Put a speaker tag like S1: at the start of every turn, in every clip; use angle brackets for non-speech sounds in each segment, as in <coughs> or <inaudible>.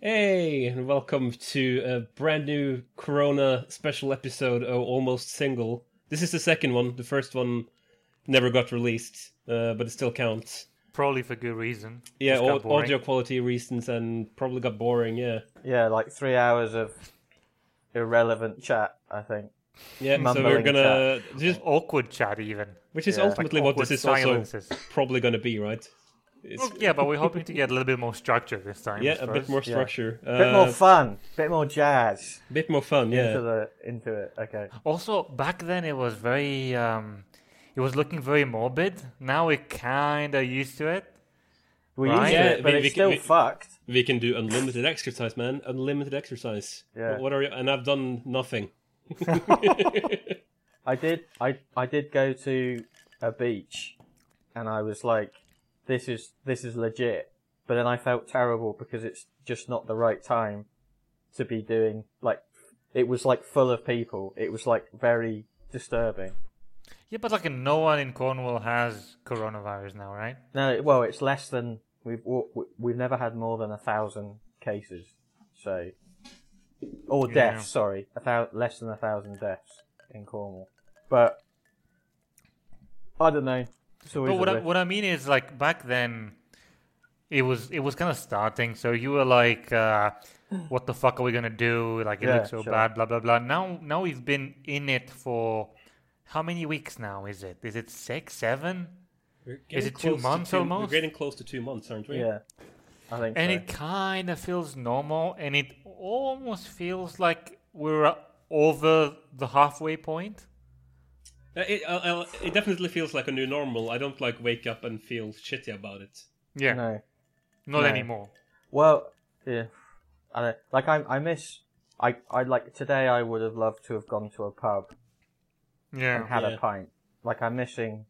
S1: Hey, and welcome to a brand new Corona special episode of Almost Single. This is the second one. The first one never got released, uh, but it still counts.
S2: Probably for good reason.
S1: Yeah,
S2: Just got
S1: au-
S2: boring.
S1: audio quality reasons and probably got boring, yeah.
S3: Yeah, like three hours of irrelevant chat, I think.
S1: Yeah, so we're
S3: Mumbling
S1: gonna. Just,
S2: Awkward chat, even.
S1: which is
S3: Yeah.
S1: ultimately what
S2: Awkward
S1: this is also
S2: silences.
S1: probably gonna be, right? It's,
S2: Well, yeah, but we're hoping to get a little bit more structure this time.
S1: yeah,
S2: as
S1: a
S2: far
S1: bit
S2: as-
S1: more
S3: yeah.
S1: structure.
S3: A bit more
S1: Uh,
S3: fun, bit more jazz
S1: bit more fun,
S3: into
S1: yeah.
S3: the into it. Okay.
S2: Also, back then it was very, um, it was looking very morbid. Now we're kind of used to it.
S3: We
S2: Right.
S3: used
S1: Yeah,
S3: it, but
S1: we-
S3: it's
S1: we-
S3: still
S1: we-
S3: fucked.
S1: We can do unlimited exercise, man. Unlimited exercise.
S3: Yeah.
S1: What are you? And I've done nothing.
S3: I did I I did go to a beach and I was like, This is this is legit but then I felt terrible because it's just not the right time to be doing like it was like full of people. It was like very disturbing.
S2: Yeah, but like no one in Cornwall has coronavirus now, right?
S3: No, well, it's less than we've w- w- we've never had more than a thousand cases, so or
S2: Yeah.
S3: deaths. Sorry, a thou- less than a thousand deaths in Cornwall, but I don't know. It's always
S2: But what
S3: a
S2: I,
S3: risk.
S2: what I mean is, like back then, it was it was kind of starting. So you were like, uh, "What the fuck are we gonna do? Like it
S3: Yeah,
S2: looks so
S3: sure.
S2: bad, blah blah blah." Now now we've been in it for how many weeks now? Is it is it six, seven?
S1: We're
S2: Is
S1: getting
S2: it two
S1: close to
S2: months
S1: We're
S2: almost?
S1: getting close to two months, aren't we?
S3: yeah, I think
S2: And
S3: so.
S2: it kind of feels normal, and it almost feels like we're over the halfway point.
S1: Uh, It, I- I- it definitely feels like a new normal. I don't like wake up and feel shitty about it.
S2: Yeah,
S3: No,
S2: not
S3: no.
S2: anymore.
S3: well, yeah, I don't, like I I miss I I like today. I would have loved to have gone to a pub and
S2: Yeah,
S3: had
S1: Yeah.
S3: a pint. Like I'm missing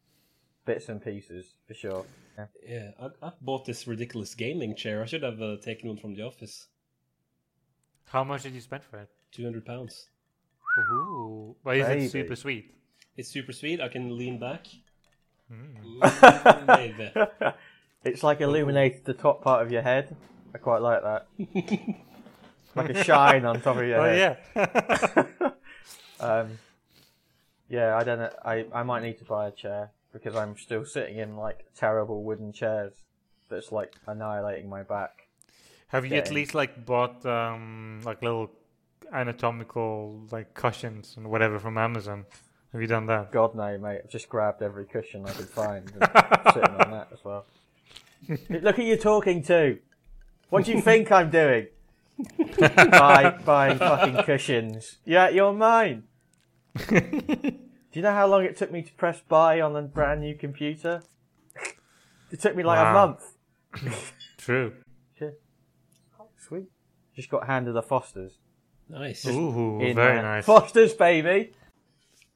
S3: bits and pieces for sure. Yeah.
S1: Yeah, I, I bought this ridiculous gaming chair. I should have uh, taken one from the office.
S2: how much did you spend for it?
S1: Two hundred pounds.
S2: Ooh, but is
S3: Baby.
S2: it super sweet?
S1: It's super sweet. I can lean back.
S2: Mm.
S1: <laughs> Ooh, baby.
S3: It's like illuminated the top part of your head. I quite like
S2: <laughs>
S3: that. like a shine on top of your
S2: Oh yeah.
S3: head. <laughs>
S2: <laughs>
S3: Um, yeah, I don't know. I, I might need to buy a chair because I'm still sitting in like terrible wooden chairs that's like annihilating my back.
S2: Have you at
S3: Yeah.
S2: least like bought um like little anatomical like cushions and whatever from Amazon? Have you done that?
S3: God no, mate. I've just grabbed every cushion I could find
S2: <laughs>
S3: and sitting on that as well. Look at you talking to. What do you think I'm
S2: <laughs>
S3: doing? Buy, buying fucking cushions. Yeah, you're
S2: <laughs>
S3: mine. Do you know how long it took me to press buy on a brand new computer? It took me like a
S2: Wow.
S3: month.
S2: True.
S3: Sweet. Just got handed a Foster's.
S1: nice.
S2: Ooh,
S3: In
S2: very
S3: my-
S2: nice.
S3: Foster's, baby.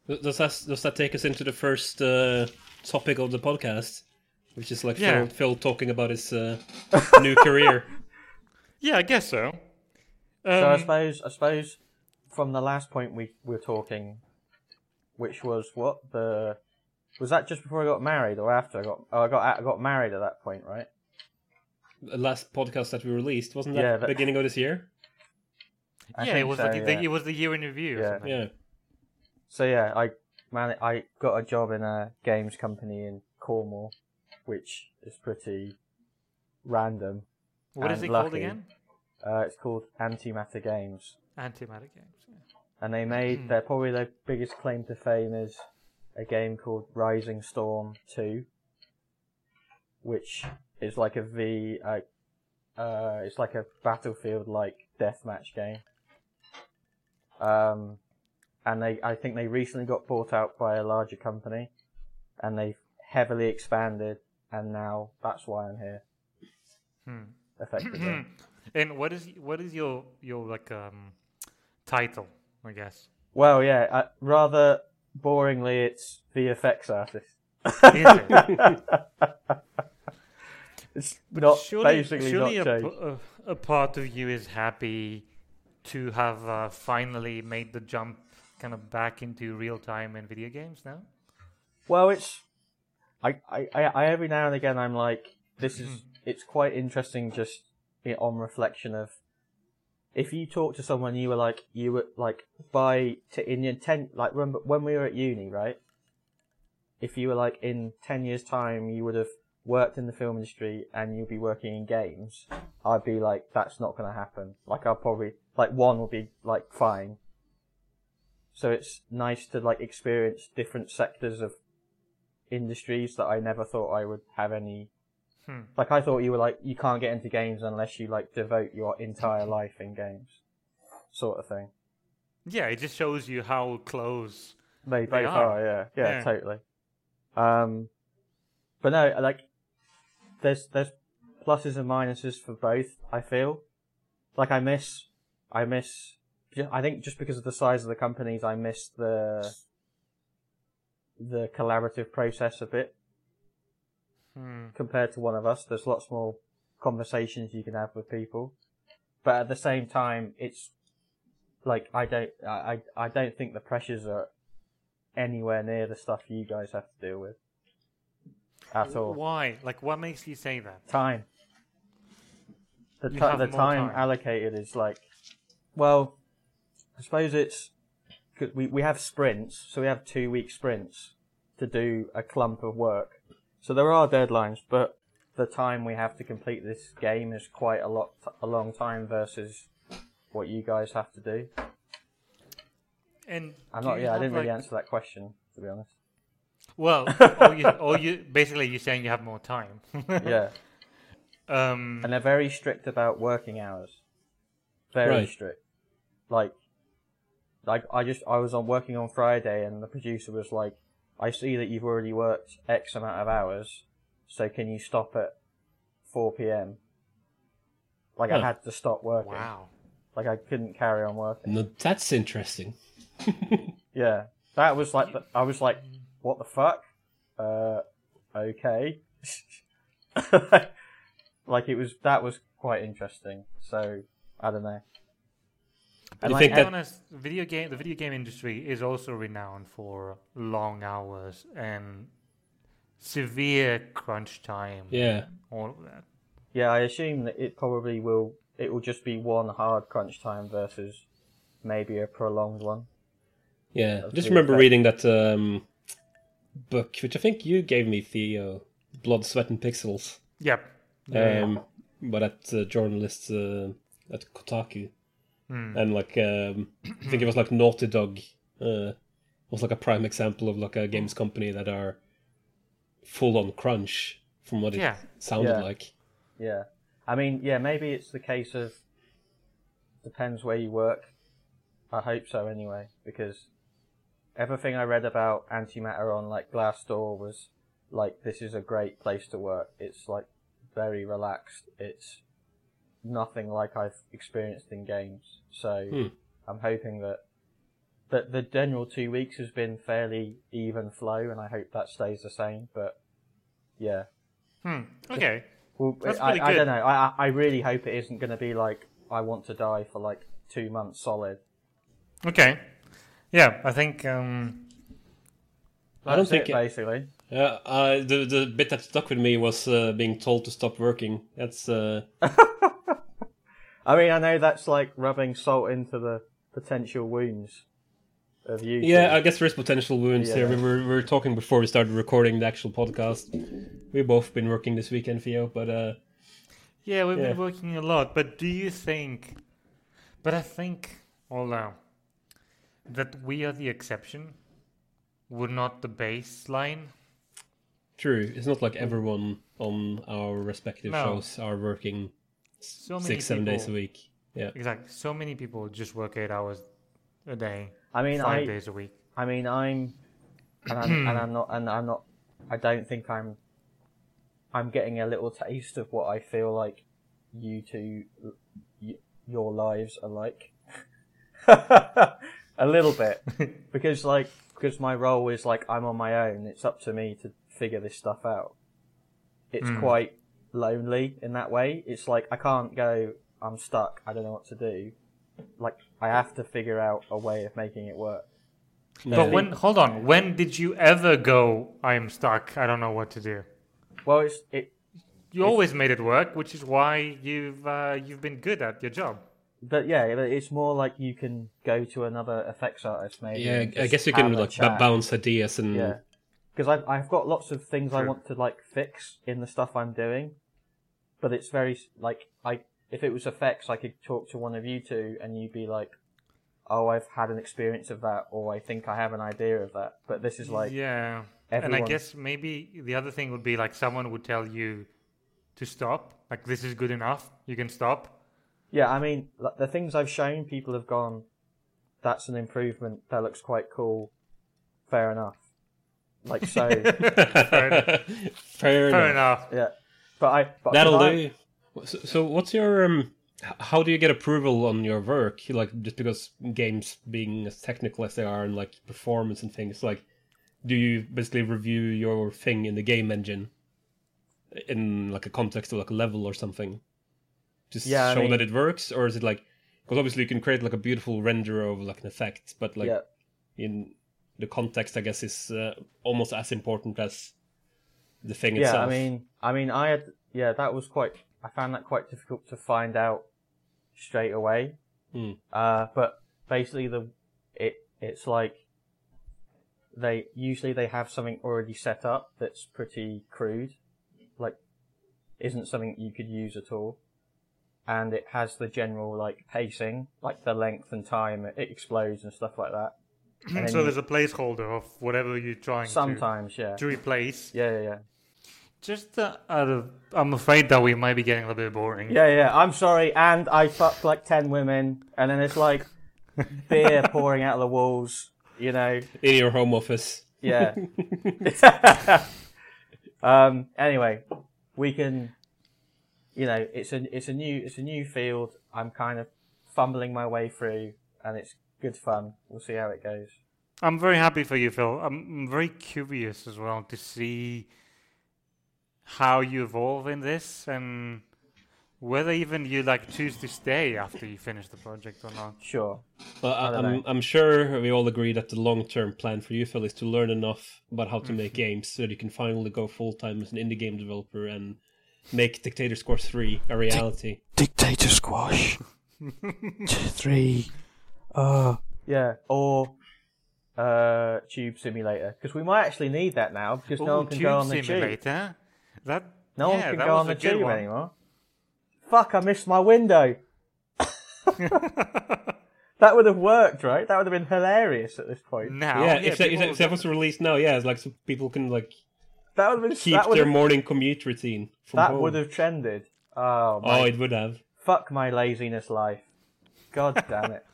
S1: Th- Does that does that take us into the first uh, topic of the podcast, which is like Phil,
S2: Yeah.
S1: Phil talking about his uh, new
S3: <laughs>
S1: career?
S2: Yeah, I guess so.
S3: So I
S2: Um,
S3: suppose, I suppose, from the last point we were talking, which was what the was that just before I got married or after I got? Oh, I got I got married at that point, right?
S1: The last podcast that we released wasn't that
S3: Yeah, but-
S1: beginning of this year?
S3: I
S2: yeah, it
S3: think
S2: was
S3: so,
S2: like the,
S3: yeah.
S2: it was the year in review. or
S3: Yeah.
S2: something.
S1: Yeah.
S3: So yeah, I man, I got a job in a games company in Cornwall, which is pretty random.
S2: What is
S3: And
S2: it called
S3: lucky.
S2: again?
S3: Uh, it's called Antimatter Games,
S2: Antimatter games. yeah.
S3: and they made their probably their biggest claim to fame is a game called Rising Storm Two, which is like a V, uh, uh, it's like a battlefield like deathmatch game. Um, and they, I think they recently got bought out by a larger company, and they've heavily expanded, and now that's why I'm here.
S2: <clears throat>
S3: Effectively,
S2: Hmm. And what is what is your your like um title? I
S3: <laughs>
S2: guess.
S3: well, yeah. Uh, rather boringly, it's VFX artist.
S2: Is it?
S3: It's not
S2: surely,
S3: basically
S2: surely
S3: not
S2: a,
S3: changed.
S2: p- a- a part of you is happy to have uh, finally made the jump kind of back into real time and video games now
S3: Well, it's I, I, I I- every now and again I'm like, this is it's quite interesting just i- on reflection of if you talk to someone, you were like, you were like, by t- in your ten, like when when we were at uni, right? If you were like in ten years' time, you would have worked in the film industry and you'd be working in games. I'd be like, that's not going to happen. Like I'll probably like one would be like fine. So it's nice to like experience different sectors of industries that I never thought I would have any
S2: Hmm.
S3: like I thought you were like you can't get into games unless you like devote your entire life in games, sort of thing.
S2: Yeah, it just shows you how close.
S3: They both
S2: are.
S3: are, yeah, yeah,
S2: Yeah.
S3: totally. Um, but no, like there's there's pluses and minuses for both. I feel like I miss, I miss. ju- I think just because of the size of the companies, I miss the the collaborative process a bit.
S2: Hmm.
S3: compared to one of us. There's lots more conversations you can have with people, but at the same time, it's like I don't, I, I I don't think the pressures are anywhere near the stuff you guys have to deal with at all.
S2: Why? Like, what makes you say that?
S3: Time. The,
S2: You
S3: ti-
S2: have
S3: the
S2: more
S3: time,
S2: time.
S3: allocated is like, well, I suppose it's 'cause we we have sprints, so we have two week sprints to do a clump of work. So there are deadlines, but the time we have to complete this game is quite a lot, a long time versus what you guys have to do.
S2: And
S3: I'm
S2: do
S3: not,
S2: you
S3: yeah, I
S2: have,
S3: didn't really
S2: like-
S3: answer that question to be honest.
S2: <laughs> Well,
S3: <laughs>
S2: or you, or you basically you're saying you have more time. <laughs>
S3: Yeah,
S1: Mm.
S3: <laughs>
S2: Um,
S3: and they're very strict about working hours. Very
S1: Right.
S3: strict. Like, like I just I was on working on Friday, and the producer was like, "I see that you've already worked X amount of hours, so can you stop at 4 p.m." Like I
S1: Huh.
S3: had to stop working.
S2: wow.
S3: Like I couldn't carry on working.
S1: No, that's interesting.
S3: Yeah, that was like the, I was like, what the fuck? Uh, okay. <laughs> like it was that was quite interesting. So I don't know.
S1: you
S3: like,
S1: think
S2: To
S1: that-
S2: be honest, video game the video game industry is also renowned for long hours and severe crunch time.
S1: Yeah.
S2: All of that.
S3: yeah, I assume that it probably will. It will just be one hard crunch time versus maybe a prolonged one.
S1: Yeah, I
S3: That's
S1: just
S3: really
S1: remember
S3: bad.
S1: reading that um, book, which I think you gave me, Theo, "Blood, Sweat, and Pixels,"
S2: Yep.
S1: um, but at uh, journalists uh, at Kotaku,
S3: Hmm.
S1: and like um, I think it was like Naughty Dog uh, was like a prime example of like a games company that are full on crunch, from what it
S2: Yeah.
S1: sounded
S3: Yeah.
S1: like.
S3: Yeah. I mean, yeah, maybe it's the case of depends where you work. I hope so anyway, because everything I read about antimatter on like Glassdoor was like this is a great place to work. It's like very relaxed. It's nothing like I've experienced in games. So
S1: Hmm.
S3: I'm hoping that that the general two weeks has been fairly even flow, and I hope that stays the same. But yeah,
S2: Hmm. Okay.
S3: well,
S2: That's
S3: I,
S2: pretty
S3: I
S2: good.
S3: don't know. I I I really hope it isn't going to be like I want to die for like two months solid.
S2: Okay. Yeah, I think um,
S1: I don't
S3: That's
S1: think
S3: it, basically.
S1: Yeah, uh, the the bit that stuck with me was uh, being told to stop working. That's uh,
S3: I mean, I know that's like rubbing salt into the potential wounds of you.
S1: yeah.
S3: two.
S1: I guess there is potential wounds here. We
S3: Yeah.
S1: were, we were talking before we started recording the actual podcast. We've both been working this weekend, Theo. But uh,
S2: yeah, we've
S1: Yeah.
S2: been working a lot, but do you think but I think although that we are the exception, we're not the baseline.
S1: true, it's not like everyone on our respective
S2: No.
S1: shows are working
S2: So many
S1: six seven
S2: people,
S1: days a week. Yeah,
S2: Exactly. So many people just work eight hours a day,
S3: I mean,
S2: five
S3: I
S2: days a week.
S3: I mean, I'm and I'm, and I'm not and I'm not. I don't think I'm. I'm getting a little taste of what I feel like you two, y- your lives are like. <laughs> a little bit, because like because my role is like I'm on my own. It's up to me to figure this stuff out. It's quite lonely in that way. It's like I can't go. I'm stuck. I don't know what to do. Like I have to figure out a way of making it work.
S1: No,
S2: But when hold on, when did you ever go? I'm stuck. I don't know what to do.
S3: Well, it's it
S2: You always made it work, which is why you've uh, you've been good at your job.
S3: But yeah, but it's more like you can go to another effects artist maybe.
S1: Yeah, I guess you can like ba- bounce ideas and <laughs>
S3: Yeah, because I've I've got lots of things I
S2: True.
S3: want to like fix in the stuff I'm doing, but it's very s- like I if it was effects I could talk to one of you two and you'd be like, oh I've had an experience of that or I think I have an idea of that, but this is like
S2: yeah. And I
S3: everyone-
S2: guess maybe the other thing would be like someone would tell you to stop. Like this is good enough. You can stop.
S3: Yeah, I mean, like, the things I've shown, people have gone, that's an improvement. That looks quite cool. Fair enough. Like so,
S1: <laughs> fair
S2: enough.
S1: enough.
S2: Fair enough.
S3: yeah. But I but
S1: That'll
S3: but I-
S1: do. So, so what's your um? h- How do you get approval on your work? You, Like just because games being as technical as they are and like performance and things, like do you basically review your thing in the game engine in like a context of like a level or something? Just
S3: Yeah, I
S1: show
S3: mean-
S1: that it works, or is it like because obviously you can create like a beautiful render of like an effect, but like
S3: yeah,
S1: in the context, I guess is uh, almost as important as the thing
S3: yeah.
S1: itself.
S3: I mean, I mean, I had yeah. That was quite. I found that quite difficult to find out straight away.
S1: Hmm.
S3: Uh, but basically, the it it's like they usually they have something already set up that's pretty crude, like isn't something you could use at all, and it has the general like pacing, like the length and time it explodes and stuff like that. And
S2: so
S3: then
S2: there's a placeholder of whatever you're trying
S3: sometimes, yeah,
S2: to, to replace.
S3: yeah, yeah, yeah.
S2: Just uh, out of, I'm afraid that we might be getting a little bit boring.
S3: Yeah, yeah. I'm sorry, and I fucked like ten women, and then it's like
S2: <laughs>
S3: beer pouring out of the walls. You know,
S1: in your home office.
S2: <laughs>
S3: yeah. um. Anyway, we can. You know, it's a it's a new it's a new field. I'm kind of fumbling my way through, and it's good fun. We'll see how it goes.
S2: I'm very happy for you, Phil. I'm I'm very curious as well to see how you evolve in this and whether even you like choose to stay after you finish the project or not.
S3: Sure.
S1: Well, I,
S3: don't know.
S1: I'm, I'm sure we all agree that the long term plan for you, Phil, is to learn enough about how to
S3: Mm-hmm.
S1: make games so that you can finally go full time as an indie game developer and make Dictator Scores 3 a reality.
S4: Dictator squash. Three. Uh,
S3: Yeah. Or. Uh, tube simulator because we might actually need that now because no
S2: Ooh,
S3: one can go on the tube.
S2: simulator. That yeah,
S3: No one
S2: that
S3: can go
S2: was
S3: on
S2: a
S3: the
S2: good
S3: tube
S2: one. <laughs>
S3: anymore. Fuck, I missed my window. that would have worked, right? That would have been hilarious at this point.
S2: Now,
S1: yeah, if, that, if,
S2: people
S1: that,
S2: will
S1: if that
S2: go-
S1: was released now, yeah, it's like so people can like
S3: That would have been
S1: keep
S3: that would
S1: their
S3: have,
S1: morning commute routine from
S3: that
S1: home.
S3: would have trended. Oh, my,
S1: Oh, it would have.
S3: fuck my laziness life. God
S2: <laughs>
S3: damn it.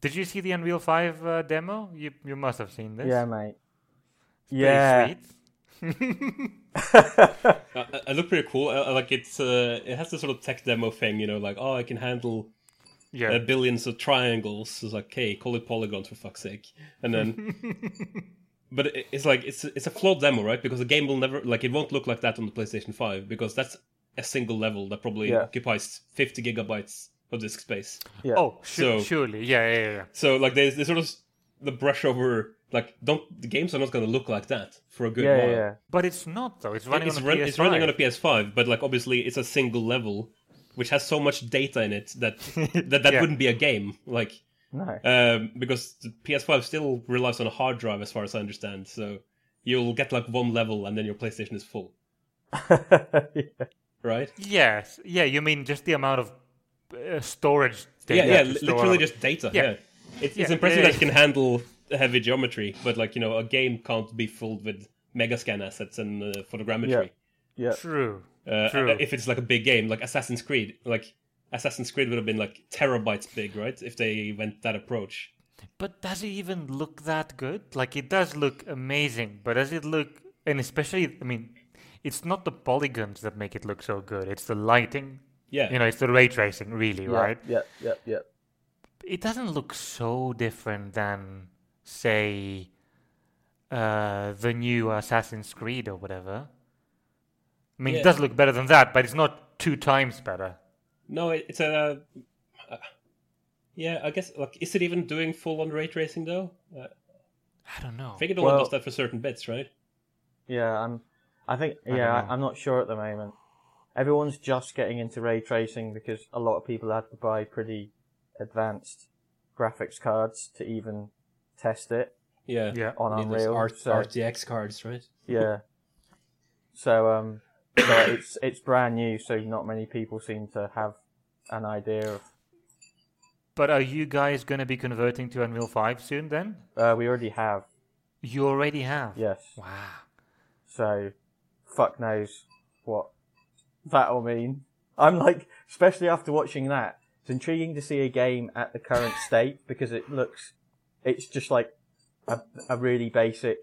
S2: Did you see the Unreal Five uh, demo? You you must have seen this.
S3: Yeah, mate.
S2: Pretty
S3: Yeah.
S2: sweet. <laughs>
S1: Uh, it- it looked pretty cool. Uh, uh, like it's uh, it has the sort of tech demo thing, you know, like oh, I can handle
S2: Yeah.
S1: uh, billions of triangles. It's like, hey, call it polygons for fuck's sake. And then,
S3: <laughs>
S1: but it, it's like it's it's a flawed demo, right? Because the game will never like it won't look like that on the PlayStation Five because that's a single level that probably
S3: Yeah.
S1: occupies fifty gigabytes of disk space.
S3: <laughs> Yeah.
S2: Oh, su-
S1: So-
S2: surely. Yeah, yeah, yeah, yeah.
S1: So like there's, there's sort of s- the brush over like don't the games are not going to look like that for a good
S3: yeah,
S1: while.
S3: yeah, yeah.
S2: But it's not though. It's running
S1: it's,
S2: on a
S1: run-
S2: PS5.
S1: it's running on a PS5, but like obviously it's a single level, which has so much data in it
S3: <laughs>
S1: that that, that
S2: Yeah.
S1: wouldn't be a game. Like
S3: No.
S1: um, because the PS5 still relies on a hard drive, as far as I understand. So you'll get like one level, and then your PlayStation is full,
S2: <laughs>
S3: <laughs>
S1: right?
S2: Yes. Yeah, you mean just the amount of uh, storage
S1: Yeah,
S2: data?
S1: yeah,
S2: to
S1: li-
S2: store
S1: literally
S2: on.
S1: just data.
S2: Yeah.
S1: Yeah, It's, it's
S2: Yeah,
S1: impressive
S2: yeah,
S1: that it can handle heavy geometry, but like you know, a game can't be filled with megascan assets and uh, photogrammetry.
S3: Yeah.
S2: True.
S1: Uh,
S2: True.
S1: uh, if it's like a big game, like Assassin's Creed, like Assassin's Creed would have been like terabytes big, right? If they went that approach.
S2: But does it even look that good? Like it does look amazing, but does it look and especially I mean, it's not the polygons that make it look so good. It's the lighting.
S1: Yeah,
S2: You know, it's the ray tracing really,
S3: Yeah,
S2: right?
S3: Yeah, yeah, yeah.
S2: it doesn't look so different than say uh, the new Assassin's Creed or whatever. I mean, it
S1: Yeah.
S2: does look better than that, but it's not two times better.
S1: No, it, it's a. Uh, yeah, I guess. Like, is it even doing full on ray tracing though? Uh,
S2: I don't know.
S1: Figure no one
S3: Well-
S1: does that for certain bits, right?
S3: Yeah, I'm. I think
S2: don't
S3: yeah,
S2: know.
S3: I I'm not sure at the moment. Everyone's just getting into ray tracing because a lot of people had to buy pretty advanced graphics cards to even test it
S1: Yeah.
S2: Yeah.
S3: on
S1: You need those
S3: Unreal.
S1: R-
S3: so
S1: RTX cards, right?
S3: yeah, so um, but it's it's brand new, so not many people seem to have an idea of.
S2: But are you guys going to be converting to Unreal 5 soon then?
S3: Uh, we already have
S2: You already have.
S3: yes,
S2: Wow.
S3: so fuck knows what that'll mean. I'm like, especially after watching that, it's intriguing to see a game at the current state because it looks, it's just like a, a really basic,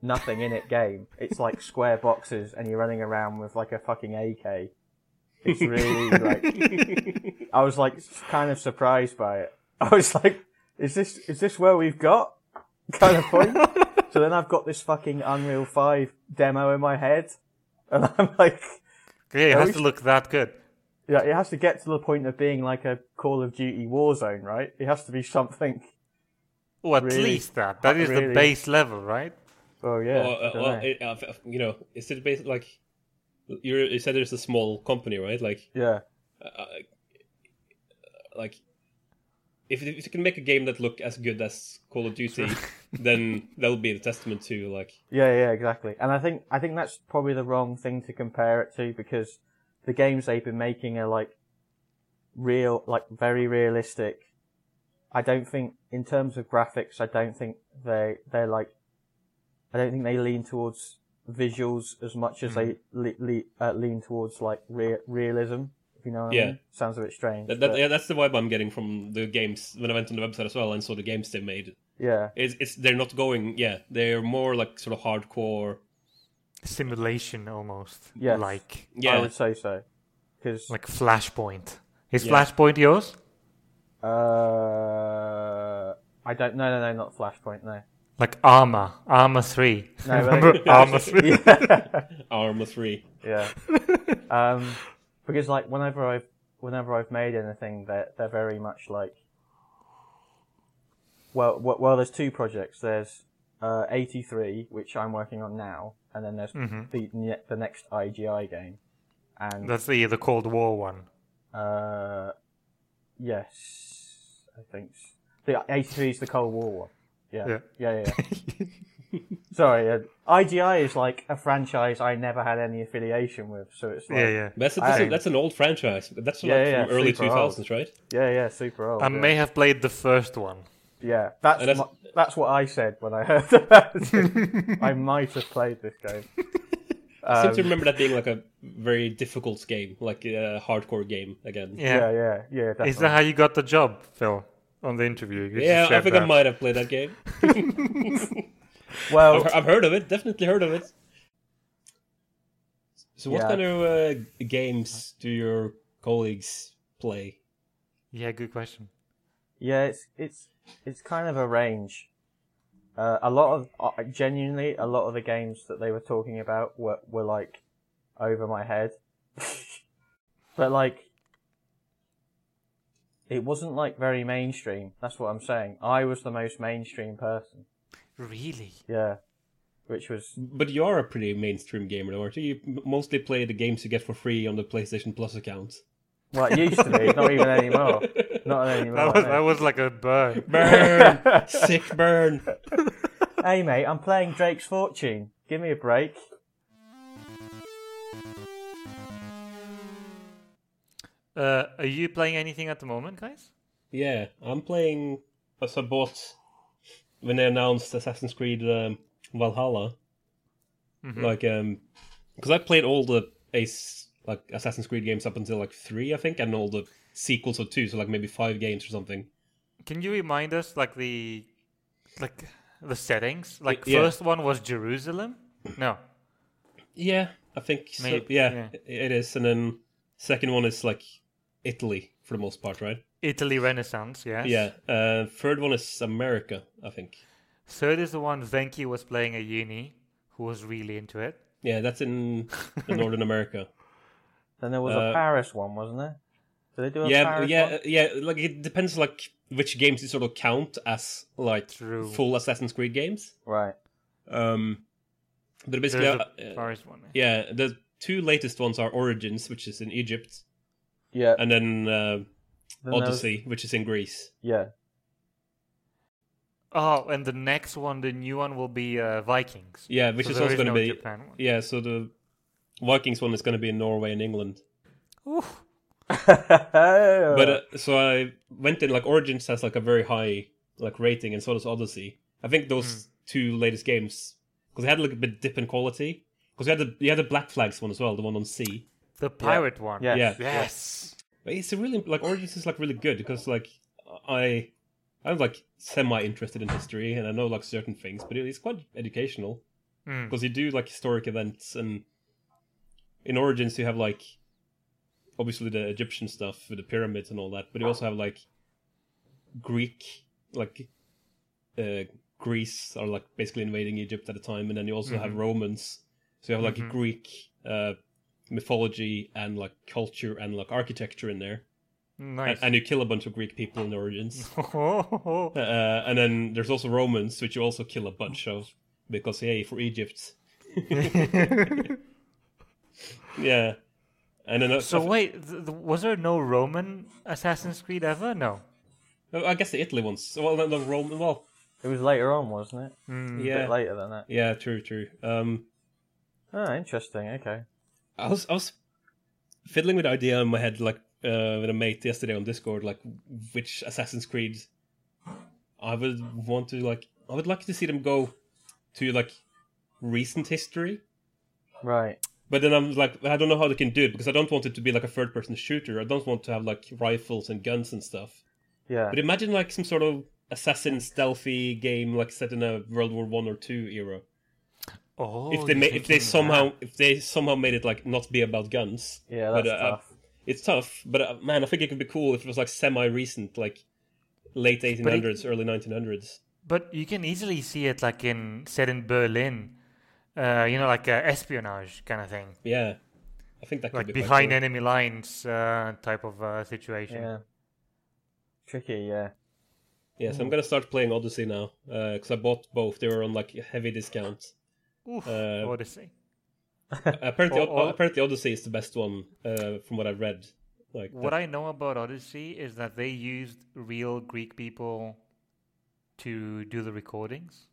S3: nothing in it game.
S2: <laughs>
S3: It's like square boxes and you're running around with like a fucking AK.
S2: <laughs>
S3: It's really like, I was like kind of surprised by it. <laughs> I was like, is this, is this where we've got? Kind
S2: <laughs>
S3: of point. so then I've got this fucking Unreal 5 demo in my head <laughs> and I'm like,
S2: Yeah, it
S3: Are
S2: has
S3: we-
S2: to look that good.
S3: yeah, it has to get to the point of being like a Call of Duty Warzone, right? It has to be something.
S2: Or at
S3: Really? Uh,
S2: least that. That is the
S3: Really?
S2: base level, right?
S3: Oh yeah,
S1: or, uh,
S3: dunno.
S1: or it, uh, f- you know, is it basically like you're, you said there's a small company, right? Like,
S3: yeah,
S1: uh, like if if you can make a game that look as good as Call of Duty, <laughs> then that'll be a testament to like
S3: yeah, yeah, exactly. And I think I think that's probably the wrong thing to compare it to because the games they've been making are like real, like very realistic. I don't think, in terms of graphics, I don't think they they're like, I don't think they lean towards visuals as much as they le-
S1: Mm-hmm.
S3: le- uh, lean towards like rea- realism. If you know what
S1: Yeah.
S3: I mean? Sounds a bit strange.
S1: that, that,
S3: but-
S1: yeah, that's the vibe I'm getting from the games when I went on the website as well and saw the games they made.
S3: Yeah,
S1: It's, it's they're not going yeah they're more like sort of hardcore
S2: Simulation almost.
S3: Yes.
S2: Like
S1: yeah
S3: I would say so. Because
S2: like Flashpoint. Is
S1: Yeah.
S2: Flashpoint yours?
S3: uh, I don't. No, no, no, not Flashpoint. No,
S2: Like Armor. Armor 3. <laughs>
S3: No,
S2: Remember
S3: but-
S2: Armor 3?
S3: <laughs> yeah,
S1: Arma three
S3: yeah. Um, because like whenever I've whenever I've made anything, they're they're very much like. Well, well, well there's two projects. There's uh, 83, which I'm working on now, and then there's the ne- the next IGI game, and
S2: That's the, the Cold War one.
S3: Uh, yes, I think s- the eighty-three is the Cold War one. Yeah,
S2: Yeah.
S3: yeah, yeah. yeah.
S2: <laughs>
S3: Sorry, uh, IGI is like a franchise I never had any affiliation with, so it's like,
S2: Yeah, yeah.
S1: that's a, that's, a,
S3: I-
S1: that's an old franchise that's like
S3: Yeah, yeah,
S1: from early
S3: super
S1: two
S3: old.
S1: thousands right
S3: yeah, yeah, super old.
S2: I
S3: yeah.
S2: may have played the first one.
S3: Yeah, that's
S1: And that's-
S3: my, that's what I said when I <laughs> heard about
S2: <laughs>
S3: it. I might have played this game. Um,
S1: I seem to remember that being like a very difficult game like a hardcore game again
S3: Yeah,
S2: Yeah.
S3: yeah, yeah. Definitely.
S2: is that how you got the job, Phil? On the interview? You just
S1: Yeah, I
S2: said
S1: think I
S2: that.
S1: might have played that game.
S3: well, Oh.
S1: I've, I've heard of it, definitely heard of it. So, what
S3: Yeah.
S1: kind of uh, games do your colleagues play?
S2: Yeah, good question.
S3: Yeah, it's it's it's kind of a range. Uh, a lot of uh, genuinely, a lot of the games that they were talking about were were like over my head, <laughs> but like it wasn't like very mainstream. That's what I'm saying. I was the most mainstream person.
S2: Really?
S3: Yeah, which was
S1: But you are a pretty mainstream gamer, though, aren't you? You m- mostly play the games you get for free on the PlayStation Plus account.
S3: well, it used to be. not even anymore. Not anymore.
S2: That was
S3: no.
S2: that was like a burn.
S1: Burn! Sick burn!
S3: Hey mate, I'm playing Drake's Fortune. Give me a break.
S2: Uh, are you playing anything at the moment, guys?
S1: Yeah, I'm playing. So I bought when they announced Assassin's Creed um, Valhalla, like um, because I played all the Ace like Assassin's Creed games up until like three, I think, and all the sequels or two, so like maybe five games or something.
S2: Can you remind us like the like the settings? Like
S1: yeah.
S2: first one was Jerusalem? No.
S1: Yeah, I think so.
S2: Maybe,
S1: yeah,
S2: yeah.
S1: i- it is, and then second one is like Italy for the most part, right?
S2: Italy Renaissance, yes.
S1: Yeah. Uh, third one is America, I think.
S2: Third is the one Venki was playing at uni, who was really into it.
S1: Yeah, that's in in Northern America.
S3: Then there was
S1: Uh,
S3: a Paris one, wasn't there? Do they do a
S1: yeah,
S3: Paragon?
S1: but yeah, yeah. Like it depends, like which games you sort of count as like
S2: True.
S1: full Assassin's Creed games.
S3: Right.
S1: Um, but basically,
S2: There's
S1: uh,
S2: the
S1: uh,
S2: forest one.
S1: yeah, the two latest ones are Origins, which is in Egypt,
S3: Yeah.
S1: and then uh,
S3: then there was-
S1: Odyssey, which is in Greece.
S3: Yeah. <laughs>
S2: Oh, and the next one, the new one, will be uh, Vikings.
S1: Yeah, which
S2: So
S1: is
S2: there
S1: also going to
S2: no
S1: be
S2: Japan one.
S1: yeah. So the Vikings one is going to be in Norway and England.
S2: Oof.
S1: But uh, so I went in like Origins has like a very high like rating, and so does Odyssey. I think those two latest games because they had like a bit dip in quality because you had the you had the Black Flags one as well, the one on sea.
S2: the pirate one.
S3: Yes.
S1: Yeah.
S2: Yes.
S1: But it's a really like Origins is like really good because like I I'm like semi interested in history and I know like certain things, but it- it's quite educational
S2: Mm.
S1: because you do like historic events and in Origins you have like obviously the Egyptian stuff with the pyramids and all that, but you also have like Greek like uh, Greece are like basically invading Egypt at the time, and then you also have Romans, so you have like Greek uh, mythology and like culture and like architecture in there,
S2: Nice.
S1: and, and you kill a bunch of Greek people in Origins.
S2: Oh,
S1: Uh, and then there's also Romans, which you also kill a bunch of because hey, for Egypt. yeah, and then
S2: <laughs>
S1: uh,
S2: so wait, th- th- was there no Roman Assassin's Creed ever? No.
S1: I guess the Italy ones. Well, the, the Roman. Well,
S3: it was later on, wasn't it? A bit
S1: yeah,
S3: later than that.
S1: yeah, true, true. Um,
S3: Oh, interesting. Okay.
S1: I was I was fiddling with the idea in my head like uh, with a mate yesterday on Discord, like which Assassin's Creed I would want to like. I would like to see them go to like recent history,
S3: Right.
S1: but then I'm like, I don't know how they can do it because I don't want it to be like a third-person shooter. I don't want to have like rifles and guns and stuff.
S3: Yeah.
S1: But imagine like some sort of assassin stealthy game like set in a World War One or Two era.
S2: Oh,
S1: if they
S2: you're
S1: ma- if they
S2: thinking
S1: somehow
S2: that.
S1: if they somehow made it like not be about guns.
S3: Yeah,
S1: but,
S3: that's
S1: uh,
S3: tough.
S1: It's tough, but uh, man, I think it could be cool if it was like semi recent, like late 1800s, early 1900s.
S2: But you can easily see it like in set in Berlin, uh, you know, like uh, espionage kind of thing,
S1: Yeah, I think that could
S2: like
S1: be
S2: behind
S1: quite
S2: enemy lines uh, type of uh, situation.
S3: Yeah. Tricky.
S1: <laughs>
S3: Yeah.
S1: cool. Yeah, so I'm gonna start playing Odyssey now because I bought both. They were on like heavy
S2: <laughs>
S1: discount.
S2: Oof,
S1: Uh,
S2: Odyssey.
S1: apparently,
S2: Or- or-
S1: apparently, Odyssey is the best one uh, from what I've read. Like,
S2: What
S1: that-
S2: I know about Odyssey is that they used real Greek people to do the recordings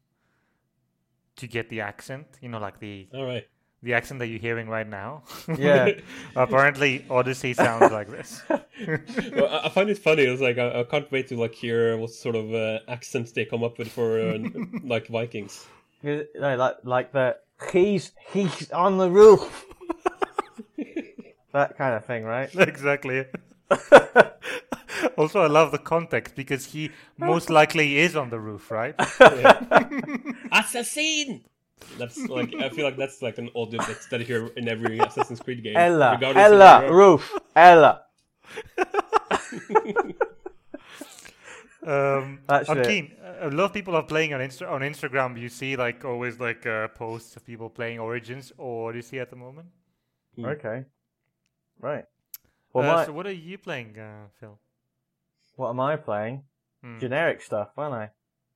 S2: to get the accent, you know, like the
S1: uh, all right.
S2: the accent that you're hearing right now.
S3: Yeah.
S2: <laughs> Apparently, Odyssey sounds like this.
S1: Well, I- I find it funny. It's like I, I can't wait to like hear what sort of uh, accents they come up with for
S2: <laughs>
S1: uh, n- like Vikings.
S3: You know, like like the he's he's on the roof.
S1: <laughs>
S3: that kind of thing, right?
S2: <laughs> exactly. also, I love the context because he most likely is on the roof, right?
S3: <laughs>
S1: Assassin. That's like I feel like that's like an audio bit that I hear in every Assassin's Creed game.
S3: Ella,
S1: regardless of
S3: Ella,
S1: where-
S3: roof, Ella.
S2: Um,
S3: That's
S2: I'm
S3: it.
S2: keen. A lot of people are playing on Insta- on Instagram. You see, like always, like uh, posts of people playing Origins or Odyssey at the moment.
S1: Hmm.
S3: Okay. Right. Well,
S2: uh,
S3: my,
S2: So, what are you playing, uh, Phil?
S3: what am I playing?
S2: Hmm.
S3: Generic stuff, aren't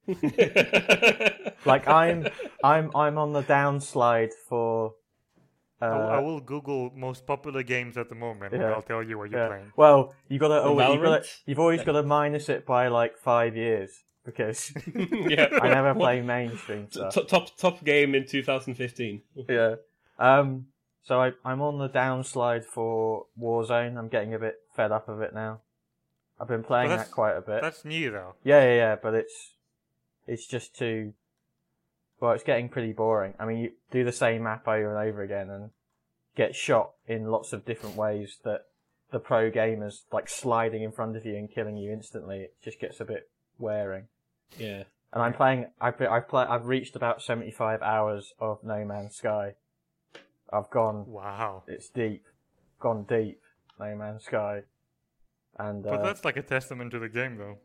S3: I? Like I'm, I'm, I'm on the downslide for. Uh,
S2: I will- I will Google most popular games at the moment, and
S3: Yeah.
S2: I'll tell you what you're
S3: yeah.
S2: playing.
S3: Well, you gotta, always, you gotta,
S1: Valorant?
S3: you've always got to minus it by like five years
S2: <laughs>
S3: because
S1: <laughs> yeah.
S3: I never play mainstream stuff.
S1: Top, top top game in 2015.
S3: yeah. Um. So I, I'm on the downslide for Warzone. I'm getting a bit fed up of it now. I've been playing
S2: Well, that's-
S3: that quite a bit.
S2: That's new, though.
S3: Yeah, yeah, yeah. But it's it's just too. Well, it's getting pretty boring. I mean, you do the same map over and over again and get shot in lots of different ways that the pro gamers like sliding in front of you and killing you instantly. It just gets a bit wearing.
S1: Yeah.
S3: And I'm playing. I've been- I've play, I've reached about seventy five hours of No Man's Sky. I've gone.
S2: Wow.
S3: It's deep. Gone deep. No Man's Sky. And
S2: But
S3: uh,
S2: that's like a testament to the game, though.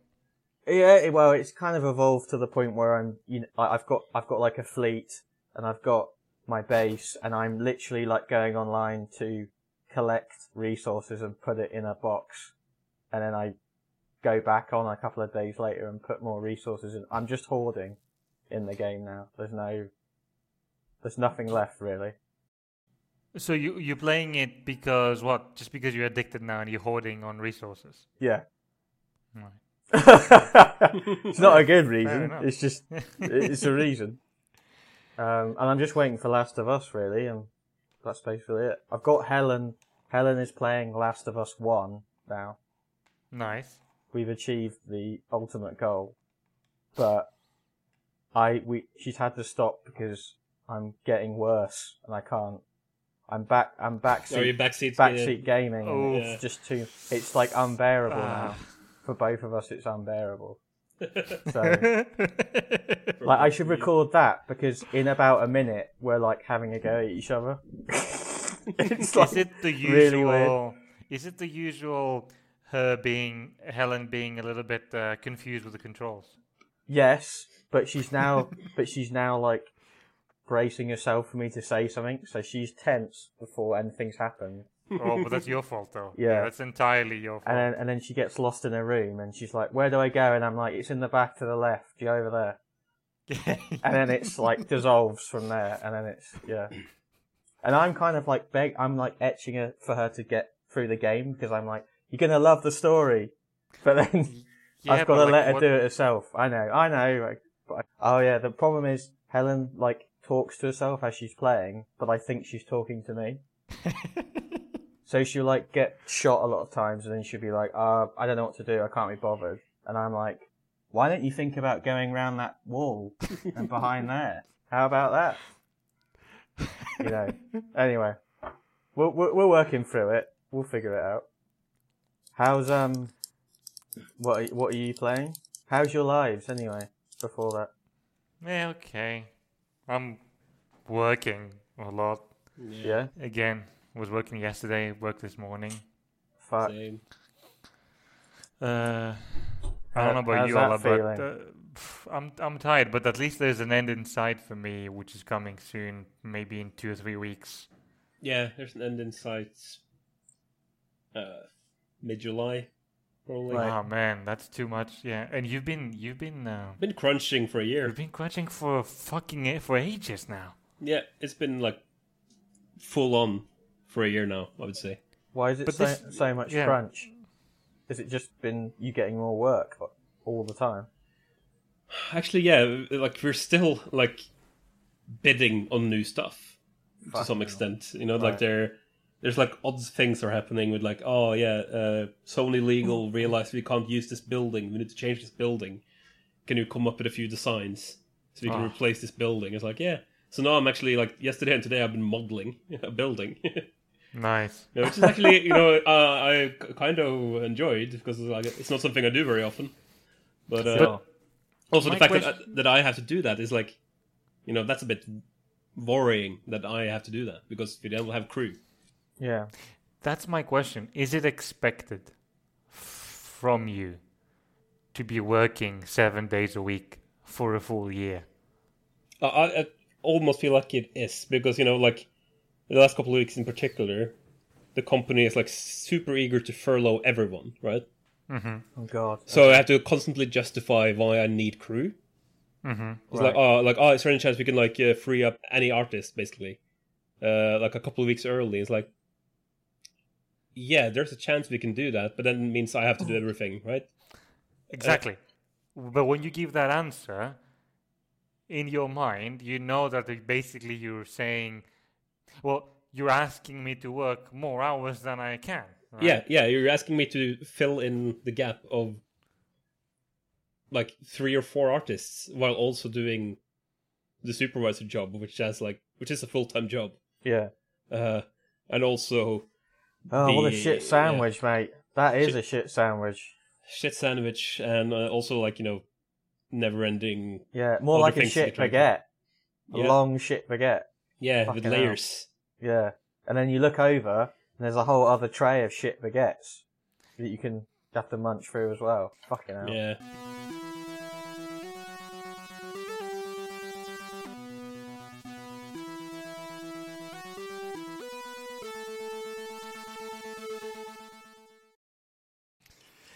S3: yeah, it- well, it's kind of evolved to the point where I'm, you know, I- I've got, I've got like a fleet, and I've got my base, and I'm literally like going online to collect resources and put it in a box and then I go back on a couple of days later and put more resources in. I'm just hoarding in the game now. There's no, there's nothing left really.
S2: So you you're playing it because what? Just because you're addicted now and you're hoarding on resources.
S3: Yeah.
S2: Right.
S3: <laughs> it's not
S2: <laughs>
S3: a good reason.
S2: enough.
S3: It's just it's a reason. Um, and I'm just waiting for Last of Us really, and that's basically it. I've got Helen. Helen is playing Last of Us One now. <laughs>
S2: Nice.
S3: We've achieved the ultimate goal, but I we she's had to stop because I'm getting worse and I can't. I'm back. I'm back.
S1: Sorry, backseat.
S3: backseat gaming.
S2: Oh.
S3: and It's just too. It's like unbearable now.
S2: Ah.
S3: For both of us,
S2: <laughs>
S3: it's unbearable. So, like, I should record that because in about a minute, we're like having a go at
S2: <laughs>
S3: each other. <laughs> it's like,
S2: is it the
S3: really
S2: usual?
S3: weird.
S2: is it the usual? Her being Helen being a little bit uh, confused with the controls.
S3: <laughs> yes, but she's now, but she's now like bracing herself for me to say something, so she's tense before anything's happened.
S2: Oh, but that's your fault though.
S3: Yeah.
S2: that's entirely your fault.
S3: And then, and then she gets lost in her room, and she's like, "Where do I go?" And I'm like, "It's in the back to the left. Go over there." and then it's like dissolves from there, and then it's yeah. And I'm kind of like beg, I'm like etching her for her to get through the game because I'm like, you're gonna love the story, but then
S2: Yeah,
S3: I've
S2: but,
S3: got to
S2: like,
S3: let her
S2: what-
S3: do it herself. I know, I know. Like, but I, oh yeah, the problem is Helen like talks to herself as she's playing, but I think she's talking to me. so she'll like get shot a lot of times, and then she'll be like, uh, I don't know what to do. I can't be bothered. And I'm like, why don't you think about going round that wall and behind there? How about that? You know. Anyway, we're we're, we're working through it. We'll figure it out. How's um, what are- what are you playing? How's your lives anyway? Before that,
S2: Yeah, okay. I'm working a lot.
S3: yeah,
S2: Again, was working yesterday, worked this morning.
S3: fuck.
S1: Same.
S2: Uh, I don't know about
S3: how's
S2: you,
S3: that
S2: Ola, but
S3: feeling?
S2: uh, pff, I'm I'm tired. But at least there's an end in sight for me, which is coming soon, maybe in two or three weeks.
S1: Yeah, there's an end in sight. Uh, Mid July, probably.
S3: Right.
S2: Oh man, that's too much. Yeah, and you've been you've been uh,
S1: Been crunching for a year.
S2: you've been crunching for fucking a- for ages now.
S1: Yeah, it's been like full on for a year now. I would say.
S3: Why is it
S2: But
S3: so,
S2: this-
S3: so much
S2: yeah.
S3: crunch? Is it just been you getting more work all the time?
S1: Actually, yeah, like we're still like bidding on new stuff to some extent. You know, like
S3: Right.
S1: there, there's like odd things are happening with like, oh yeah, uh, Sony Legal realized we can't use this building. We need to change this building. Can you come up with a few designs so we can
S2: Ah.
S1: replace this building? It's like yeah. So now I'm actually like yesterday and today I've been modeling <laughs> a building.
S2: Nice.
S1: Yeah, which is actually, you know, uh, I k- kind of enjoyed because it's, like, it's not something I do very often. But uh,
S3: Sure.
S1: also
S2: My
S1: the fact
S2: question-
S1: that that I have to do that is like, you know, that's a bit worrying that I have to do that because we don't have crew.
S3: Yeah.
S2: That's my question. Is it expected f- from you to be working seven days a week for a full year?
S1: I, I, I almost feel like it is because you know, like the last couple of weeks in particular, the company is like super eager to furlough everyone, right?
S3: Oh God.
S1: So I have to constantly justify why I need crew. It's like,
S3: Right.
S1: oh, like, oh, is there any chance we can like uh, free up any artist, basically, uh, like a couple of weeks early? It's like, yeah, there's a chance we can do that, but then it means I have to do everything, right?
S2: Exactly. Uh, but when you give that answer, in your mind, you know that it- basically you're saying, well, you're asking me to work more hours than I can. right?
S1: Yeah, yeah. You're asking me to fill in the gap of like three or four artists while also doing the supervisor job, which has like, which is a full time job,
S3: Yeah.
S1: uh, and also
S3: Oh, what a
S1: The-
S3: shit sandwich, mate. That is a shit sandwich.
S1: shit sandwich and uh, also like you know never ending
S3: Yeah, more
S1: All the
S3: like a
S1: things to
S3: shit
S1: get drunk.
S3: baguette. A
S1: Yeah.
S3: long shit baguette.
S1: yeah
S3: Fucking
S1: with layers
S3: Yeah. And then you look over, and there's a whole other tray of shit baguettes that you can have to munch through as well. Fucking hell.
S1: yeah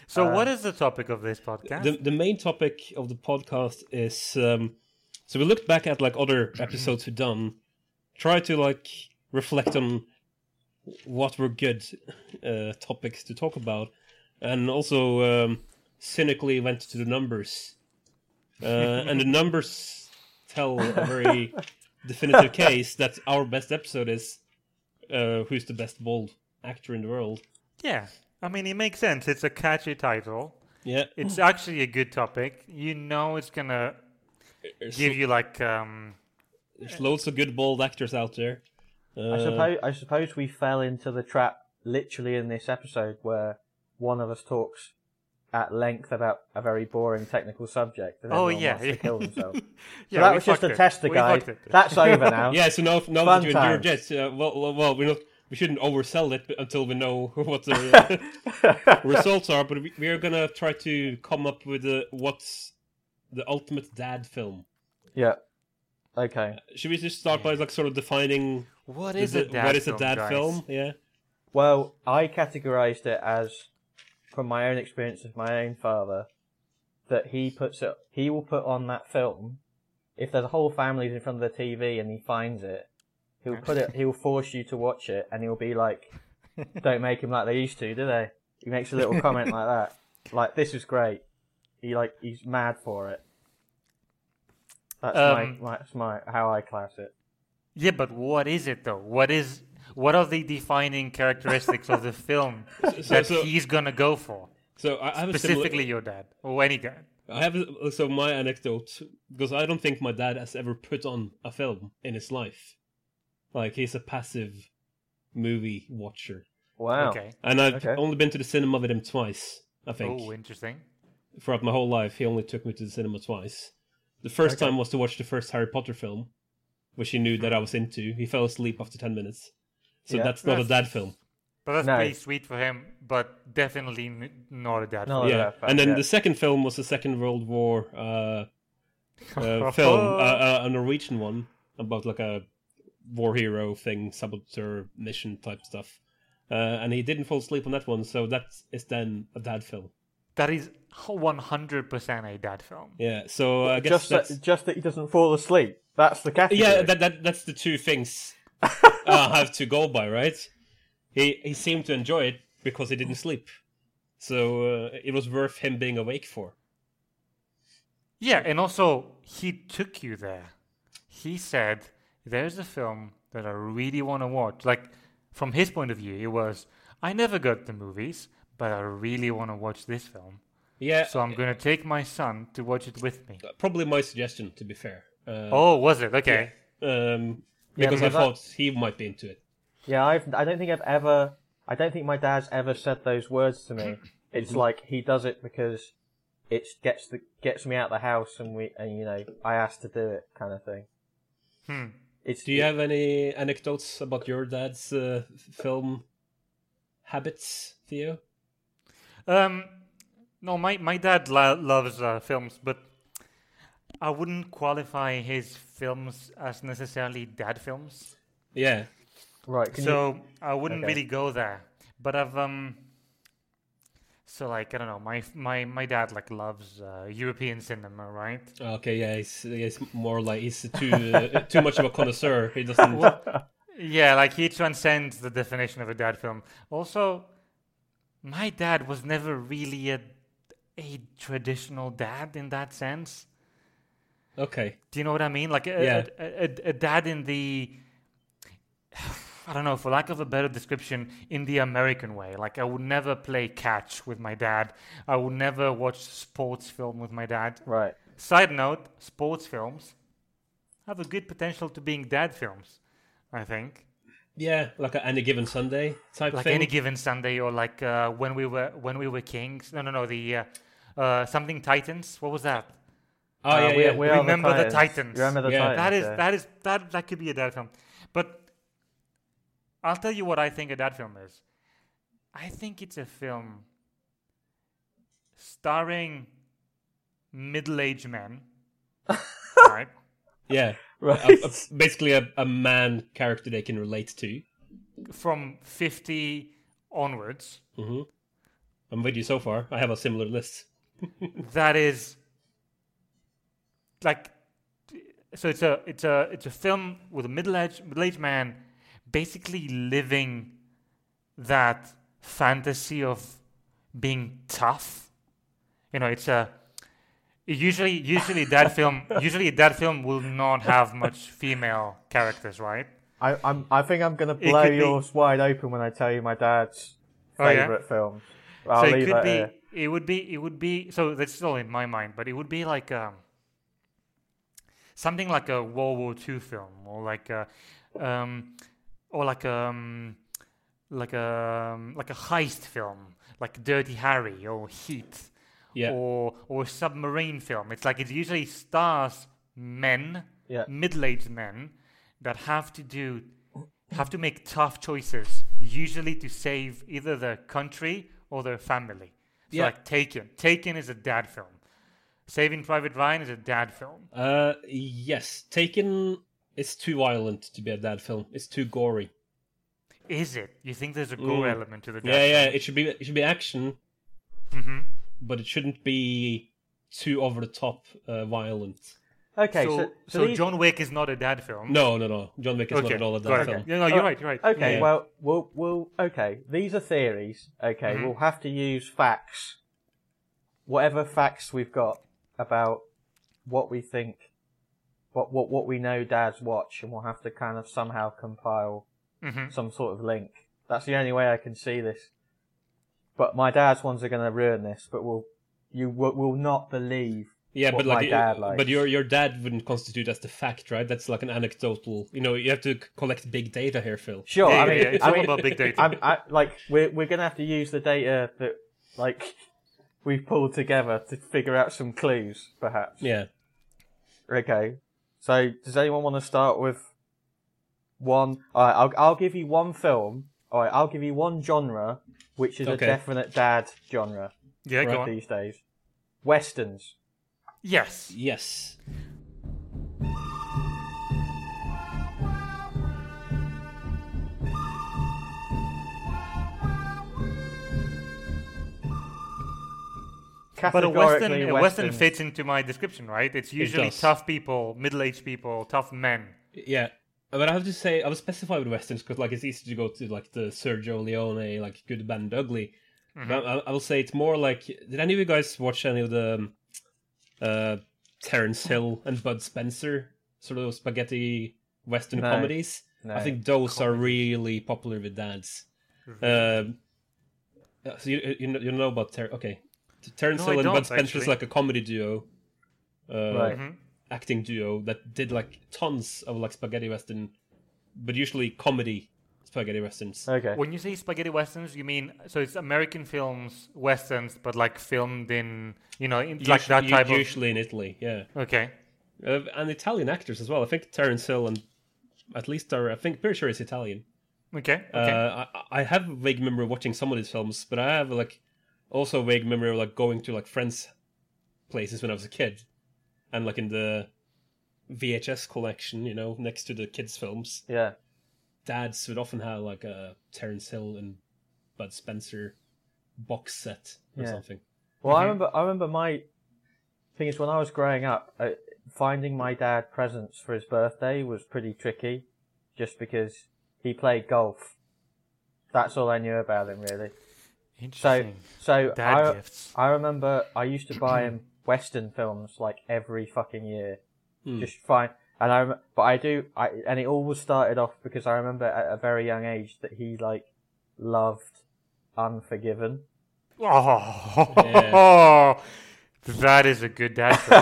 S2: So, what is the topic of this podcast?
S1: the, the main topic of the podcast is um, so we looked back at like other episodes we've done try to like reflect on what were good uh, topics to talk about and also um, cynically went to the numbers uh, and the numbers tell a very definitive case that our best episode is uh, who's the best bald actor in the world
S2: yeah, I mean, it makes sense. It's a catchy title.
S1: yeah
S2: It's
S3: Hmm.
S2: actually a good topic. You know, it's gonna
S1: there's,
S2: give you like um,
S1: there's loads of good bald actors out there
S3: I
S1: Uh,
S3: suppose I suppose we fell into the trap literally in this episode where one of us talks at length about a very boring technical subject. And
S2: Oh,
S3: everyone
S2: yeah,
S3: wants
S2: yeah.
S3: to
S2: <laughs>
S3: kill themselves.
S2: yeah.
S3: so that
S2: we
S3: was just
S2: fucked
S3: a
S2: it.
S3: tester
S2: We
S3: guide.
S2: fucked it.
S3: That's
S2: <laughs>
S3: over now.
S1: Yeah, so now, now
S3: Fun
S1: that you endure
S3: times.
S1: jets, uh, well, well, well, we're not, we shouldn't oversell it until we know <laughs> what
S2: <laughs>
S1: the uh, results are. But we, we are gonna try to come up with uh what's the ultimate dad film.
S3: Yeah. Okay.
S1: Should we just start by like sort of defining
S2: What
S1: is
S2: is a
S1: it,
S2: dad
S1: what is a
S2: film,
S1: dad
S2: guys?
S1: film? Yeah,
S3: Well, I categorized it as, from my own experience with my own father, that he puts it, he will put on that film. If there's a whole family in front of the TV and he finds it, he'll put it, he'll force you to watch it and he'll
S1: <laughs>
S3: be like, don't make him like they used to, do they? He makes a little comment like that. Like, this is great. He like, he's mad for it. That's
S2: Um,
S3: my, that's my, how I class it.
S2: Yeah, but what is it though? What is what are the defining characteristics
S1: <laughs>
S2: of the film
S1: so-
S2: that
S1: so-
S2: he's gonna go for?
S1: so I I have a similar-
S2: Specifically, your dad or any dad.
S1: I have a- so my anecdote because I don't think my dad has ever put on a film in his life. Like he's a passive movie watcher,
S3: Wow.
S2: Okay.
S1: and I've
S3: Okay.
S1: only been to the cinema with him twice. I think.
S2: Oh, interesting.
S1: throughout my whole life, he only took me to the cinema twice. The first
S3: Okay.
S1: time was to watch the first Harry Potter film, which he knew that I was into. He fell asleep after 10 minutes. So
S3: Yeah.
S1: that's not a
S2: That's-
S1: dad film.
S2: But that's
S3: No.
S2: pretty sweet for him. But definitely n- not a dad.
S3: No,
S2: film.
S3: Oh,
S1: yeah.
S3: yeah, fair,
S1: and then
S3: yeah.
S1: the second film was the Second World War uh, uh, film, uh, uh, a Norwegian one about like a war hero thing, saboteur mission type stuff. Uh, and he didn't fall asleep on that one, so that is then a dad film.
S2: That is one hundred percent a dad film.
S1: Yeah, so I guess
S3: just
S1: that's...
S3: that, just that he doesn't fall asleep. That's the category.
S1: yeah, that, that that's the two <laughs> things uh, I have to go by, right? He he seemed to enjoy it because he didn't sleep, so uh, it was worth him being awake for.
S2: Yeah, and also he took you there. He said, "There's a film that I really want to watch." Like from his point of view, it was, "I never got the movies, but I really want to watch this film,
S1: Yeah,
S2: so I'm going to take my son to watch it with me."
S1: probably my suggestion to be fair, uh,
S2: Oh, was it? Okay.
S1: um, because I
S3: because I-
S1: thought he might be into it.
S3: Yeah, I've, I don't think I've ever. I don't think my dad's ever said those words
S2: <laughs>
S3: to me. It's like he does it because it gets the gets me out the house, and we and you know I asked to do it kind of thing.
S2: Hmm.
S3: It's
S1: Do you have any anecdotes about your dad's uh, film habits, Theo?
S2: Um, no, my my dad lo- loves uh, films, but I wouldn't qualify his films as necessarily dad films.
S1: Yeah,
S3: right. Can
S2: so I wouldn't
S3: Okay.
S2: really go there. But I've um. So like I don't know, my my my dad like loves uh, European cinema, right?
S1: okay, yeah, he's, he's more like he's too uh, too much of a connoisseur. He <laughs> doesn't.
S2: Yeah, like he transcends the definition of a dad film. Also, my dad was never really a a traditional dad in that sense.
S1: Okay,
S2: Do you know what I mean? Like a,
S1: Yeah.
S2: a, a, a dad in the, <sighs> I don't know, for lack of a better description, in the American way. Like I would never play catch with my dad. I would never watch sports film with my dad.
S3: you, right.
S2: Side note: sports films have a good potential to being dad films. I think,
S1: Yeah, like a any given Sunday type
S2: like
S1: thing.
S2: any given Sunday or like uh, when we were when we were kings. No, no, no. The uh, uh, something Titans. What was that?
S1: oh
S2: Ah,
S3: Uh,
S1: yeah,
S3: we-
S1: yeah.
S3: we are
S2: Remember the Titans.
S3: Remember the
S1: Yeah.
S3: Titans.
S2: That is
S3: yeah.
S2: that is that that could be a dad film. But I'll tell you what I think a dad film is. I think it's a film starring middle-aged men, right? <laughs>
S1: yeah.
S3: right.
S1: A- a- basically, a, a man character they can relate to.
S2: From 50 onwards,
S1: hmm I'm with you so far. I have a similar list.
S2: that is like so it's a it's a it's a film with a middle-aged middle-aged man basically living that fantasy of being tough you know it's a usually usually that film usually that film will not have much female characters right
S3: I, I'm, I think I'm gonna
S2: It
S3: blow
S2: could be-
S3: yours wide open when I tell you my dad's
S2: Oh, yeah?
S3: favorite film. I'll
S2: so it
S3: leave
S2: could
S3: it
S2: be
S3: here.
S2: it would be it would be so that's still in my mind but it would be like um something like a world war ii film or like a um or like um like a um, like a heist film like dirty harry or heat
S1: Yeah.
S2: or or a submarine film it's like it usually stars men
S3: Yeah.
S2: middle-aged men that have to do have to make tough choices, usually to save either their country or their family. So
S1: Yeah.
S2: like Taken. Taken is a dad film. Saving Private Ryan is a dad film.
S1: Uh, yes. Taken is too violent to be a dad film. It's too gory.
S2: Is it? You think there's a gore
S1: Mm.
S2: element to the dad
S1: Yeah, yeah.
S2: film?
S1: It should be it should be action,
S2: hmm
S1: but it shouldn't be too over the top uh, violent.
S2: Mm-hmm.
S3: Okay,
S2: so,
S3: so,
S2: so,
S3: these-
S2: John Wick is not a dad film.
S1: No, no, no. John Wick is
S2: okay.
S1: not at all a
S2: got
S1: dad
S2: it.
S1: film.
S2: Yeah, no, you're
S3: Oh,
S2: right. You're right.
S3: Okay,
S1: Yeah.
S3: well, we'll, we'll, okay. These are theories. Okay,
S2: Mm-hmm.
S3: we'll have to use facts. Whatever facts we've got about what we think, what, what, what we know dads watch, and we'll have to kind of somehow compile
S2: Mhm.
S3: some sort of link. That's the only way I can see this. But my dad's ones are going to ruin this, but we'll, you will, will not believe.
S1: Yeah,
S3: what
S1: but like,
S3: my dad likes.
S1: but your your dad wouldn't constitute as the fact, right? That's like an anecdotal. You know, you have to c- collect big data here, Phil.
S3: Sure,
S2: Yeah,
S3: I
S2: yeah,
S3: mean,
S2: yeah, it's
S3: I
S2: all
S3: mean,
S2: about big data.
S3: <laughs> I'm, I, like we're we're gonna have to use the data that like we've pulled together to figure out some clues, perhaps.
S1: Yeah.
S3: Okay. So, does anyone want to start with one? All right, I'll I'll give you one film. All right, I'll give you one genre, which is
S1: Okay.
S3: a definite dad genre
S2: yeah, go
S3: right
S2: on.
S3: these days. Westerns.
S2: Yes.
S1: Yes.
S2: But a Western,
S3: Categorically,
S2: a Western
S3: westerns.
S2: fits into my description, right? It's usually
S1: does.
S2: tough people, middle-aged people, tough men.
S1: Yeah. But I have to say, I was specified with westerns because like it's easy to go to like the Sergio Leone, like Good, Bad, and Ugly.
S2: Mm-hmm.
S1: But I, I will say it's more like. Did any of you guys watch any of the um, uh, Terrence Hill and Bud Spencer sort of spaghetti western
S3: No.
S1: comedies?
S3: No.
S1: I think those are really popular with dads. Um, yeah, so you you know, you know about Ter- okay, T- Terrence
S2: No, I
S1: Hill and
S2: don't,
S1: Bud Spencer
S2: actually.
S1: is like a comedy duo, uh,
S3: Right.
S2: Mm-hmm.
S1: acting duo that did like tons of like spaghetti western, but usually comedy spaghetti westerns.
S3: Okay.
S2: When you say spaghetti westerns, you mean so it's American films, westerns, but like filmed in you know in, like
S1: Usually-
S2: that type
S1: u- usually in Italy, yeah,
S2: of okay.
S1: uh, and Italian actors as well. I think Terrence Hill and at least are I think pretty sure it's Italian.
S2: Okay. Okay.
S1: Uh, I, I have vague memory of watching some of these films, but I have like also vague memory of like going to like friends' places when I was a kid, and like in the VHS collection, you know, next to the kids' films,
S3: Yeah.
S1: dads would often have like a Terrence Hill and Bud Spencer box set or
S3: Yeah.
S1: something.
S3: Well,
S2: Mm-hmm.
S3: I remember. I remember my thing is when I was growing up, uh, finding my dad presents for his birthday was pretty tricky, just because he played golf. That's all I knew about him really. So,
S2: Interesting.
S3: so
S2: Dad
S3: I,
S2: gifts. <laughs>
S3: I remember I used to buy
S2: <clears throat>
S3: him Western films like every fucking year,
S1: Hmm.
S3: just fine. And I, rem- but I do, I, and it always started off because I remember at a very young age that he like loved Unforgiven.
S2: <laughs> oh, that is a good dad film.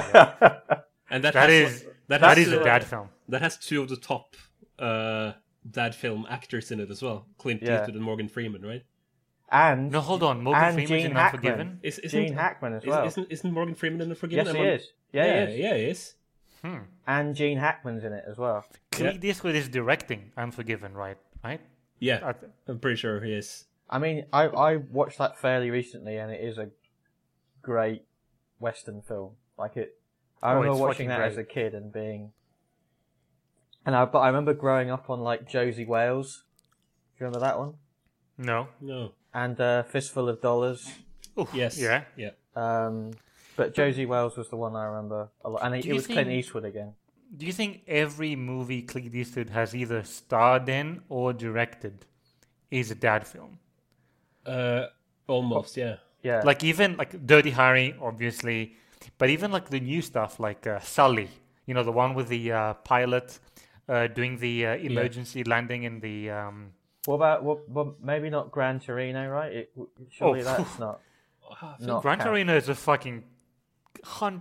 S1: And that,
S2: That
S1: has,
S2: is
S1: that
S2: that
S1: has,
S2: is a
S1: uh,
S2: dad film.
S1: that has two of the top uh, dad film actors in it as well, Clint
S3: Yeah.
S1: Eastwood and Morgan Freeman, right?
S3: And
S2: No, hold on. Morgan
S3: and
S2: Freeman's
S3: Gene
S2: in
S3: Hackman.
S2: Unforgiven.
S1: Is, isn't,
S3: Gene Hackman as
S1: is-
S3: well.
S1: Isn't, isn't Morgan Freeman in Unforgiven?
S3: yes, he
S1: Am I-
S3: is. Yeah, he
S1: yeah,
S3: is.
S1: yeah, it is.
S3: And Gene Hackman's in it as well.
S2: Clint Eastwood is directing Unforgiven, right? Right.
S1: Yeah,
S2: I th-
S1: I'm pretty sure he is.
S3: I mean, I, I watched that fairly recently, and it is a great Western film. Like it, I
S2: Oh,
S3: remember
S2: it's fucking
S3: watching that
S2: great.
S3: as a kid and being, and I but I remember growing up on like Josie Wales. Do you remember that one?
S2: No.
S1: No,
S3: And uh, Fistful of Dollars.
S2: Oof,
S1: Yes.
S2: Yeah.
S1: Yeah.
S3: Um, but Josie Wells was the one I remember a lot, and it,
S2: Do
S3: it
S2: you
S3: was Clint
S2: think-
S3: Eastwood again.
S2: Do you think every movie Clint Eastwood has either starred in or directed is a dad film?
S1: Uh, almost. Yeah.
S3: Yeah,
S2: Like even like Dirty Harry, obviously, but even like the new stuff like uh, Sully, you know, the one with the uh, pilot uh, doing the uh, emergency landing in the. Um,
S3: what about what, what? Maybe not Gran Torino, right? It, w- surely
S2: Oh, <laughs>
S3: that's not.
S1: Ah,
S3: not
S2: Gran
S3: count.
S2: Torino is a fucking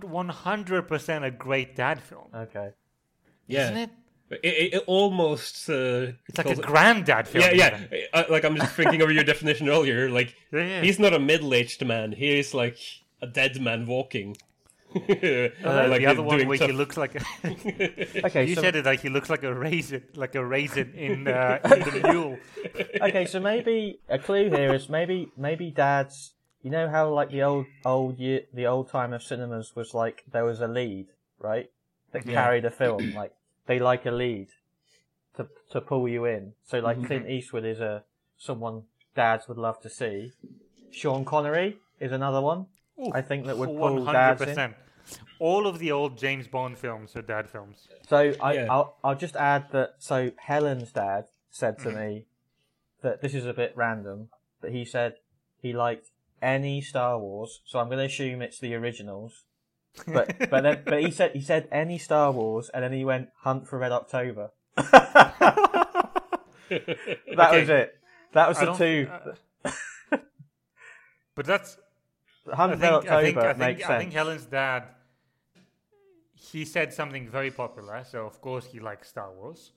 S2: one hundred percent a great dad film, <laughs>
S3: Okay.
S1: yeah.
S2: isn't it?
S1: It, it, it almost. Uh,
S2: It's like
S1: calls
S2: a
S1: it-
S2: granddad film.
S1: yeah, yeah.
S2: even. <laughs>
S1: Uh, like I'm just thinking over your definition earlier. Like
S2: Yeah, yeah.
S1: he's not a middle-aged man. He is like a dead man walking. <laughs>
S2: Uh, the other one where
S1: we
S2: he looks like
S3: Okay.
S2: you
S3: so,
S2: said it like he looks like a raisin, like a raisin in, uh, in
S1: <laughs>
S2: the mule.
S3: okay, so maybe a clue here is maybe maybe dads. You know how like the old old year, the old time of cinemas was like there was a lead, right? That carried a film. <clears throat> Like they like a lead to to pull you in. So
S2: Mm-hmm.
S3: like Clint Eastwood is a someone dads would love to see. Sean Connery is another one. I think that would pull dads in.
S2: All of the old James Bond films are dad films.
S3: So I,
S1: Yeah.
S3: I'll, I'll just add that. So Helen's dad said to
S2: Mm-hmm.
S3: me that this is a bit random, but he said he liked any Star Wars. So I'm going to assume it's the originals.
S2: <laughs>
S3: But but then but he said he said any Star Wars, and then he went Hunt for
S2: <laughs>
S3: Red October. that
S2: Okay.
S3: was it. That was
S2: I
S3: the
S2: don't-
S3: two.
S2: <laughs> But that's
S3: Hunt
S2: I
S3: for Red
S2: think
S3: October
S2: I think I
S3: makes
S2: think,
S3: sense.
S2: I think Helen's dad. He said something very popular, so of course he likes Star Wars.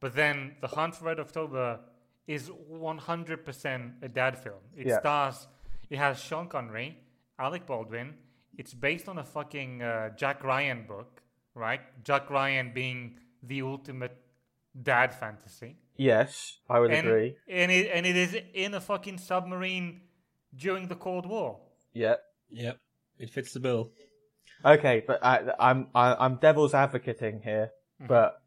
S2: But then the Hunt for Red October is 100% a dad film. It
S3: Yeah.
S2: stars, it has Sean Connery, Alec Baldwin. It's based on a fucking uh, Jack Ryan book, right? Jack Ryan being the ultimate dad fantasy
S3: yes, I would
S2: and,
S3: agree.
S2: And it and it is in a fucking submarine during the Cold War.
S3: Yeah.
S1: Yep, it fits the bill.
S3: Okay, but I, I'm I, I'm devil's advocating here, but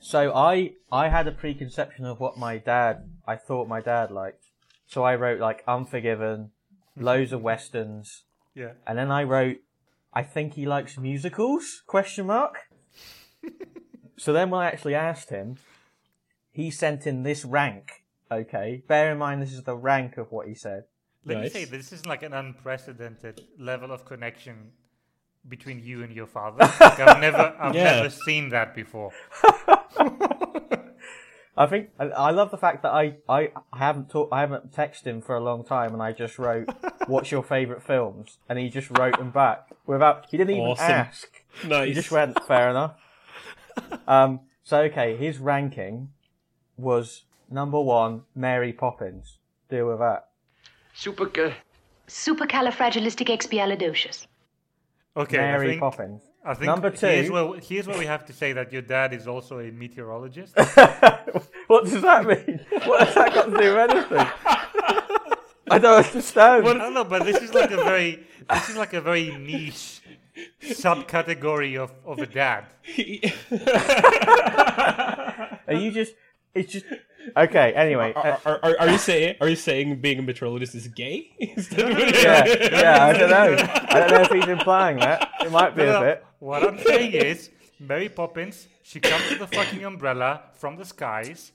S3: so I I had a preconception of what my dad I thought my dad liked, so I wrote like Unforgiven, loads of westerns,
S2: Yeah.
S3: and then I wrote I think he likes musicals question mark. so then when I actually asked him, he sent in this rank. Okay, bear in mind this is the rank of what he said.
S2: Let
S1: Nice.
S2: me say this is like an unprecedented level of connection between you and your father.
S3: <laughs>
S2: Like, I've never I've
S1: Yeah.
S2: never seen that before.
S3: I think I, I love the fact that I, I, I haven't talked I haven't texted him for a long time, and I just wrote, "What's your favourite films?" and he just wrote them back without he didn't even
S1: Awesome.
S3: ask.
S1: Nice.
S3: He just
S1: <laughs>
S3: went,
S2: <laughs>
S3: "Fair enough." Um. So okay, his ranking was number one, Mary Poppins. Deal with that.
S5: Supergirl.
S6: Supercalifragilisticexpialidocious.
S2: Okay, I
S3: Mary
S2: think,
S3: Poppins. <laughs>
S2: I think
S3: Number
S2: Here's
S3: two.
S2: where, here's where we have to say that your dad is also a meteorologist. <laughs>
S3: what does that mean? What has that got to do with
S2: <laughs>
S3: anything? I don't understand.
S2: I don't know, but this is like a very this is like a very niche subcategory of, of a dad.
S3: Uh, Are you just? It's just. Okay. Anyway. uh,
S1: Are, are, are, are you saying are you saying being a meteorologist is gay? <laughs> Is that what-
S3: yeah,
S2: <laughs>
S3: yeah, I don't know. I don't know if he's implying that. It might be a
S2: No,
S3: bit.
S2: What I'm saying is, Mary Poppins, she comes with a fucking umbrella from the skies,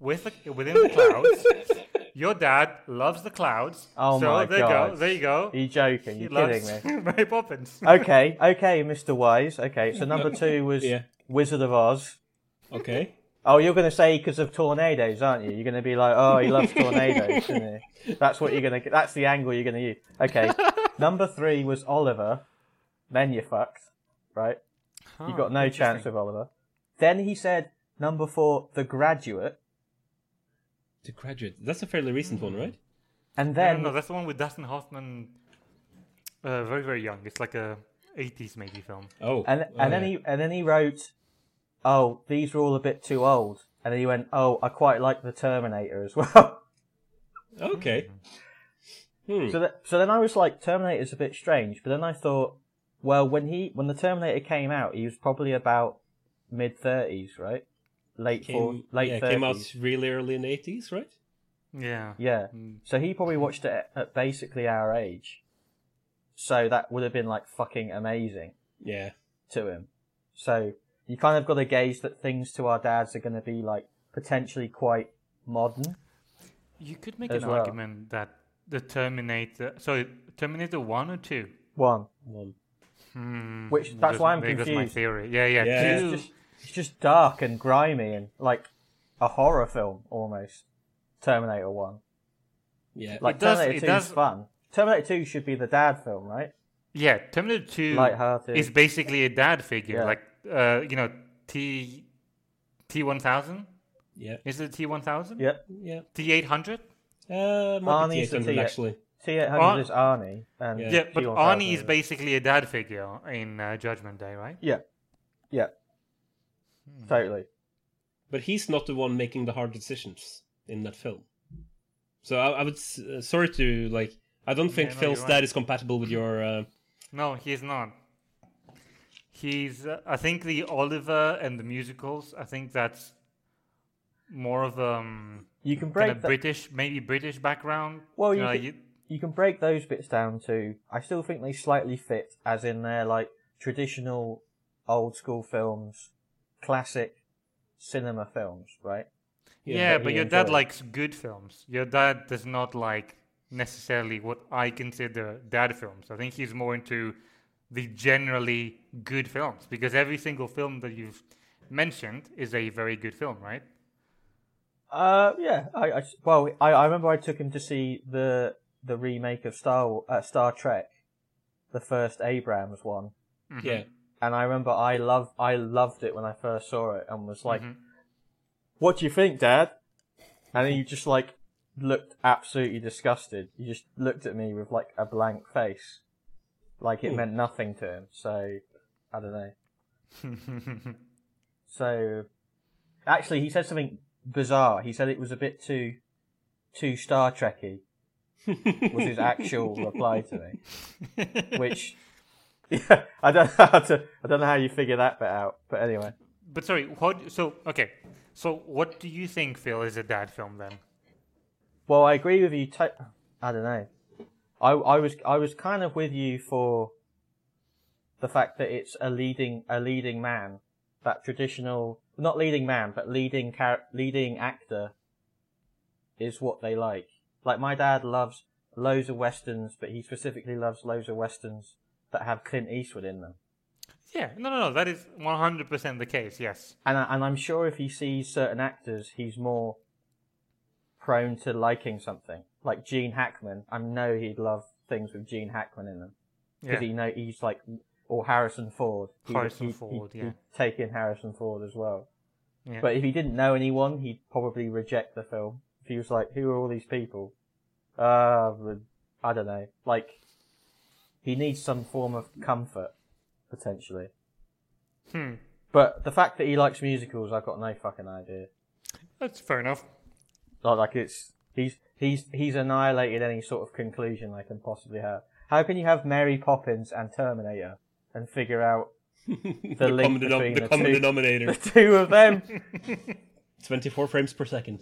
S2: with the, within the clouds. Your dad loves the clouds.
S3: Oh
S2: so
S3: my
S2: there You go,
S3: God.
S2: there you go.
S3: Are you joking? You're kidding me.
S2: <laughs> Mary Poppins.
S3: Okay, okay, Mr. Wise. Okay, so number two was
S1: Yeah.
S3: Wizard of Oz.
S1: <laughs> Okay.
S3: Oh, you're going to say because of tornadoes, aren't you? You're going to be like, oh, he loves tornadoes. isn't he? That's what you're going to. That's the angle you're going to use.
S2: <laughs>
S3: Okay, number three was Oliver. Then you fucked, right? you got no chance with Oliver. Then he said number four, The Graduate,
S1: The graduate. That's a fairly recent one,
S3: Mm.
S1: right?
S3: and
S2: No,
S3: then
S2: no, no, that's the one with Dustin Hoffman. Uh, very, very young. It's like a 80s maybe film.
S1: Oh.
S3: And
S1: oh,
S3: and then
S1: yeah.
S3: he and then he wrote, "Oh, these were all a bit too old." And then he went, "Oh, I quite like the Terminator as <laughs> well."
S1: Okay. Hmm.
S3: so that, so then I was like, "Terminator's a bit strange," but then I thought, "Well, when he when the Terminator came out, he was probably about mid thirties, right? Late
S1: Came,
S3: four, late
S1: yeah,
S3: thirties.
S1: came out really early in the eighties, right?
S2: Yeah.
S3: Yeah.
S1: Hmm.
S2: Mm.
S3: So he probably watched it at, at basically our age. So that would have been like fucking amazing
S1: Yeah.
S3: to him. So you kind of got to gauge that things to our dads are going to be like potentially quite modern.
S2: You could make
S3: As
S2: an
S3: well.
S2: argument that the Terminator, sorry, Terminator one or two.
S3: One,
S1: One.
S2: Hmm,
S3: Which- that's
S2: goes-
S3: why I'm
S2: there goes my
S3: confused.
S2: theory. Yeah, yeah.
S1: Yeah.
S2: two-
S3: it's just it's just dark and grimy and like a horror film almost. Terminator One,
S1: Yeah.
S3: like
S2: It does-
S3: Terminator
S2: it
S3: Two
S2: does-
S3: is fun. Terminator Two should be the dad film, right?
S2: yeah. Terminator two
S3: Lighthearted.
S2: is basically a dad figure,
S3: Yeah.
S2: like uh, you know, T T one thousand.
S1: yeah.
S2: Is it T one thousand?
S3: Yep.
S1: Yeah.
S2: T eight hundred.
S1: Uh, might be
S3: Arnie's the
S1: 800
S3: TA.
S1: actually.
S3: T eight
S2: Ar-
S3: hundred is Arnie, and
S1: Yeah.
S2: Yeah, but
S3: T1000
S2: Arnie is basically a dad figure in uh, Judgment Day, right?
S3: Yeah, yeah,
S1: Hmm.
S3: totally.
S1: But he's not the one making the hard decisions in that film. So I, I would s- uh, sorry to like I don't think
S2: no,
S1: Phil's
S2: you're
S1: dad
S2: right.
S1: is compatible with your uh,
S2: No, he's not. He's. Uh, I think the Oliver and the musicals. I think that's more of um
S3: You can
S2: kind
S3: break
S2: of
S3: that.
S2: British, maybe British background.
S3: Well, you
S2: know,
S3: could- you can break those bits down to I still think they slightly fit as in they're like traditional old school films, classic cinema films, right?
S2: yeah,
S1: that
S2: but
S1: you
S2: your dad
S3: enjoy.
S2: likes good films. Your dad does not like necessarily what I consider dad films. I think he's more into the generally good films because every single film that you've mentioned is a very good film, right?
S3: Uh yeah, I, I well I, I remember I took him to see the the remake of Star Wa- uh, Star Trek, the first Abrams one,
S1: yeah
S3: and I remember I love I loved it when I first saw it and was like, "What do you think, Dad?" And then you just like looked absolutely disgusted. You just looked at me with like a blank face, like it meant nothing to him. So I don't know. so actually, he said something bizarre. He said it was a bit too too Star Trekky. was his actual reply to me which <laughs> yeah, I don't know how to I don't know how you figure that bit out. But anyway,
S2: But sorry, what? So okay, so what do you think, Phil, is a dad film then?
S3: well, I agree with you. I I don't know. I I was I was kind of with you for the fact that it's a leading a leading man, that traditional not leading man but leading char- leading actor is what they like. Like my dad loves loads of westerns, but he specifically loves loads of westerns that have Clint Eastwood in them.
S2: Yeah, no, no, no. That is one hundred percent the case. Yes.
S3: and I, and I'm sure if he sees certain actors, he's more prone to liking something like Gene Hackman. I know he'd love things with Gene Hackman in them
S2: Yeah.
S3: because he know he's like or Harrison Ford. He-
S2: Harrison
S3: he-
S2: Ford,
S3: he'd-
S2: yeah.
S3: he'd take in Harrison Ford as well.
S2: Yeah.
S3: But if he didn't know anyone, he'd probably reject the film. If he was like, "Who are all these people?" Uh, I don't know. Like, he needs some form of comfort potentially.
S2: Hmm.
S3: But the fact that he likes musicals, I've got no fucking idea.
S2: That's fair enough.
S3: Like, like it's he's he's he's annihilated any sort of conclusion I can possibly have. How can you have Mary Poppins and Terminator and figure out <laughs> the,
S1: <laughs> the
S3: link
S1: common, denom-
S3: between
S1: the
S3: the,
S1: common
S3: two,
S1: denominator
S3: <laughs> the two
S2: <laughs>
S3: of them?
S1: 24 frames per second.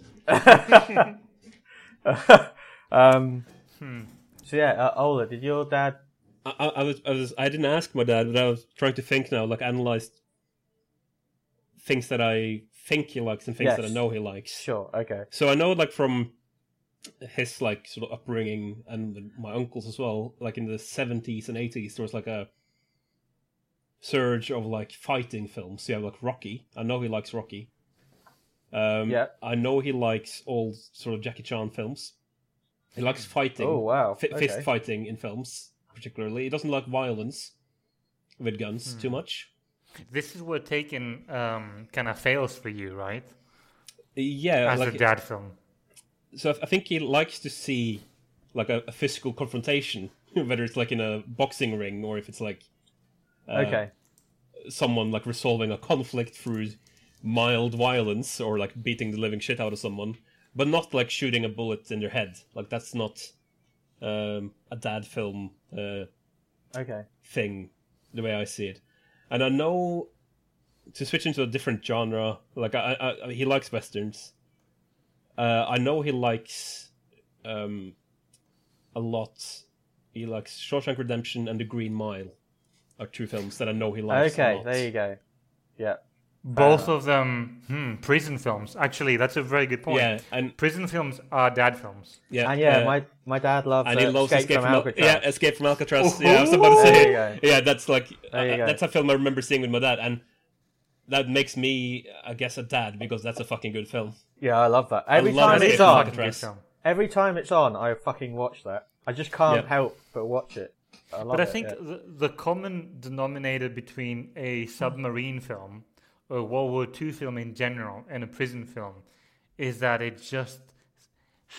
S3: um,
S2: Hmm.
S3: So yeah, uh, Ola, did your dad?
S1: I, I, I was I was I didn't ask my dad, but I was trying to think now, like analyze things that I think he likes and things that I
S3: Yes.
S1: know he likes.
S3: Sure, okay,
S1: So I know, like from his like sort of upbringing and my uncles as well, like in the seventies and eighties, there was like a surge of like fighting films. So you have like Rocky. I know he likes Rocky. Um,
S3: Yeah.
S1: I know he likes all sort of Jackie Chan films. He likes fighting.
S3: Oh, wow.
S1: Fi Fist
S3: Okay.
S1: fighting in films, particularly. He doesn't like violence with guns
S3: Hmm.
S1: too much.
S2: This is where Taken um, kind of fails for you, right?
S1: Yeah,
S2: As
S1: Uh, like
S2: a dad film.
S1: so I- I think he likes to see like a, a physical confrontation, <laughs> whether it's like in a boxing ring or if it's like Uh,
S3: okay,
S1: someone like resolving a conflict through mild violence or like beating the living shit out of someone, but not like shooting a bullet in their head. Like that's not um, a dad film uh,
S3: okay.
S1: thing, the way I see it. And I know to switch into a different genre, like I, I, I he likes westerns. Uh, I know he likes um, a lot. He likes Shawshank Redemption and The Green Mile are two films that I know he likes. a
S3: Okay,
S1: lot.
S3: there you go. Yeah.
S2: Both of them, hmm, prison films. Actually, that's a very good point.
S1: Yeah, and
S2: Prison films are dad films.
S1: yeah,
S3: And yeah,
S1: uh,
S3: my, my dad loves,
S1: and
S3: uh,
S1: he loves
S3: Escape, from,
S1: Al-
S3: Alcatraz.
S1: Yeah, Escape from Alcatraz. Yeah, I was about to
S2: Ooh.
S1: say.
S3: There you
S1: Yeah, that's like
S3: There you
S1: uh,
S3: go.
S1: that's a film I remember seeing with my dad, and that makes me, I guess, a dad because that's a fucking good film.
S3: Yeah, I love that. Every
S1: love
S3: time
S1: Escape
S3: it's
S1: from
S3: on,
S1: Alcatraz. Dress.
S2: Good film.
S3: every time it's on, I fucking watch that. I just can't
S1: Yeah.
S3: help but watch it. I love
S2: But I
S3: it,
S2: think
S3: yeah.
S2: the, the common denominator between a submarine film, a World War II film in general, and a prison film is that it just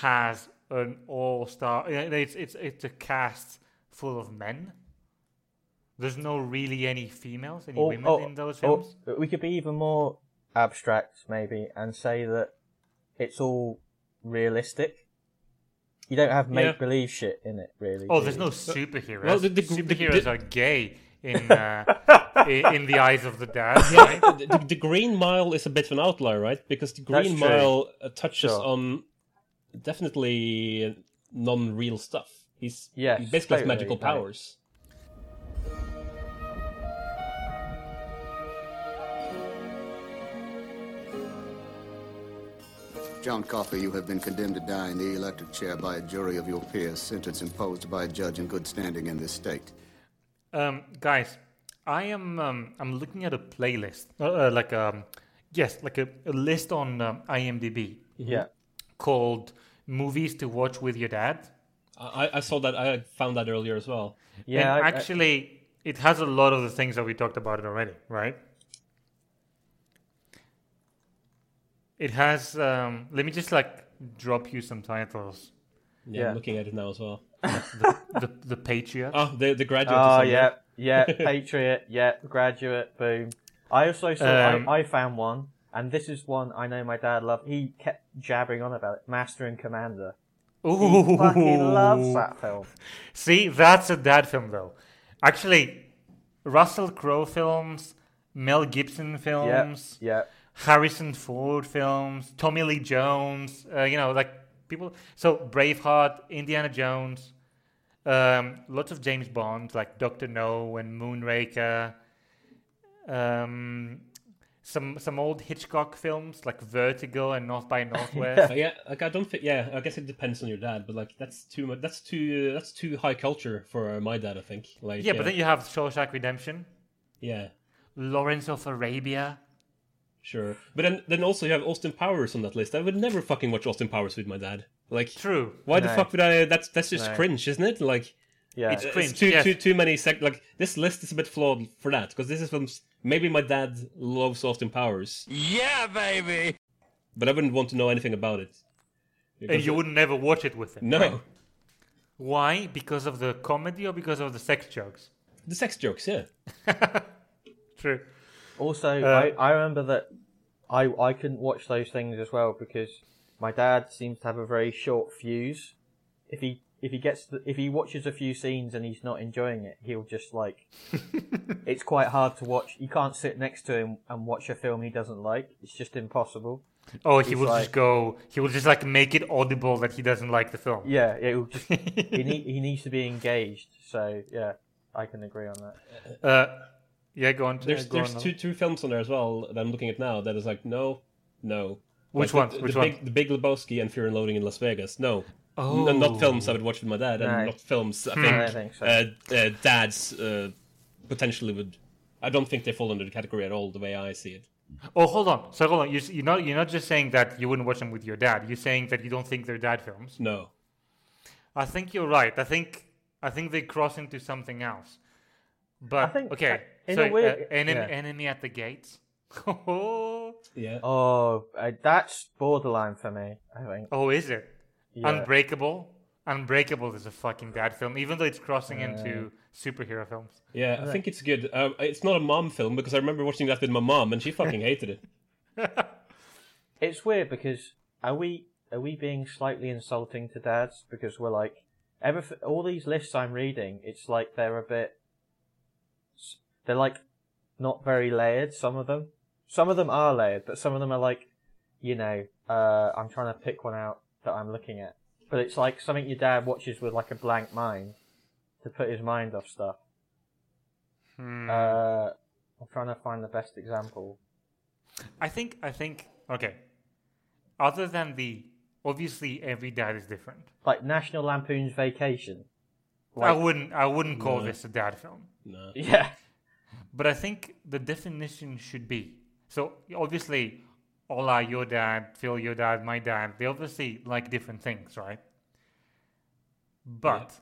S2: has an all star. It's, it's, it's a cast full of men. There's no really any females, any
S3: Or-
S2: women
S3: or-
S2: in those
S3: or-
S2: films.
S3: Oh, we could be even more abstract, maybe, and say that it's all realistic. You don't have make believe shit in it, really.
S2: Oh,
S3: do
S2: there's
S3: you?
S2: no superheroes.
S1: well, the- the- the-
S2: superheroes
S1: the-
S2: are gay in,
S1: <laughs>
S2: uh, i- in the eyes of the dad. Right?
S1: the, the- the Green Mile is a bit of an outlier, right? Because the
S3: That's
S1: Green
S3: true.
S1: Mile uh, touches
S3: Sure.
S1: on definitely non-real stuff. He's
S3: Yes,
S1: he basically has
S3: totally,
S1: magical
S3: mate.
S1: powers.
S5: John Coffey, you have been condemned to die in the electric chair by a jury of your peers, sentence imposed by a judge in good standing in this state.
S2: Um, guys, I am um, I'm looking at a playlist, uh, uh, like um, yes, like a, a list on um, IMDb
S3: Yeah.
S2: called "Movies to Watch with Your Dad."
S1: I, I saw that. I found that earlier as well.
S3: Yeah.
S2: and
S3: I- I-
S2: actually, it has a lot of the things that we talked about it already, right? It has. Um, let me just like drop you some titles.
S1: Yeah,
S3: Yeah.
S1: I'm looking at it now as well.
S2: The the, the Patriot.
S1: <laughs> Oh, the the graduate. is
S3: oh,
S1: on there.
S3: yeah. Yeah. Patriot. Yeah. Graduate. Boom. I also saw,
S2: Um,
S3: I, I found one, and this is one I know my dad loved. He kept jabbering on about it Master and Commander.
S2: Ooh.
S3: Fucking loves that film.
S2: See, that's a dad film, though. Actually, Russell Crowe films, Mel Gibson
S3: Yeah.
S2: films,
S3: Yeah.
S2: Harrison Ford films, Tommy Lee Jones, uh, you know, like people. So, Braveheart, Indiana Jones, um, lots of James Bond, like Dr. No and Moonraker, um, some some old Hitchcock films, like Vertigo and North by Northwest.
S1: Uh, yeah, like I don't think. Yeah, I guess it depends on your dad, but like that's too much. That's too. That's too high culture for uh, my dad. I think. Like uh,
S2: yeah, but then you have Shawshank Redemption,
S1: yeah,
S2: Lawrence of Arabia.
S1: sure. But then then also you have Austin Powers on that list. I would never fucking watch Austin Powers with my dad. Like
S2: True.
S1: Why the
S3: No.
S1: fuck would I? That's that's just
S3: No.
S1: cringe, isn't it? Like
S3: Yeah.
S2: It's cringe.
S1: it's too
S2: yes.
S1: too too many sec. Like this list is a bit flawed for that because this is from s- maybe my dad loves Austin Powers. Yeah, baby. But I wouldn't want to know anything about it.
S2: and
S1: Because-
S2: you would never watch it with him.
S1: no
S2: right? Why? Because of the comedy or because of the sex jokes?
S1: the sex jokes. Yeah,
S2: True.
S3: Also, I, I remember that I I couldn't watch those things as well because my dad seems to have a very short fuse. If he if he gets the, if he watches a few scenes and he's not enjoying it, he'll just like it's quite hard to watch. You can't sit next to him and watch a film he doesn't like. It's just impossible.
S2: Oh, he
S3: He's
S2: will
S3: like-
S2: just go. He will just like make it audible that he doesn't like the film.
S3: Yeah, it will just he need, he needs to be engaged. So yeah, I can agree on that.
S2: Uh, yeah, go on.
S1: there's
S2: uh, go
S1: there's
S2: on.
S1: two two films on there as well that I'm looking at now that is like no, no.
S2: Which
S1: Like,
S2: ones?
S1: the- The,
S2: Which
S1: big,
S2: ones?
S1: The Big Lebowski and Fear and Loathing in Las Vegas. No.
S2: Oh.
S1: N- not films I would watch with my dad, and
S3: No.
S1: not films
S2: Hmm.
S1: I
S3: I
S1: think,
S3: don't think so.
S1: uh, uh, dads uh, potentially would. I don't think they fall under the category at all, the way I see it.
S2: Oh, hold on. So hold on. You're, s- you're not you're not just saying that you wouldn't watch them with your dad. You're saying that you don't think they're dad films.
S1: No.
S2: I think you're right. I think I think they cross into something else. But
S3: I think,
S2: okay,
S3: uh, in
S2: so
S3: a way-
S2: uh, enemy,
S3: yeah.
S2: enemy at the gates. <laughs> oh,
S1: Yeah.
S3: Oh, uh, that's borderline for me. I think.
S2: is it?
S3: Yeah.
S2: Unbreakable. Unbreakable is a fucking bad film, even though it's crossing into superhero films.
S1: Yeah, I think it's good. Um, it's not a mom film because I remember watching that with my mom, and she
S2: <laughs>
S1: fucking hated it.
S3: It's weird because are we are we being slightly insulting to dads because we're like everything, all these lists I'm reading, it's like they're a bit s- they're like not very layered. Some of them, some of them are layered, but some of them are like you know, uh, I'm trying to pick one out that I'm looking at. But it's like something your dad watches with like a blank mind to put his mind off stuff.
S2: Hmm.
S3: Uh, I'm trying to find the best example.
S2: I think I think okay. Other than the obviously every dad is different.
S3: Like National Lampoon's Vacation.
S2: I wouldn't I wouldn't call this a dad film.
S1: No.
S3: <laughs> Yeah.
S2: But I think the definition should be so obviously Ola, your dad, Phil, your dad, my dad, they obviously like different things, right? But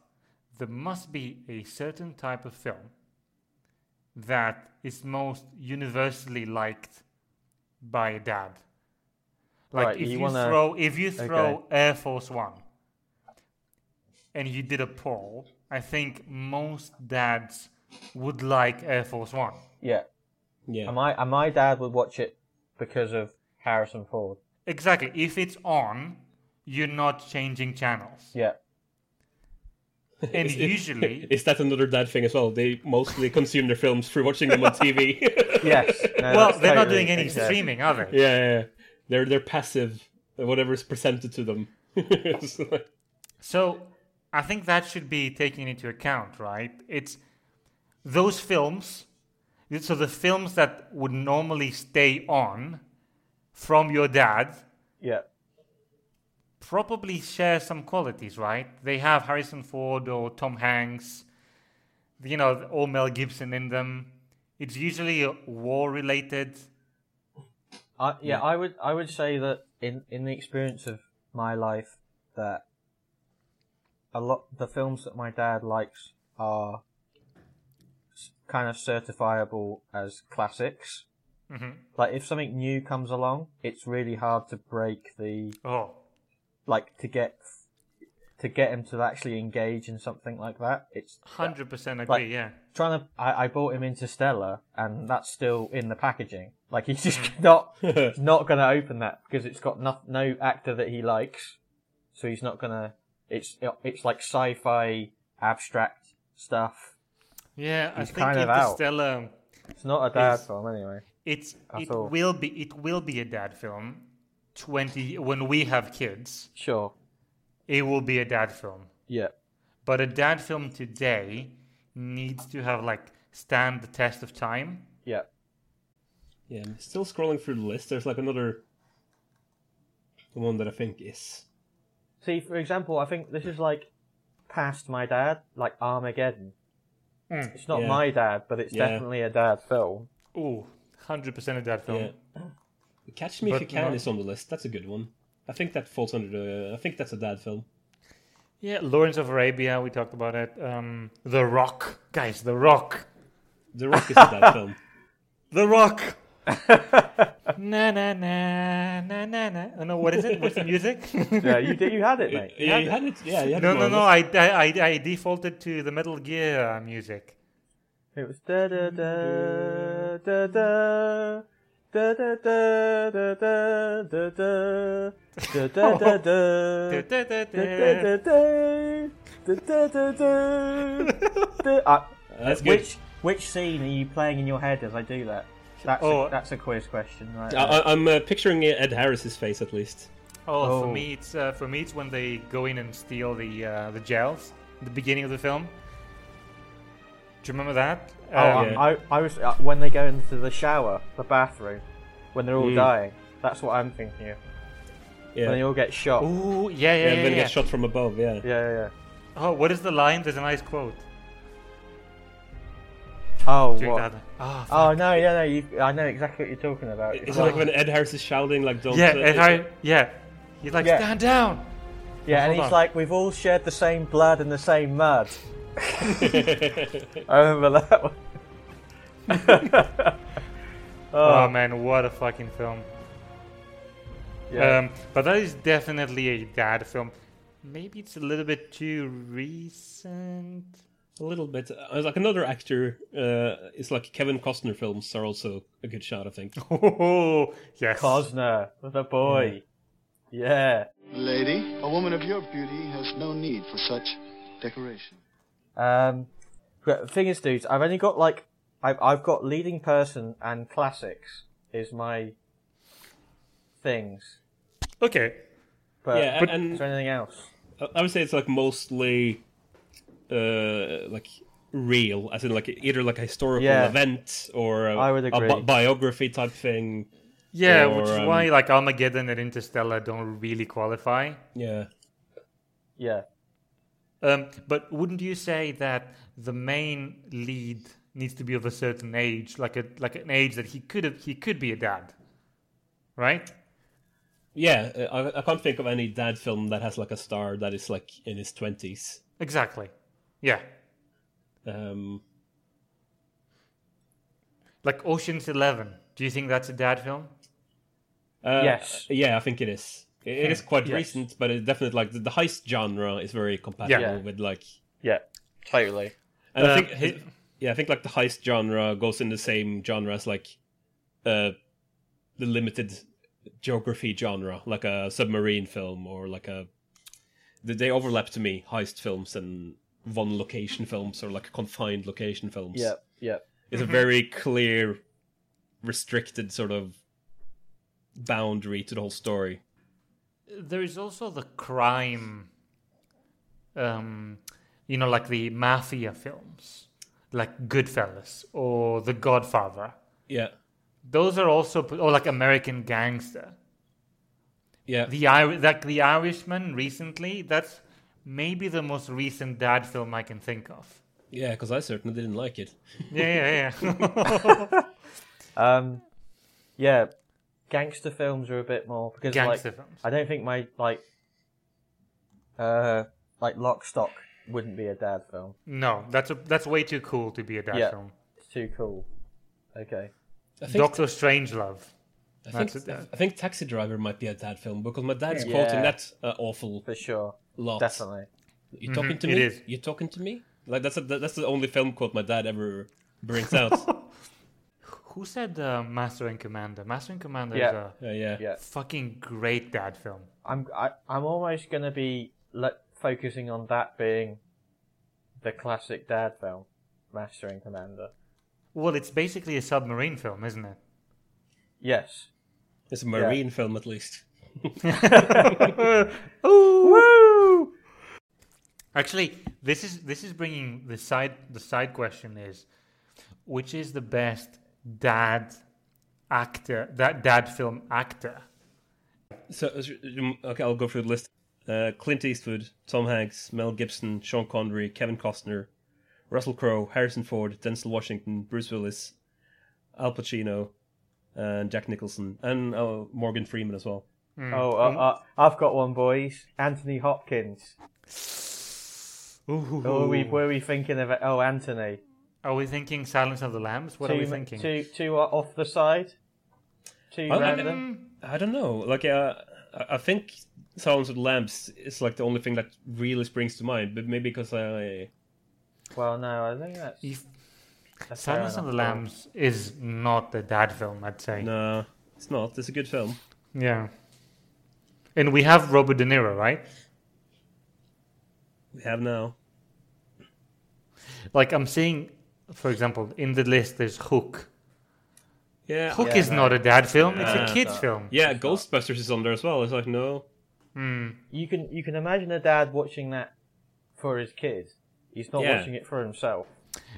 S2: there must be a certain type of film that is most universally liked by a dad. Like
S3: Right,
S2: if
S3: you
S2: you,
S3: wanna-
S2: throw if you throw Air Force One and you did a poll, I think most dads would like Air Force One.
S3: Yeah.
S1: Yeah.
S3: And my, and my dad would watch it because of Harrison Ford.
S2: Exactly. If it's on, you're not changing
S3: <laughs>
S2: channels. <laughs>
S3: Yeah.
S2: And
S1: Is-
S2: usually,
S1: Is that another dad thing as well? They mostly consume their films through watching them on
S2: <laughs>
S1: TV.
S3: Yes. No,
S2: well,
S3: that's
S2: they're not
S3: totally
S2: doing any
S3: exact.
S2: streaming, are they?
S1: yeah, yeah, yeah. They're they're passive. Whatever's presented to them. <laughs> It's like-
S2: So I think that should be taken into account, right? It's those films. So the films that would normally stay on from your dad
S3: Yeah.
S2: probably share some qualities, right? They have Harrison Ford or Tom Hanks, you know, or Mel Gibson in them. It's usually war related.
S3: I, yeah, I would I would say that in in the experience of my life that a lot the films that my dad likes are s- kind of certifiable as classics. Like if something new comes along, it's really hard to break the
S2: Oh,
S3: like to get to get him to actually engage in something like that. It's
S2: 100% agree,
S3: Like-
S2: yeah.
S3: trying to I, I bought him Interstellar and that's still in the packaging. Like he's just <laughs> not he's not gonna open that because it's got no, no actor that he likes. So he's not gonna it's uh, it's like sci fi abstract stuff.
S2: Yeah, I
S3: He's
S2: think
S3: kind of out.
S2: Interstellar.
S3: It's not a dad
S2: Yes.
S3: film anyway.
S2: It's it
S3: all.
S2: will be it will be a dad film. Twenty when we have kids,
S3: Sure.
S2: it will be a dad film.
S3: Yeah.
S2: But a dad film today needs to have like stand the test of time.
S3: Yeah.
S1: yeah, I'm still scrolling through the list. There's like another one that I think is.
S3: See, for example, I think this is like past my dad, like Armageddon. It's not
S1: Yeah.
S3: my dad, but it's
S1: Yeah.
S3: definitely a dad <laughs> film.
S2: Ooh, hundred percent a dad film.
S1: Yeah. Ah. Catch Me
S2: But
S1: If You Can
S2: not-
S1: is on the list. That's a good one. I think that falls under the. I think that's a dad film.
S2: Yeah, Lawrence of Arabia. We talked about it. Um, the Rock, guys. The Rock.
S1: The Rock is a
S2: <laughs>
S1: dad film.
S2: The <laughs> Rock. na na na na na na. Oh, no, what is it? What's the music? <laughs>
S3: Yeah, you did, you had it, mate.
S1: Yeah, you had it. Yeah, you had
S2: No,
S1: it
S2: no,
S1: on
S2: no.
S1: the
S2: I, I, I- I defaulted to the Metal Gear uh, music.
S3: It was da da da da da da da da da da da da da da da da da da da
S2: Da-da-da-da.
S3: da da da da da. Uh,
S1: That's good.
S3: Which which scene are you playing in your head as I do that? That's
S2: Oh.
S3: a, that's a quiz question, right?
S1: I, I- I'm uh, picturing Ed Harris's face at least.
S2: Oh,
S3: Oh.
S2: for me, it's uh, for me, it's when they go in and steal the uh, the gels. at The beginning of the film. Do you remember that?
S3: oh, I-
S1: yeah.
S3: I I was uh, when they go into the shower, the bathroom, when they're all dying. That's what I'm thinking of.
S1: Yeah.
S3: When they all get shot. Yeah,
S2: Uh, Ooh, yeah, yeah,
S1: yeah,
S2: yeah.
S1: when he
S2: yeah.
S1: gets shot from above. Yeah.
S3: yeah, yeah.
S2: Oh, what is the line? There's a nice quote.
S3: Oh,
S2: During
S3: what?
S2: that. Ah, f-
S3: Oh no, yeah, no, you, I know exactly what you're talking about.
S1: Is it like when Ed Harris is shouting like don't?
S2: yeah,
S1: uh,
S2: and I, yeah. He's like,
S3: Yeah.
S2: stand down.
S3: yeah, and
S2: hold
S3: he's
S2: on.
S3: like, we've all shared the same blood and the same mud.
S1: <laughs>
S2: <laughs>
S3: I remember that one.
S2: Oh. man, what a fucking film.
S3: Yeah.
S2: Um, but that is definitely a dad film. Maybe it's a little bit too recent.
S1: A little bit. I was like another actor. Uh, it's like Kevin Costner films are also a good shot. I think.
S2: Oh yes.
S3: Cosner, the boy. Yeah.
S5: Lady, a woman of your beauty has no need for such decoration.
S3: Um, but thing is, dudes, I've only got like, I've I've got leading person and classics is my things.
S2: Okay.
S3: But
S1: yeah, and
S3: is there anything else?
S1: I- I would say it's like mostly uh like real as in like either like a historical
S3: Yeah.
S1: event or a,
S3: I would
S1: a
S3: agree.
S1: bi- biography type thing
S2: Yeah,
S1: Or,
S2: which is
S1: um,
S2: why like Armageddon and Interstellar don't really qualify.
S1: yeah
S3: Yeah.
S2: Um, but wouldn't you say that the main lead needs to be of a certain age, like a like an age that he could have he could be a dad, right?
S1: yeah uh, I, I can't think of any dad film that has like a star that is like in his 20s
S2: Exactly. Yeah.
S1: um
S2: Like Ocean's Eleven. Do you think that's a dad film?
S1: uh,
S3: Yes. Hmm.
S1: yeah i think it is It- it is quite
S2: Yes.
S1: recent but it's definitely like the, the heist genre is very compatible
S3: Yeah.
S1: with like
S3: Yeah. Totally.
S1: And I
S2: Uh,
S1: think,
S2: his-
S1: yeah, I think like the heist genre goes in the same genre as like uh, the limited geography genre, like a submarine film or like a. They they overlap to me, heist films and one location films or like confined location films.
S3: Yeah. Yeah.
S1: It's a
S2: Mm-hmm.
S1: very clear, restricted sort of boundary to the whole story.
S2: There is also the crime, um, you know, like the mafia films, like Goodfellas or The Godfather.
S1: Yeah.
S2: Those are also, or like American Gangster.
S1: Yeah.
S2: The Ir- like the Irishman recently. That's maybe the most recent dad film I can think
S3: <laughs>
S2: of.
S1: yeah, because I certainly didn't like it.
S2: Yeah, yeah, yeah.
S3: Um, yeah. Gangster films are a bit more because
S2: <laughs> Gangster
S3: like
S2: films.
S3: I don't think my like uh like Lock Stock wouldn't be a dad film.
S2: no, that's a, that's way too cool to be a dad
S3: Yeah.
S2: film.
S3: It's too cool. Okay.
S1: I think
S2: Doctor Strangelove.
S1: I
S2: That's
S1: think,
S2: it, yeah.
S1: I think Taxi Driver might be a dad film because my dad's
S3: Yeah.
S1: quoting
S3: Yeah.
S1: that uh, awful
S3: For sure.
S1: lot.
S3: Definitely.
S1: You talking to
S2: Mm-hmm. it
S1: me?
S2: is.
S1: You talking to me? Like that's a, that's the only film quote my dad ever brings
S2: <laughs>
S1: out. uh,
S2: Who said uh, Master and Commander? Master and Commander
S3: Yeah.
S2: is a
S1: yeah.
S3: Yeah.
S2: fucking great dad film.
S3: I'm I, I'm almost gonna be le- focusing on that being the classic dad film, Master and Commander.
S2: Well, it's basically a submarine film, isn't
S3: <laughs>
S2: it? <laughs>
S3: Yes.
S1: It's a marine film at least.
S2: Woo! Actually, this is this is bringing the side the side question is, which is the best dad actor that dad film actor?
S1: So uh, sh- um, okay, I'll go through the list. Uh, Clint Eastwood, Tom Hanks, Mel Gibson, Sean Connery, Kevin Costner, Russell Crowe, Harrison Ford, Denzel Washington, Bruce Willis, Al Pacino, and Jack Nicholson, and uh, Morgan Freeman as well.
S3: Oh, uh, uh, I've got one, boys. Anthony Hopkins. Or were we were we thinking of it? Oh, Anthony.
S2: Are we thinking Silence of the Lambs? What
S3: two,
S2: are we thinking?
S3: Two, two are off the side. Two
S1: Oh,
S3: random.
S1: I don't know. Like, uh, I- I think Silence of the Lambs is like the only thing that really springs to mind. But maybe because I,
S3: Well, no, I think that's.
S2: If-
S3: that's fair
S2: Silence of the
S3: enough.
S2: Lambs is not a dad film, I'd say.
S1: no, it's not. It's a good film.
S2: Yeah. And we have Robert De Niro, right?
S1: We have now.
S2: Like I'm seeing, for example, in the list there's Hook.
S1: Yeah,
S2: Hook
S3: Yeah,
S2: is
S3: no.
S2: not a dad film; it's
S1: Yeah.
S2: a kids film.
S1: yeah. Ghostbusters is on there as well. It's like no,
S3: You can you can imagine a dad watching that for his kids. He's not
S1: Yeah.
S3: watching it for himself.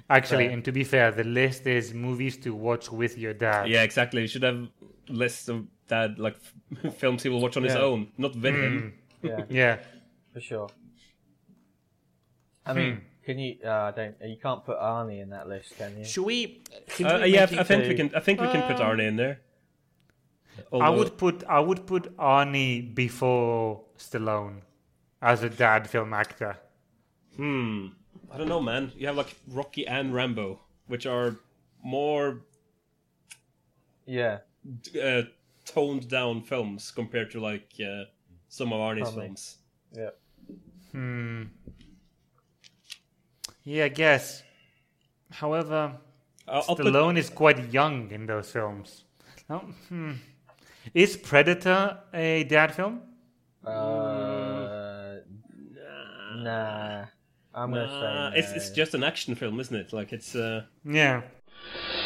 S2: Actually,
S3: So-
S2: and to be fair, the list is movies to watch with your dad.
S1: yeah, exactly. You should have lists of that like <laughs> f- films he will watch on his
S3: Yeah.
S1: own, not with
S2: Hmm.
S1: him.
S3: Yeah,
S2: Yeah.
S3: for sure. I mean, can you? Uh, I don't. You can't put Arnie in that list, can you?
S2: Should we?
S1: Uh, yeah, I think we can. I think we can put Arnie in there.
S2: I
S1: Although-
S2: would put I would put Arnie before Stallone as a dad film actor.
S1: Hmm. I don't know, man. You have like Rocky and Rambo, which are more
S3: Yeah.
S1: uh, toned down films compared to like uh, some of Arnie's
S3: Probably.
S1: films.
S3: Yeah.
S2: Yeah, I guess. However,
S1: Uh, I'll put-
S2: Stallone is quite young in those films. No, hmm. Is Predator a dad film?
S3: Uh, nah. I'm gonna say
S1: uh, it's it's
S3: no.
S1: just an action film, isn't it? Like it's uh,
S2: Yeah.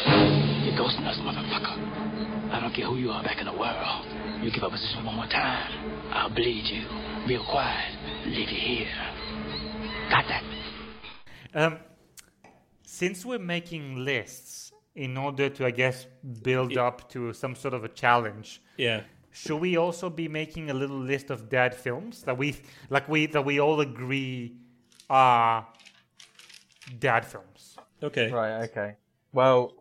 S6: You're ghosting us, motherfucker. I don't don't care who you are back in the world. You give up position one more time, I'll bleed you. Real quiet. Leave you here. Got that?
S2: Um, since we're making lists in order to, I guess, build up to some sort of a challenge,
S1: Yeah.
S2: should we also be making a little list of dad films that we like we that we all agree are dad films?
S1: Okay.
S3: Right, okay. Well,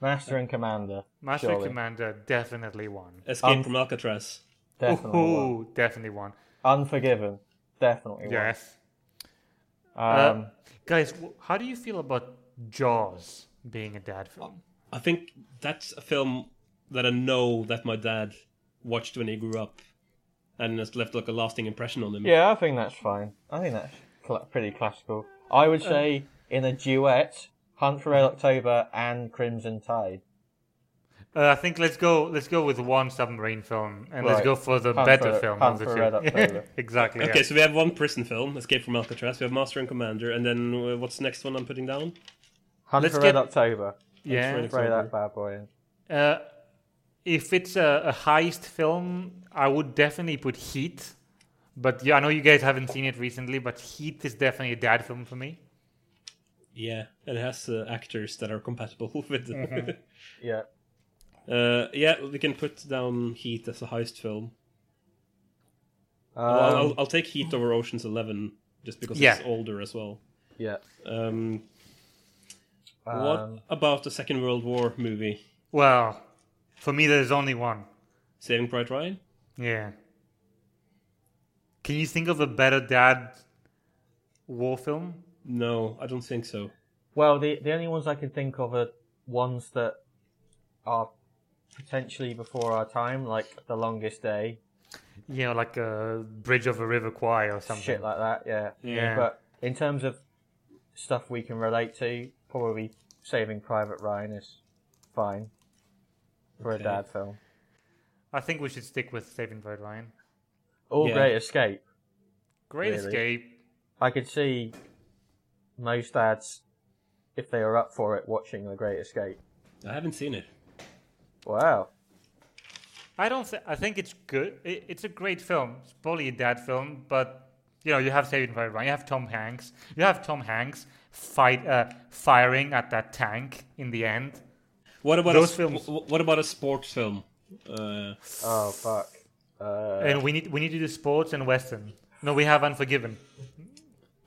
S3: Master and Commander.
S2: Master
S3: surely.
S2: Commander definitely one.
S1: Escape
S3: Um,
S1: from Alcatraz.
S3: Definitely one.
S2: Ooh, definitely one.
S3: Unforgiven. Definitely one.
S2: Yes.
S3: Um,
S2: Uh, guys, w- how do you feel about Jaws being a dad film?
S1: I think that's a film that I know that my dad watched when he grew up, and has left like a lasting impression on him.
S3: yeah, I think that's fine. I think that's cl- pretty classical. I would say in a duet, Hunt for Red October and Crimson Tide.
S2: Uh, I think let's go. Let's go with one submarine film, and let's
S3: Right.
S2: go for the
S3: Hunt
S2: better
S3: for-
S2: film
S3: Hunt
S2: of the
S3: for
S2: <laughs>
S3: Red
S2: two.
S3: October.
S2: exactly.
S1: Okay,
S2: yeah.
S1: so we have one prison film, Escape from Alcatraz. We have Master and Commander, and then uh, what's the next one I'm putting down?
S3: Hunt
S2: Let's
S3: for
S2: get-
S3: Red October.
S2: yeah.
S1: That's
S3: Throw
S1: really
S3: that bad boy in.
S2: Uh, if it's a, a heist film, I would definitely put Heat. But yeah, I know you guys haven't seen it recently, but Heat is definitely a dad film for me.
S1: Yeah, and it has uh, actors that are compatible <laughs> with.
S3: Mm-hmm. Yeah.
S1: uh, yeah, we can put down Heat as a heist film.
S3: Um,
S1: Well, I'll, I'll, I'll take Heat over Ocean's Eleven just because
S2: Yeah.
S1: it's older as well.
S3: yeah.
S1: Um,
S3: Um,
S1: what about the Second World War movie,
S2: Well, for me, there's only one.
S1: Saving Private Ryan?
S2: Yeah. Can you think of a better dad war film?
S1: No, I don't think so.
S3: Well, the the only ones I can think of are ones that are potentially before our time, like The Longest Day,
S2: You know, like a Bridge of a River Kwai or something.
S3: shit like that. Yeah.
S2: Yeah.
S3: But in terms of stuff we can relate to, probably Saving Private Ryan is fine for
S1: Okay.
S3: a dad film.
S2: I think we should stick with Saving Private Ryan.
S3: Or
S1: Yeah.
S3: Great Escape.
S2: Great
S3: Really?
S2: Escape.
S3: I could see most dads, if they are up for it, watching The Great Escape.
S1: I haven't seen it.
S3: Wow.
S2: I don't. Th- I think it's good. It, it's a great film. It's probably a dad film, but you know, you have Saving Private Ryan. You have Tom Hanks. You have Tom Hanks fight uh, firing at that tank in the end.
S1: What about
S2: Those
S1: a,
S2: films-
S1: films? What about a sports film? Uh,
S3: Oh fuck. Uh,
S2: and we need we need to do sports and western. No, we have Unforgiven.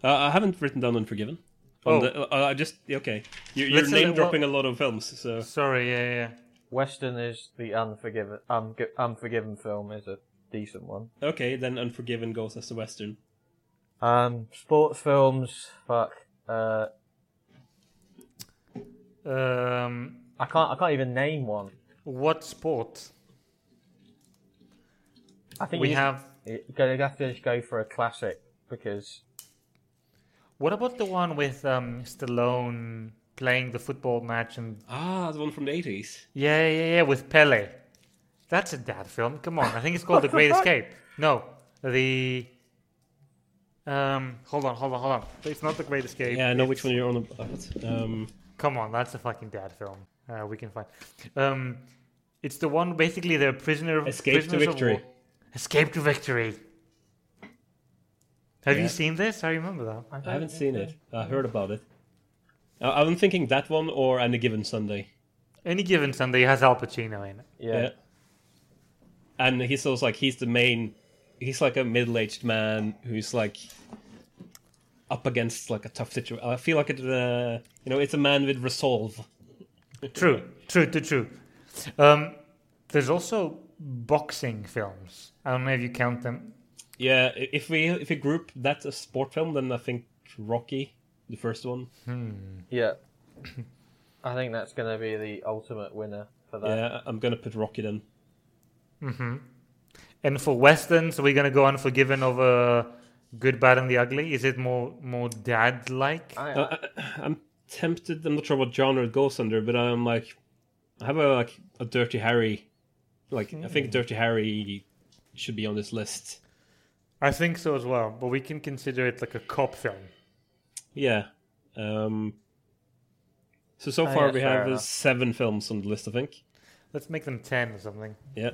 S1: I I haven't written down Unforgiven. On
S2: Oh.
S1: the, uh, I just okay. You're,
S2: Let's
S1: you're
S2: say that
S1: name dropping a lot of films, so
S2: Sorry, yeah, yeah.
S3: Western is the unforgiven, um, unforgiven film is a decent one.
S1: okay. Then Unforgiven goes as the western.
S3: Um, sports films, fuck. Uh,
S2: yeah. Um,
S3: I can't, I can't even name one.
S2: what sport?
S3: I think
S2: We
S3: you,
S2: have.
S3: You're gonna have to just go for a classic because
S2: What about the one with um, Stallone playing the football match and
S1: Ah, the one from the eighties.
S2: Yeah, yeah, yeah, with Pele. That's a dad film. Come on, I think it's called
S1: <laughs>
S2: The Great Escape. No, the. Um, hold on, hold on, hold on. It's not The Great Escape.
S1: Yeah, I know which one you're on about. Um,
S2: Come on, that's a fucking dad film. Uh, we can find. Um, it's the one basically they're prisoner of
S1: Escape to
S2: prisoners of
S1: Victory.
S2: war. Escape to victory. Have
S1: Yeah.
S2: you seen this? I remember that.
S1: I haven't seen it. I heard about it. Uh, I'm thinking that one or Any Given Sunday.
S2: Any given Sunday has Al Pacino in it.
S3: yeah,
S1: Yeah. And he's also like he's the main. He's like a middle-aged man who's like up against like a tough situation. I feel like it. Uh, you know, it's a man with resolve.
S2: True, true, true, true. Um, there's also boxing films. I don't know if you count them.
S1: Yeah, i- if we if we group that as sport film, then I think Rocky, the first one.
S3: yeah. I think that's gonna be the ultimate winner for that.
S1: yeah, I'm gonna put Rocky then.
S2: And for westerns, we're gonna go Unforgiven over Good, Bad, and the Ugly. Is it more more dad like?
S3: I,
S1: Uh, I'm tempted. I'm not sure what genre it goes under, but I'm like, I have a like a Dirty Harry. Like I
S2: Hmm.
S1: think Dirty Harry should be on this list.
S2: I think so as well. But we can consider it like a cop film.
S1: Yeah. Um. So so
S3: Oh,
S1: far
S3: yeah,
S1: we
S3: fair
S1: have uh,
S2: Oh,
S3: enough.
S1: seven films on the list, I think.
S2: Let's make them ten or something.
S1: Yeah.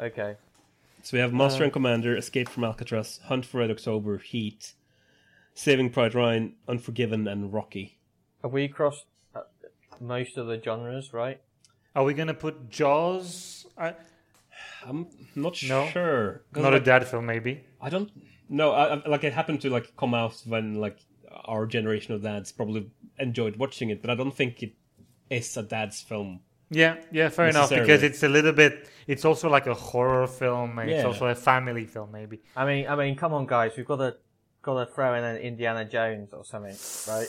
S3: Okay.
S1: So we have Monster
S2: Uh.
S1: and Commander, Escape from Alcatraz, Hunt for Red October, Heat, Saving Pride Ryan, Unforgiven, and Rocky.
S3: Have we crossed uh, most of the genres, right?
S2: Are we gonna put Jaws? I,
S1: I'm not
S2: No.
S1: sure. 'Cause,
S2: not a
S1: like,
S2: dad film, maybe.
S1: I don't. No, I, I- like it happened to like come out when like our generation of dads probably enjoyed watching it, but I don't think it is a dad's film.
S2: Yeah, yeah, fair enough. Because
S1: Necessarily.
S2: it's a little bit. It's also like a horror film, and it's
S1: Yeah.
S2: also a family film, maybe.
S3: I mean, I mean, come on, guys, we've got to got to throw in an Indiana Jones or something, right?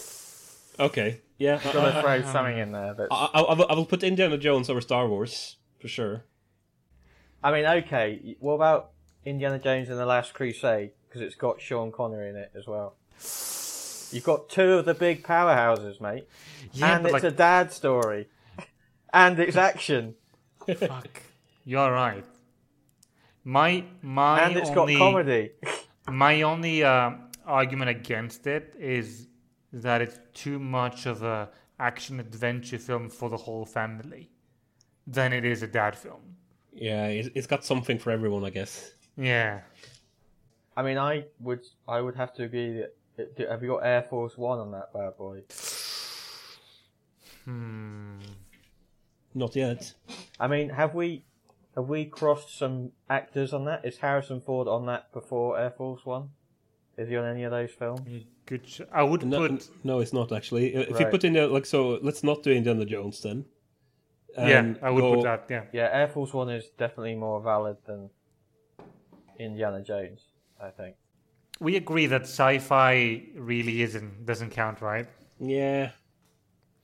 S1: Okay. Yeah.
S3: Got to throw something in there. But
S1: I, I, I will- I will put Indiana Jones over Star Wars for sure.
S3: I mean, okay, what about Indiana Jones and the Last Crusade? Because it's got Sean Connery in it as well. You've got two of the big powerhouses, mate,
S2: Yeah,
S3: and
S2: but
S3: it's
S2: like,
S3: a dad story, <laughs> and it's
S2: <laughs>
S3: action,
S2: fuck. You're right. My my
S3: and it's
S2: only
S3: got comedy. <laughs>
S2: my only uh, argument against it is that it's too much of a action adventure film for the whole family than it is a dad film.
S1: <laughs> Yeah, it, it's got something for everyone, I guess.
S2: Yeah.
S3: I mean, I would I would have to agree that. it- do- Have you got Air Force One on that bad boy?
S1: Not yet.
S3: I mean, have we have we crossed some actors on that? Is Harrison Ford on that before Air Force One? Is he on any of those films?
S2: Good. Ch- I would
S1: No,
S2: put
S1: no, it's not actually. If you
S3: Right.
S1: put in like so, let's not do Indiana Jones then.
S2: yeah.
S1: And
S2: I would
S1: go-
S2: put that. Yeah.
S3: Yeah, Air Force One is definitely more valid than Indiana Jones, I think.
S2: We agree that sci-fi really isn't doesn't count, right?
S1: Yeah,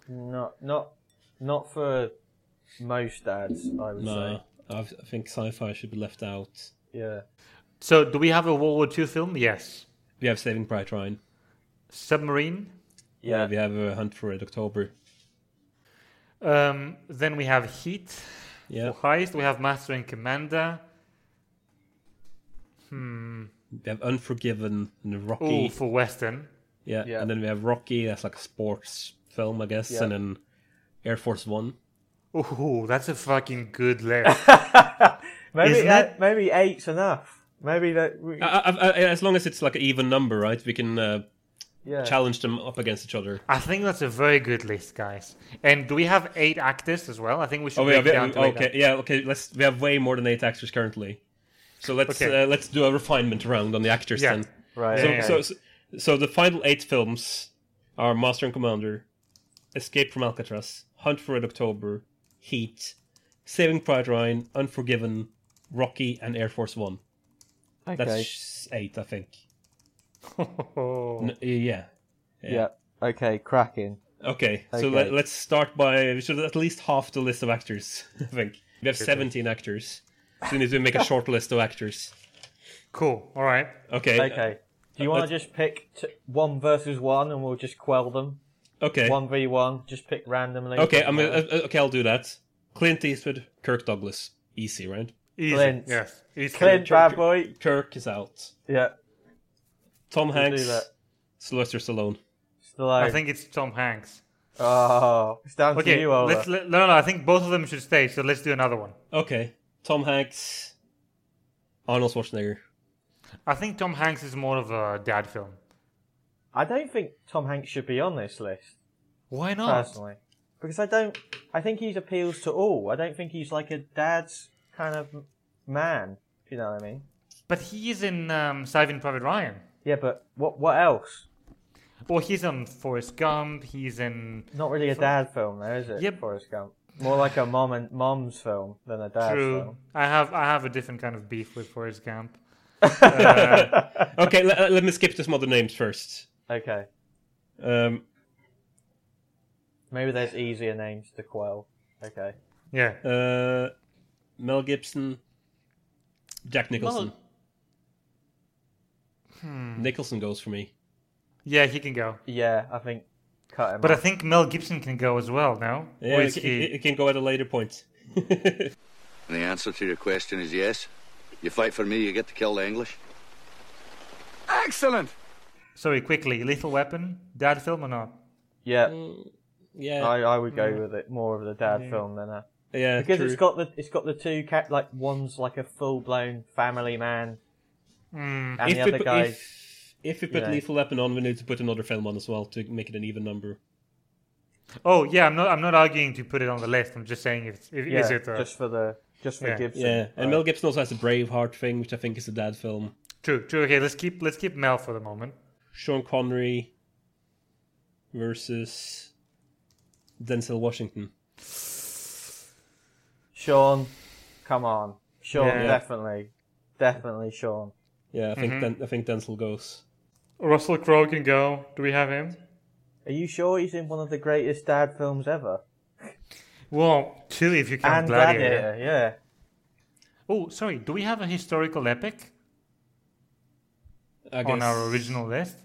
S3: Not not not for most dads, I would
S1: no,
S3: say.
S1: I I think sci-fi should be left out.
S3: Yeah.
S2: So do we have a World War II film? Yes.
S1: We have Saving Private Ryan.
S2: Submarine.
S3: Yeah.
S1: We have a Hunt for Red October.
S2: Um, then we have Heat.
S1: Yeah,
S2: For heist, we have Master and Commander.
S1: we have Unforgiven and Rocky.
S2: Oh, for Western.
S1: yeah.
S3: Yeah.
S1: and then we have Rocky. That's like a sports film, I guess.
S3: Yeah.
S1: And then Air Force One.
S2: Oh, that's a fucking good list.
S1: <laughs>
S3: Maybe
S2: Isn't
S3: that, maybe eight's enough. Maybe that we,
S1: I, I, I, as long as it's like an even number, right? We can uh,
S3: yeah.
S1: challenge them up against each other.
S2: I think that's a very good list, guys. And do we have eight actors as well? I think we should
S1: Oh, we
S2: break
S1: have,
S2: down to eight
S1: okay, yeah, okay. Let's we have way more than eight actors currently, so let's
S2: Okay.
S1: uh, let's do a refinement round on the actors
S2: Yeah.
S1: then.
S3: Right.
S1: So,
S2: Yeah.
S3: okay.
S1: so, so, so the final eight films are Master and Commander, Escape from Alcatraz, Hunt for Red October, Heat, Saving Private Ryan, Unforgiven, Rocky, and Air Force One. That's
S3: Okay.
S1: s- eight, I think.
S2: actors.
S1: N- yeah.
S3: yeah. Okay, cracking.
S1: Okay, so
S3: Okay.
S1: let, let's start by we should at least half the list of actors. <laughs> I think we have seventeen actors. So we need to make a short list of actors.
S2: Cool. All right.
S1: Okay.
S3: Okay. Do you want to just pick t- one versus one, and we'll just quell them?
S1: Okay.
S3: One v one. Just pick randomly.
S1: Okay. I'm uh, uh, okay. I'll do that. Clint Eastwood, Kirk Douglas, easy, right?
S2: Easy.
S3: Clint.
S2: Yes. Easy.
S3: Clint, bad boy.
S1: Kirk is out.
S3: Yeah,
S1: Tom
S3: we'll
S1: Hanks,
S3: do that.
S1: Sylvester Stallone.
S3: Stallone.
S2: I think it's Tom Hanks.
S3: Oh, it's down to
S2: Okay.
S3: you, Ola.
S2: Let's, let, no, no, I think both of them should stay. So let's do another one.
S1: Okay. Tom Hanks, Arnold Schwarzenegger.
S2: I think Tom Hanks is more of a dad film.
S3: I don't think Tom Hanks should be on this list
S2: Why not?
S3: personally, because I don't. I think he appeals to all. I don't think he's like a dad's kind of m- man. If you know what I mean?
S2: But he is in um, Saving Private Ryan.
S3: Yeah, but what what else?
S2: Or he's on Forrest Gump. He's in
S3: Not really a dad film, though, is it?
S2: Yep.
S3: Forrest Gump. More like a mom and mom's film than a dad
S2: True.
S3: film.
S2: I have I have a different kind of beef with Forrest Gump.
S1: Okay. let, let me skip to some other names first.
S3: Okay,
S1: Um,
S3: maybe there's easier names to quell. Okay.
S2: Yeah.
S1: uh, Mel Gibson, Jack Nicholson.
S2: Well, Hmm.
S1: Nicholson goes for me.
S2: yeah, he can go.
S3: Yeah, I think cut him.
S2: But I
S3: off.
S2: think Mel Gibson can go as well, no?
S1: Yeah,
S2: Or
S1: it,
S2: is
S1: it,
S2: he-
S1: it can go at a later point.
S5: And the answer to your question is yes. You fight for me, you get to kill the English. Excellent!
S2: Sorry, quickly. Lethal Weapon, dad film or not?
S3: yeah,
S1: yeah,
S2: Mm.
S3: I, I would go with it more of the dad film than a
S1: Yeah,
S3: because
S1: true.
S3: it's got the it's got the two cat like one's like a full blown family man,
S2: Hmm.
S1: if
S3: and the
S1: we
S3: other
S1: put,
S3: guy's
S1: if, if we put
S3: you know.
S1: Lethal Weapon on, we need to put another film on as well to make it an even number.
S2: Oh yeah, I'm not. I'm not arguing to put it on the list. I'm just saying if, it's- if
S3: yeah,
S2: is it uh,
S3: just for the just for
S2: Yeah.
S3: Gibson.
S1: Yeah, and
S3: Right.
S1: Mel Gibson also has the Braveheart thing, which I think is a dad film.
S2: true? True. Okay, let's keep let's keep Mel for the moment.
S1: Sean Connery versus Denzel Washington.
S3: Sean, come on, Sean,
S2: Yeah.
S3: definitely, definitely Sean.
S1: Yeah, I think
S2: Mm-hmm.
S1: Den- I think Denzel goes.
S2: Russell Crowe can go. Do we have him?
S3: Are you sure he's in one of the greatest dad films ever?
S2: Well, two if you count
S3: and
S2: Gladiator.
S3: Gladiator, yeah.
S2: Oh, sorry. Do we have a historical epic
S1: I guess.
S2: on our original list?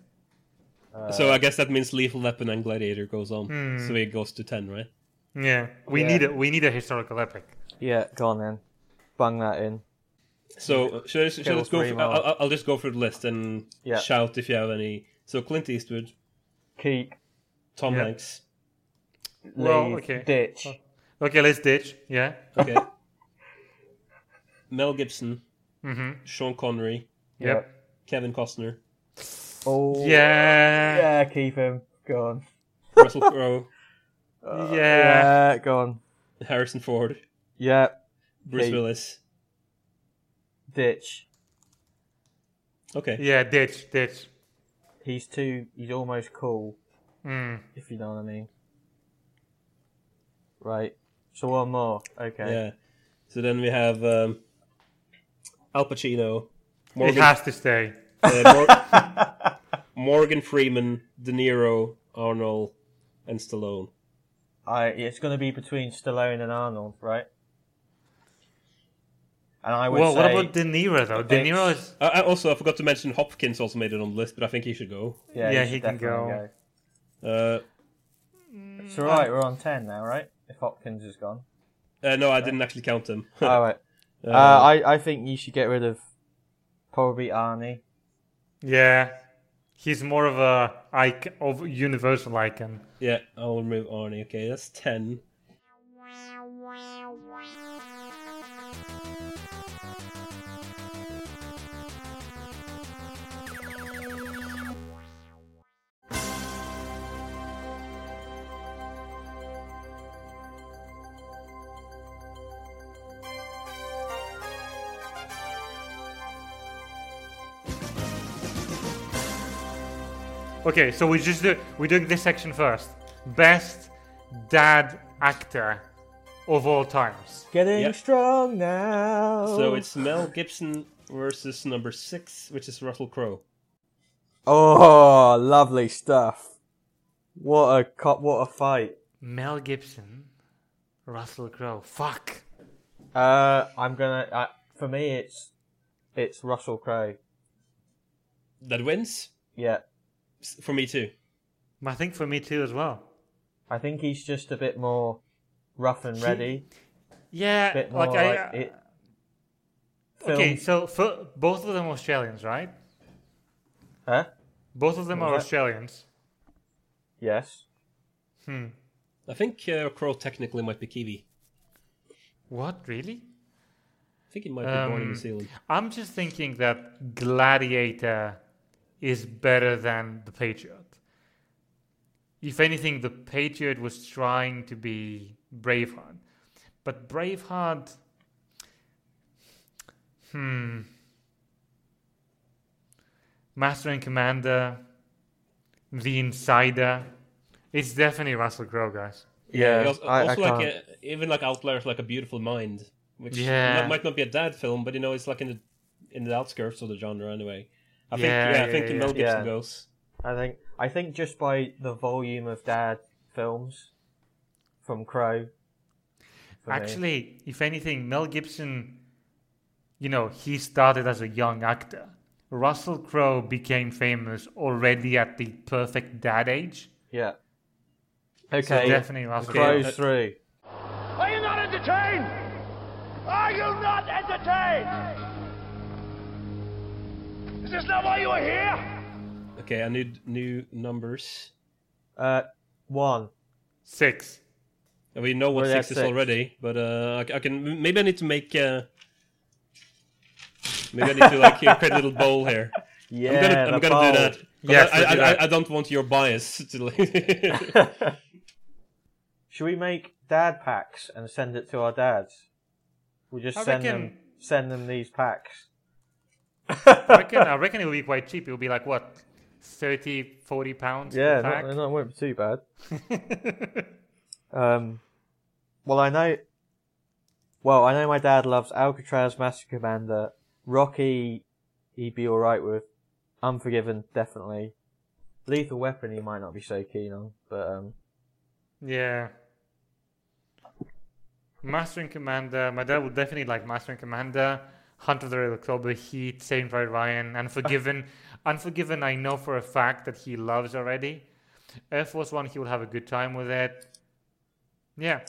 S1: so I guess that means Lethal Weapon and Gladiator goes on.
S2: Hmm.
S1: So it goes to ten, right?
S2: Yeah, we
S3: Yeah.
S2: need a we need a historical epic.
S3: Yeah, go on then. Bung that in.
S1: So should I just, should I
S3: Kill
S1: just go?
S3: three
S1: Through,
S3: more.
S1: I'll, I'll- I'll just go through the list and
S3: Yeah.
S1: shout if you have any. So Clint Eastwood,
S3: Keep,
S1: Tom
S2: Yeah.
S1: Hanks.
S3: leave,
S2: Well, okay.
S3: ditch.
S2: Okay, let's ditch. Yeah. <laughs>
S1: Okay. Mel Gibson,
S2: Mm-hmm.
S1: Sean Connery,
S2: Yep.
S1: Kevin Costner,
S3: Oh,
S2: Yeah.
S3: yeah, keep him. Go on.
S1: Russell Crowe,
S2: Yeah.
S3: Yeah, go on.
S1: Harrison Ford,
S3: Yeah,
S1: Bruce
S3: Hey.
S1: Willis.
S3: ditch.
S1: Okay.
S2: Yeah. Ditch. Ditch.
S3: He's too. He's almost cool,
S2: Mm.
S3: if you know what I mean. Right. So one more.
S1: Yeah.
S3: Okay.
S1: So then we have um, Al Pacino,
S2: It
S1: Morgan,
S2: has to stay. <laughs>
S1: uh, Mor- Morgan Freeman, De Niro, Arnold, and Stallone.
S3: I. It's going to be between Stallone and Arnold, right? And I would
S2: Well,
S3: say.
S2: what about De Niro though? De
S3: It's-
S2: Niro is
S1: Uh, I also, I forgot to mention Hopkins also made it on the list, but I think he should go.
S3: yeah,
S2: yeah,
S3: should
S2: he can
S3: definitely
S2: go. Hmm.
S1: Uh,
S3: go. It's all right. We're on ten now, right? If Hopkins
S1: <laughs>
S3: is gone.
S1: uh, no, I didn't actually count him. <laughs>
S3: all right. Uh, I I think you should get rid of probably Arnie.
S2: yeah. He's more of a icon of universal icon.
S1: yeah, I'll remove Arnie. Okay, that's ten.
S2: Okay, so we just do, we're doing this section first. Best dad actor of all times.
S3: Getting
S1: Yep.
S3: strong now.
S2: Oh.
S1: So it's Mel Gibson versus number six, which is Russell Crowe.
S3: Oh, lovely stuff. What a cop! What a fight.
S2: Mel Gibson, Russell Crowe. Fuck.
S3: Uh, I'm gonna. Uh, for me, it's it's Russell Crowe.
S1: That wins
S3: Yeah,
S1: S- for me too.
S2: I think for me too as well.
S3: I think he's just a bit more rough and ready.
S2: Yeah,
S3: A bit more
S2: like
S3: like,
S2: I. uh,
S3: it.
S2: okay,
S3: films-
S2: so for, both of them Australians, right?
S3: Huh?
S2: Both of them
S3: What
S2: are
S3: was that?
S2: Australians.
S3: Yes.
S1: I think uh, Crowe technically might be Kiwi.
S2: What really?
S1: I think he might be born in New
S2: Um,
S1: Zealand.
S2: I'm just thinking that Gladiator is better than The Patriot. If anything, The Patriot was trying to be Braveheart. But Braveheart. Hmm. Master and Commander. The Insider. It's definitely Russell Crowe, guys.
S1: Yeah,
S3: Yeah.
S1: also,
S3: I,
S1: also
S3: I
S1: like
S3: can't.
S1: uh even like Outliers, like a beautiful mind, which
S2: Yeah.
S1: mi- might not be a dad film, but you know it's like in the in the outskirts of the genre anyway. I think
S2: Yeah,
S1: yeah,
S2: yeah,
S1: I think
S2: yeah.
S1: Mel Gibson
S3: Yeah.
S1: goes.
S3: I think I think just by the volume of dad films from Crowe. for me.
S2: Actually, if anything, Mel Gibson, you know, he started as a young actor. Russell Crowe became famous already at the perfect dad age.
S3: Yeah.
S2: So
S3: Okay.
S2: definitely Russell Crowe.
S3: Crowe's through.
S7: Are you not entertained? Are you not entertained? Is this not why you are here?
S1: Okay, I need new numbers.
S3: Uh, one.
S2: Six.
S1: And we know what
S3: Well,
S1: six
S3: that's
S1: is
S3: six.
S1: already, but uh, I, I can maybe I need to make uh, maybe I need to like create a little bowl here.
S3: Yeah,
S1: I'm gonna, I'm
S3: the
S1: gonna do
S3: bowl.
S1: that. 'Cause
S2: Yes,
S1: I, I,
S2: do
S1: I,
S2: that.
S1: I don't want your bias to like. <laughs>
S3: Should we make dad packs and send it to our dads? We'll just
S2: I
S3: send them
S2: reckon-
S3: send them these packs.
S2: I reckon, I reckon it will be quite cheap. It will be like, what, 30, 40 pounds
S3: Yeah,
S2: per pack?
S3: not, not won't be too bad.
S2: <laughs>
S3: Um, well, I know. Well, I know my dad loves Alcatraz, Master Commander, Rocky. He'd be all right with Unforgiven, definitely. Lethal Weapon, he might not be so keen on, but um,
S2: yeah. Master and Commander. My dad would definitely like Master and Commander. Hunt of the Red October, Heat, Saving Private Ryan, Unforgiven. Unforgiven, I know for a fact that he loves already. Air Force One, he will have a good time with it. Yeah,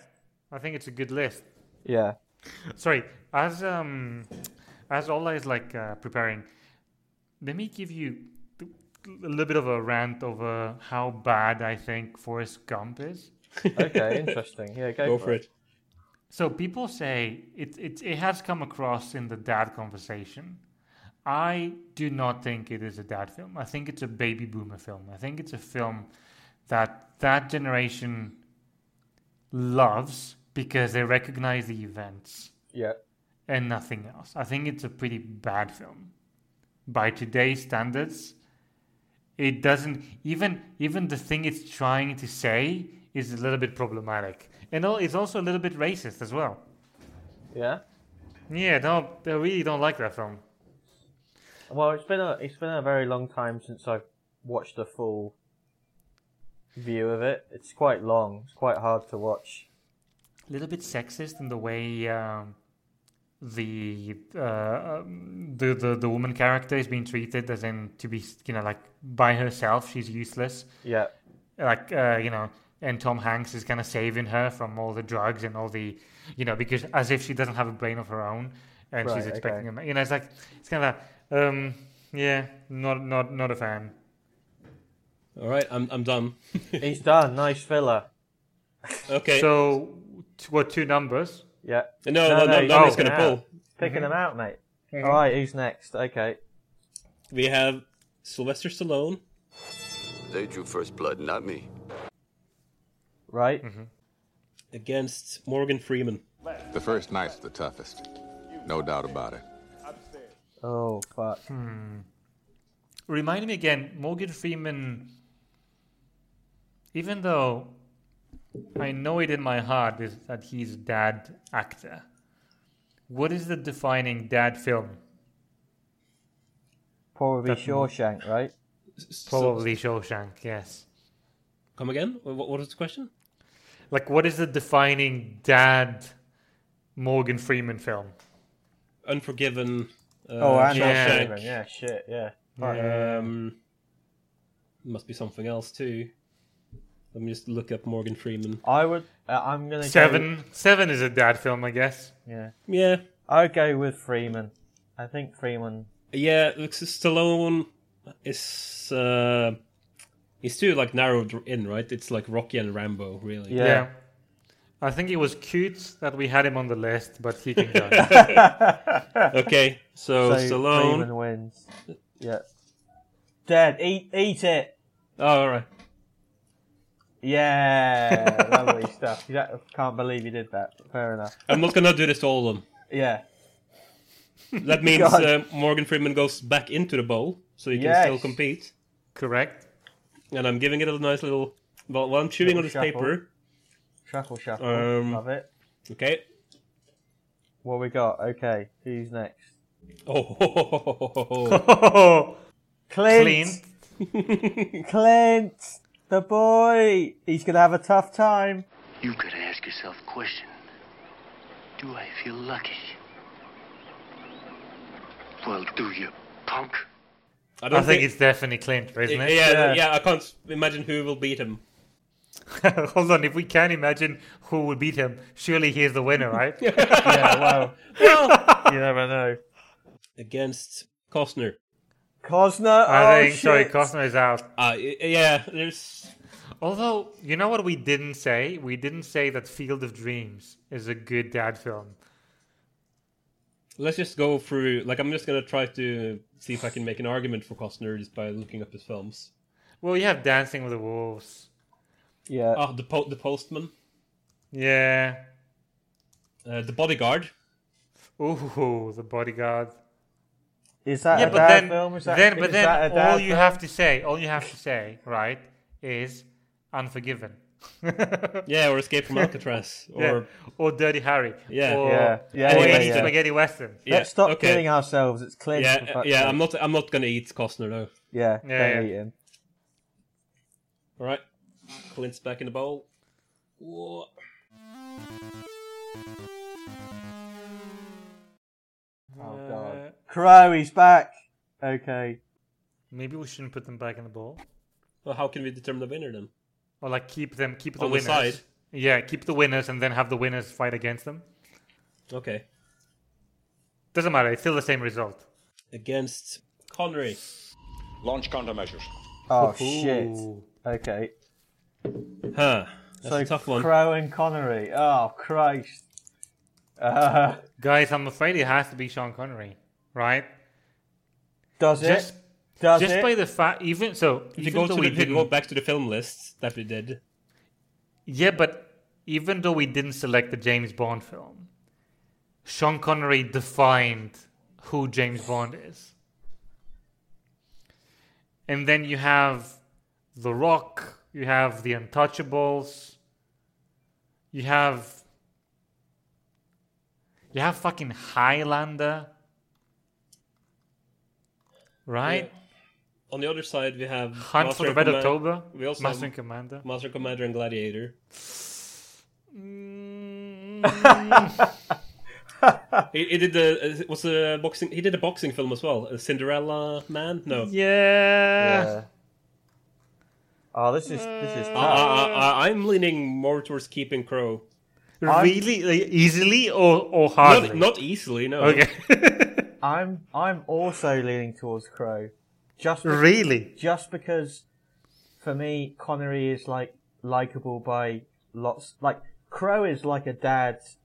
S2: I think it's a good list. <laughs>
S3: yeah,
S2: Sorry, as um, as Ola is like uh, preparing, let me give you th- a little bit of a rant over how bad I think Forrest Gump is.
S3: okay, interesting. Yeah, go,
S1: Go for it.
S2: So people say it, it it has come across in the dad conversation. I do not think it is a dad film. I think it's a baby boomer film. I think it's a film that that generation loves because they recognize the events
S3: Yeah,
S2: and nothing else. I think it's a pretty bad film. By today's standards, it doesn't even even the thing it's trying to say is a little bit problematic. And al- it's also a little bit racist as well.
S3: yeah.
S2: Yeah, don't I really don't like that film.
S3: Well, it's been a it's been a very long time since I've watched a full view of it. It's quite long. It's quite hard to watch.
S2: A little bit sexist in the way um, the uh, um, the the the woman character is being treated, as in to be you know like by herself, she's useless.
S3: <laughs> Yeah,
S2: like uh, you know and tom hanks is kind of saving her from all the drugs and all the you know because as if she doesn't have a brain of her own and
S3: Right,
S2: she's
S3: okay.
S2: expecting him you know it's like it's kind of like um yeah not not not a fan
S1: All right, I'm I'm done.
S3: he's done. Nice filler.
S1: Okay.
S2: so t- what two numbers
S3: Yeah,
S1: no, no,
S3: no,
S1: no,
S3: no,
S1: no,
S3: you
S1: he's
S3: go
S1: gonna
S3: now.
S1: pull.
S3: picking them out, mate. All right, who's next? Okay.
S1: We have Sylvester Stallone.
S8: They drew first blood, not me.
S3: right?
S1: against Morgan Freeman.
S9: The first night's the toughest. No doubt about it.
S3: Oh fuck!
S2: remind me again morgan freeman even though i know it in my heart is that he's a dad actor what is the defining dad film
S3: Probably Shawshank, right?
S2: probably shawshank yes
S1: Come again? Wha- What, what was the question?
S2: Like, what is the defining dad Morgan Freeman film?
S1: Unforgiven. Uh,
S3: oh, and
S2: yeah.
S1: Shawshank.
S3: Shawshank. yeah, shit, yeah.
S1: Um, must be something else too. Let me just look up Morgan Freeman.
S3: I would. Uh, I'm gonna
S2: Seven. Seven is a dad film, I guess.
S3: Go, yeah,
S1: Yeah,
S3: I'd go with Freeman. I think Freeman.
S1: yeah. Looks Stallone is uh, he's too like narrowed in, right? It's like Rocky and Rambo, really.
S3: Yeah.
S2: I think it was cute that we had him on the list, but he can go.
S3: <laughs>
S1: Okay, so,
S3: so
S1: Stallone.
S3: Freeman wins. Yeah. Dad, eat eat it.
S1: Oh, all right.
S2: <laughs>
S3: Yeah, lovely stuff. You don't- can't believe you did that. Fair enough.
S1: I'm not gonna do this to all of them.
S3: Yeah. <laughs>
S1: That means
S3: God.
S1: uh, Morgan Freeman goes back into the bowl, so he can
S3: Yes.
S1: still compete.
S2: Correct?
S1: and I'm giving it a nice little. Well, while I'm chewing on
S3: Little
S1: this
S3: shuffle.
S1: paper,
S3: Shuffle, shuffle.
S1: Um,
S3: Love it.
S1: okay.
S3: What we got? Okay, who's next?
S1: <laughs> Oh,
S2: <laughs>
S3: Clint.
S2: Clean.
S3: <laughs> Clint, the boy. He's gonna have a tough
S2: <laughs>
S3: time.
S6: You've got to ask yourself a question. Do I feel lucky? Well, do you, punk?
S1: I
S2: I
S1: don't
S2: think it's definitely Clint, isn't
S1: Yeah,
S2: it?
S1: yeah,
S3: Yeah.
S1: I can't imagine who will beat him.
S2: <laughs> Hold on, if we can imagine who would beat him, surely he is the
S3: <laughs>
S2: winner, right?
S3: Oh, Yeah, wow. you never know.
S1: Against Costner.
S3: Cosner.
S2: I
S3: oh,
S2: think, sorry,
S3: shit.
S2: Costner is out.
S1: Uh, y- yeah, there's.
S2: Although, you know what we didn't say? We didn't say that Field of Dreams is a good dad film.
S1: Let's just go through. Like, I'm just gonna try to see if I can make an argument for Costner just by looking up his films.
S2: Well, you have Dancing with the Wolves.
S3: Yeah.
S2: Oh.
S1: Ah, the po- the Postman,
S2: Yeah.
S1: uh, the Bodyguard.
S2: Ooh, The Bodyguard.
S3: Is that
S2: yeah,
S3: a
S2: but
S3: bad
S2: then,
S3: film? Is that,
S2: then,
S3: is
S2: but
S3: that
S2: then,
S3: a bad
S2: all you
S3: film?
S2: have to say, all you have to say, right, is Unforgiven. <laughs>
S1: Yeah, or Escape
S3: <laughs>
S1: from Alcatraz,
S2: Yeah.
S1: or
S2: or Dirty Harry.
S1: Yeah.
S2: Or,
S3: Yeah. Yeah,
S2: or
S1: yeah,
S2: any
S1: yeah.
S2: spaghetti western.
S1: yeah,
S3: Let's stop
S1: okay.
S3: killing ourselves. It's clear.
S1: Yeah, uh, yeah. I'm not. I'm not gonna eat Costner though.
S3: Yeah,
S2: Yeah,
S3: don't
S2: yeah.
S3: eat him.
S1: All right, Clint's back in the bowl. Whoa.
S3: Oh
S2: Uh,
S3: god. Crow, he's back. Okay.
S2: Maybe we shouldn't put them back in the bowl,
S1: Well, how can we determine the winner then?
S2: or like keep them, keep the
S1: On the
S2: winners.
S1: side.
S2: Yeah, keep the winners, and then have the winners fight against them.
S1: Okay,
S2: Doesn't matter. It's still the same result.
S1: against Connery.
S10: Launch countermeasures.
S3: Oh shit.
S2: Ooh.
S3: Okay.
S1: Huh. That's
S3: so
S1: a tough one.
S3: Crow and Connery. Oh Christ. Uh,
S2: Guys, I'm afraid it has to be Sean Connery, right?
S3: does
S2: Just,
S3: it? Does
S2: just
S3: it?
S2: by the fact, even so,
S1: If you
S2: even
S1: go,
S2: though
S1: to
S2: we
S1: the, if you
S2: didn't,
S1: go back to the film lists that we did,
S2: yeah, but even though we didn't select the James Bond film, Sean Connery defined who James Bond is. And then you have The Rock, you have The Untouchables, you have you have fucking Highlander. Right?
S1: on the other side we have
S2: Hunt for the Red
S1: and Comman-
S2: October,
S1: We also
S2: Master and
S1: have <laughs>
S2: Commander.
S1: Master and Commander and Gladiator.
S2: Mm,
S1: He, he did the uh, was a boxing. He did a boxing film as well. A Cinderella Man. No,
S2: yeah.
S3: Yeah. Oh, this is this is
S2: Uh.
S1: I,
S3: tough.
S1: I, I, I'm leaning more towards keeping Crow.
S2: Really like, easily or or hardly?
S1: Not, not easily. No.
S2: <laughs> okay.
S3: I'm I'm also leaning towards Crow, just be-
S2: really?
S3: just because for me Connery is like likable by lots. Like Crow is like a dad's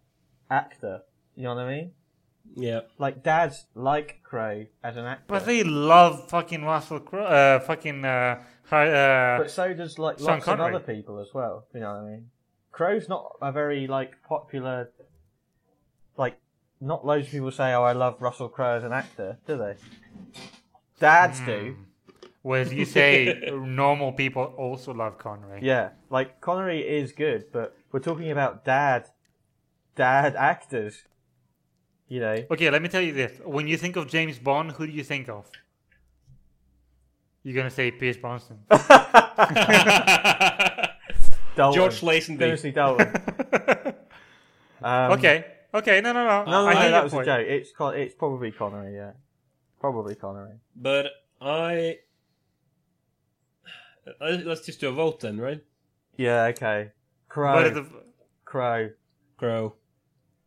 S3: actor. You know what I mean?
S1: Yeah.
S3: Like dads like Crow as an actor,
S2: <laughs> But they love fucking Russell Crowe. Uh, fucking uh, hi- uh,
S3: but so does like
S2: Sean
S3: lots of
S2: Connery.
S3: other people as well. You know what I mean? Crow's not a very like popular. Like, not loads of people say, "Oh, I love Russell Crowe as an actor," do they? Dads do.
S2: Hmm. whereas you say normal people also love Connery.
S3: Yeah, like Connery is good, but we're talking about dad, dad actors. You know,
S2: Okay, let me tell you this: when you think of James Bond, who do you think of? You're gonna say Pierce Brosnan.
S3: Dalton.
S1: <laughs> George Lazenby.
S3: Timothy
S2: <laughs>
S3: Dalton. um,
S2: okay, okay, no, no, no.
S3: No, no,
S2: I
S3: no,
S2: hear
S3: that
S2: your
S3: was
S2: point.
S3: a joke. It's Con- it's probably Connery. Yeah, probably Connery.
S1: But I. Uh, Let's just do a vote then, right?
S3: Yeah. Okay. Crow.
S2: But the-
S3: Crow.
S1: <laughs> Crow.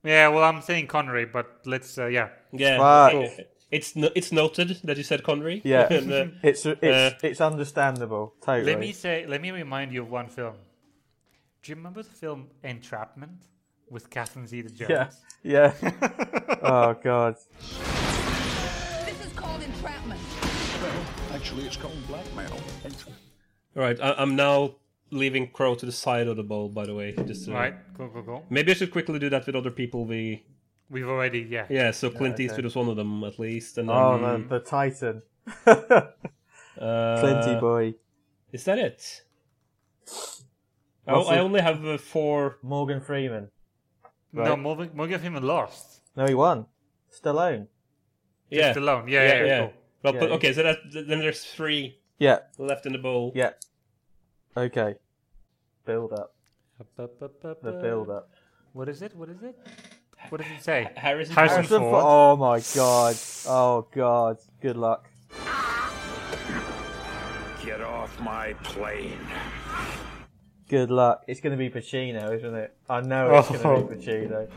S2: yeah, well, I'm saying Connery, but let's, uh, yeah.
S1: Yeah.
S3: Right.
S1: it- it's no, it's noted that you said Connery.
S3: Yeah.
S1: <laughs> And, uh,
S3: It's it's it's understandable. Totally.
S2: Let me say, let me remind you of one film. Do you remember the film Entrapment with Catherine Zeta-Jones?
S3: Yeah. Yeah.
S1: <laughs>
S3: oh God.
S7: This is called entrapment.
S10: Actually, it's called blackmail.
S1: All right. I, I'm now leaving Crow to the side of the bowl. By the way, just to,
S2: Right. Go go go.
S1: Maybe I should quickly do that with other people. We
S2: We've already yeah.
S1: yeah. So Clint Eastwood was one of them at least, and then,
S3: Oh, the, the
S1: <laughs>
S3: Titan.
S1: uh,
S3: Plenty boy.
S1: Is that it? I,
S3: What's
S1: I
S3: it?
S1: only have uh, four.
S3: Morgan Freeman.
S2: No,
S3: Right.
S2: Morgan, Morgan Freeman lost.
S3: No, he won. Stallone.
S1: Yeah.
S2: Stallone. Yeah,
S1: yeah.
S2: yeah,
S1: yeah.
S2: Cool.
S1: Well, but-
S3: Yeah.
S1: okay, so that then there's three
S3: Yeah.
S1: left in the bowl.
S3: Yeah. Okay. Build up. The
S1: Uh,
S3: build up.
S2: What is it? What is it? What does it say?
S1: <laughs> Harrison.
S2: Harrison
S1: Ford.
S2: Harrison Ford. Ford.
S3: Oh my god. Oh god. Good luck.
S10: Get off my plane.
S3: Good luck. It's going to be Pacino, isn't it? I know it's
S2: Oh.
S3: going to be Pacino.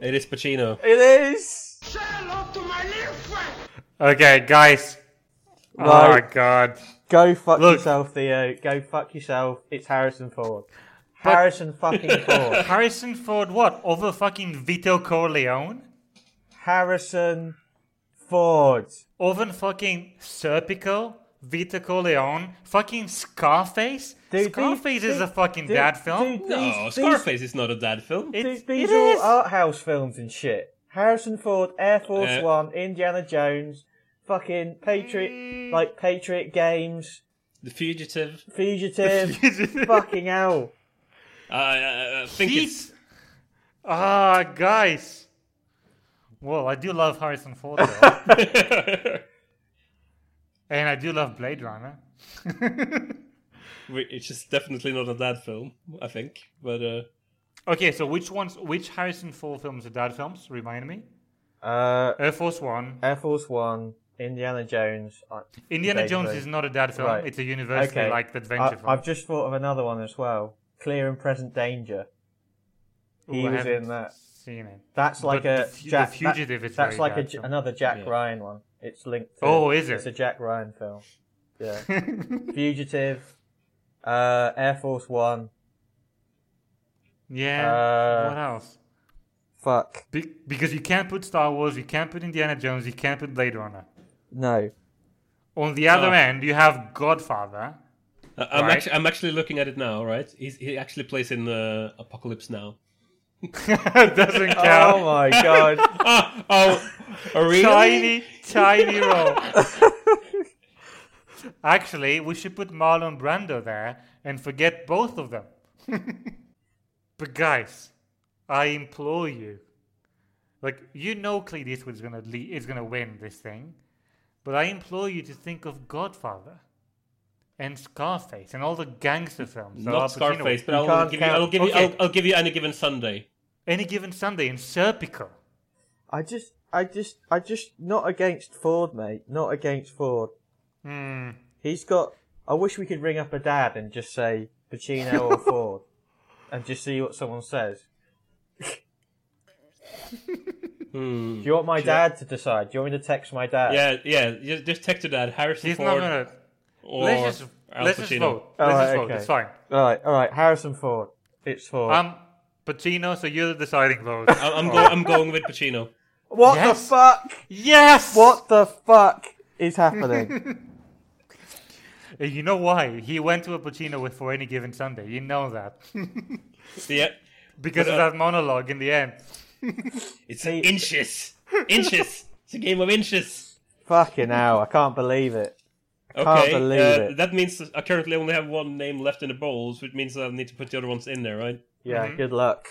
S1: It is Pacino.
S3: It is.
S2: Okay, guys. Oh my
S3: Right.
S2: god.
S3: Go fuck
S2: Look.
S3: yourself, Theo. Go fuck yourself. It's Harrison Ford. Harrison fucking
S2: <laughs>
S3: Ford.
S2: Harrison Ford, what? Over fucking Vito Corleone?
S3: Harrison Ford.
S2: Over fucking Serpico? Vito Corleone? Fucking Scarface?
S3: Dude,
S2: Scarface
S3: these-
S2: is a fucking
S3: dude,
S2: dad film.
S3: dude,
S1: No,
S3: these-
S1: Scarface is not a dad film.
S2: It's-
S3: Dude, these
S2: it
S3: are uh,
S2: is.
S3: all art house films and shit. Harrison Ford, Air Force
S1: Uh,
S3: One, Indiana Jones, fucking
S2: Mm.
S3: Patriot, like Patriot Games,
S1: The Fugitive.
S3: Fugitive, fucking hell.
S1: I- I I think it's. <laughs>
S2: These- Ah, guys. Well, I do love Harrison Ford, though. <laughs> and I do love Blade Runner.
S1: we- It's just definitely not a dad film, I think. But uh,
S2: Okay, so which ones, which Harrison Ford films are dad films? Remind me.
S3: Uh,
S2: Air Force One.
S3: Air Force One, Indiana Jones. I-
S2: Indiana
S3: Dave
S2: Jones
S3: Lee.
S2: is not a dad film.
S3: Right.
S2: It's a university
S3: Okay.
S2: like adventure
S3: I,
S2: film.
S3: I've just thought of another one as well. Clear and Present Danger.
S2: Ooh,
S3: he
S2: I
S3: was
S2: haven't
S3: in that.
S2: Seen it.
S3: That's like
S2: But
S3: a
S2: the, fu-
S3: Jack,
S2: the fugitive.
S3: that-
S2: is
S3: that's
S2: very
S3: like a
S2: bad
S3: J-
S2: film.
S3: another Jack
S1: Yeah.
S3: Ryan one. It's linked. To,
S2: Oh, is it?
S3: It's a Jack Ryan film.
S2: <laughs>
S3: Yeah. fugitive. Uh, Air Force One.
S2: yeah.
S3: Uh,
S2: what else?
S3: Fuck
S2: Be- because you can't put Star Wars, you can't put Indiana Jones, you can't put Blade Runner.
S3: no.
S2: On the other
S1: Oh.
S2: end, you have Godfather. <laughs>
S1: I- I'm,
S2: Right.
S1: actually, I'm actually looking at it now, right? He's, he actually plays in uh, Apocalypse Now.
S2: Doesn't count.
S3: <laughs> Oh my god.
S2: <laughs>
S1: Ah, oh, really?
S2: Tiny,
S1: <laughs>
S2: tiny role. Actually, we should put Marlon Brando there and forget both of them. <laughs> but guys, I implore you. Like you know, Clint Eastwood's gonna le- is gonna win this thing, but I implore you to think of Godfather and Scarface and all the gangster films. that Al
S1: Not
S2: Pacino was
S1: Scarface, but
S3: You
S1: I'll
S3: can't
S1: give you,
S3: count-
S1: I'll give you,
S2: Okay.
S1: I'll, I'll give you any given Sunday.
S2: Any given Sunday in Serpico.
S3: I just, I just, I just not against Ford, mate. Not against Ford.
S2: Hmm.
S3: He's got. I wish we could ring up a dad and just say
S2: <laughs>
S3: Pacino or Ford, and just see what someone says. Do you want my dad to decide? Do you want me to text my dad?
S1: Yeah, yeah. ju- Just text to that Harrison
S2: He's
S1: Ford
S2: not gonna.
S1: or
S2: Let's just,
S1: Al
S2: let's just
S1: Pacino.
S2: vote. Let's
S3: All
S2: just
S3: right,
S2: vote.
S3: okay.
S2: It's fine.
S3: All right, all right. Harrison Ford. It's Ford.
S2: Um, Pacino, so you're the deciding
S3: <laughs>
S2: vote. Oh.
S1: I- I'm, go- I'm going with
S2: <laughs>
S1: Pacino.
S3: what
S2: yes.
S3: the fuck?
S2: yes!
S3: What the fuck is happening?
S2: <laughs> Uh, You know why? He went to a Pacino with For Any Given Sunday. You know
S3: <laughs>
S2: that.
S1: Yeah,
S2: because of that monologue in the end.
S1: it's
S3: Hey.
S1: inches, inches. It's a game of inches.
S3: Fucking hell! I can't believe it.
S1: Okay,
S3: Can't believe
S1: uh,
S3: it.
S1: that means I currently only have one name left in the bowls, which means I need to put the other ones in there, right?
S3: Yeah.
S2: Mm-hmm.
S3: Good luck.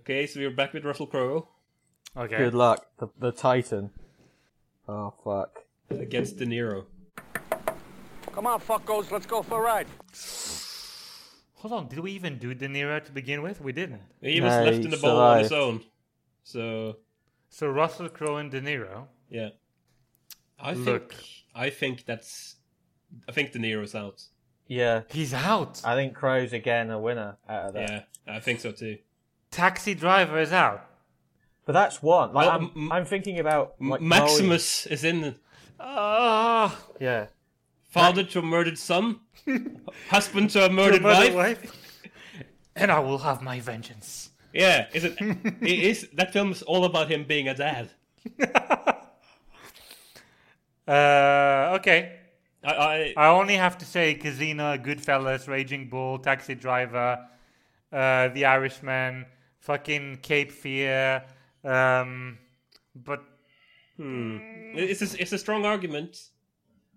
S1: Okay, so we're back with Russell Crowe
S2: Okay.
S3: Good luck. The, the Titan. Oh fuck.
S1: against De Niro.
S6: Come on, fuckos, let's go for a ride.
S2: Hold on, did we even do De Niro to begin with? We didn't.
S1: He was
S3: No,
S1: left
S3: he
S1: in the bowl on his
S3: survived.
S1: own. So
S2: So Russell Crowe and De Niro.
S1: yeah, I think
S2: Look.
S1: I think that's I think De Niro's out.
S3: Yeah.
S2: He's out.
S3: I think Crow's again a winner out of that.
S1: Yeah, I think so too.
S2: Taxi driver is out.
S3: But that's one. Like
S1: Well,
S3: I'm,
S1: m-
S3: I'm thinking about like,
S1: Maximus is in.
S2: Ah,
S3: Molly. Yeah.
S1: Father to a murdered son, husband to a
S2: the
S1: murdered
S2: murdered
S1: wife.
S2: wife. and I will have my vengeance.
S1: Yeah, is
S2: <laughs>
S1: it, it is that film's all about him being a dad.
S2: Uh, okay.
S1: I, I
S2: I only have to say Casino, Goodfellas, Raging Bull, Taxi Driver, uh, The Irishman, fucking Cape Fear. Um, but
S1: it's a, it's a strong argument.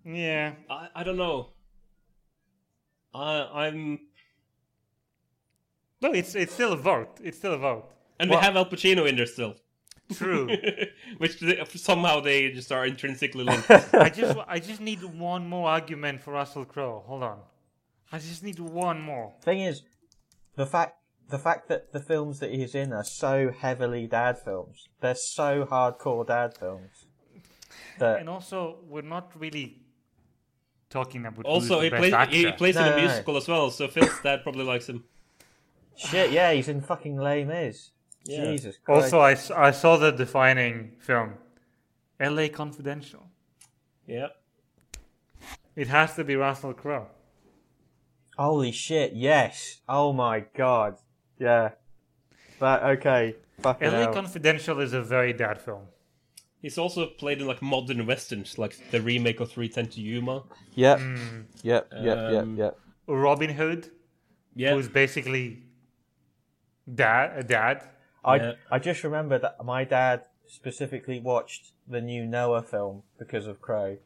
S2: yeah,
S1: I, I don't know. I I'm
S2: no, it's it's still a vote. It's still a vote.
S1: and
S2: Well-
S1: we have Al Pacino in there still, <laughs>
S2: True.
S1: which they, somehow they just are intrinsically
S2: <laughs>
S1: linked.
S2: I just wa- I just need one more argument for Russell Crowe. Hold on. I just need one more.
S3: Thing is, the fact the fact that the films that he's in are so heavily dad films. They're so hardcore dad films. That
S2: And also, we're not really talking about who's
S1: also,
S2: the
S1: he
S2: best
S1: plays
S2: actor.
S1: he plays
S3: No,
S1: in
S3: no,
S1: a
S3: no.
S1: musical as well, so Phil's dad probably likes him.
S3: shit. Yeah, he's in fucking Lame Is. Jesus Christ.
S2: Also, I, s- I saw the defining film, L.A. Confidential.
S1: Yeah,
S2: It has to be Russell Crowe.
S3: Holy shit! Yes. Oh my god. Yeah. That okay. Fucking
S2: LA
S3: hell.
S2: Confidential is a very dad film.
S1: He's also played in like modern westerns, like the remake of 310 to Yuma.
S3: Yep.
S4: Yep, yep, yep,
S1: Um,
S4: yep.
S2: Robin Hood,
S1: Yeah.
S2: who's basically dad, a dad.
S3: I
S1: Yeah.
S3: I just remember that my dad specifically watched the new Noah film because of Crow,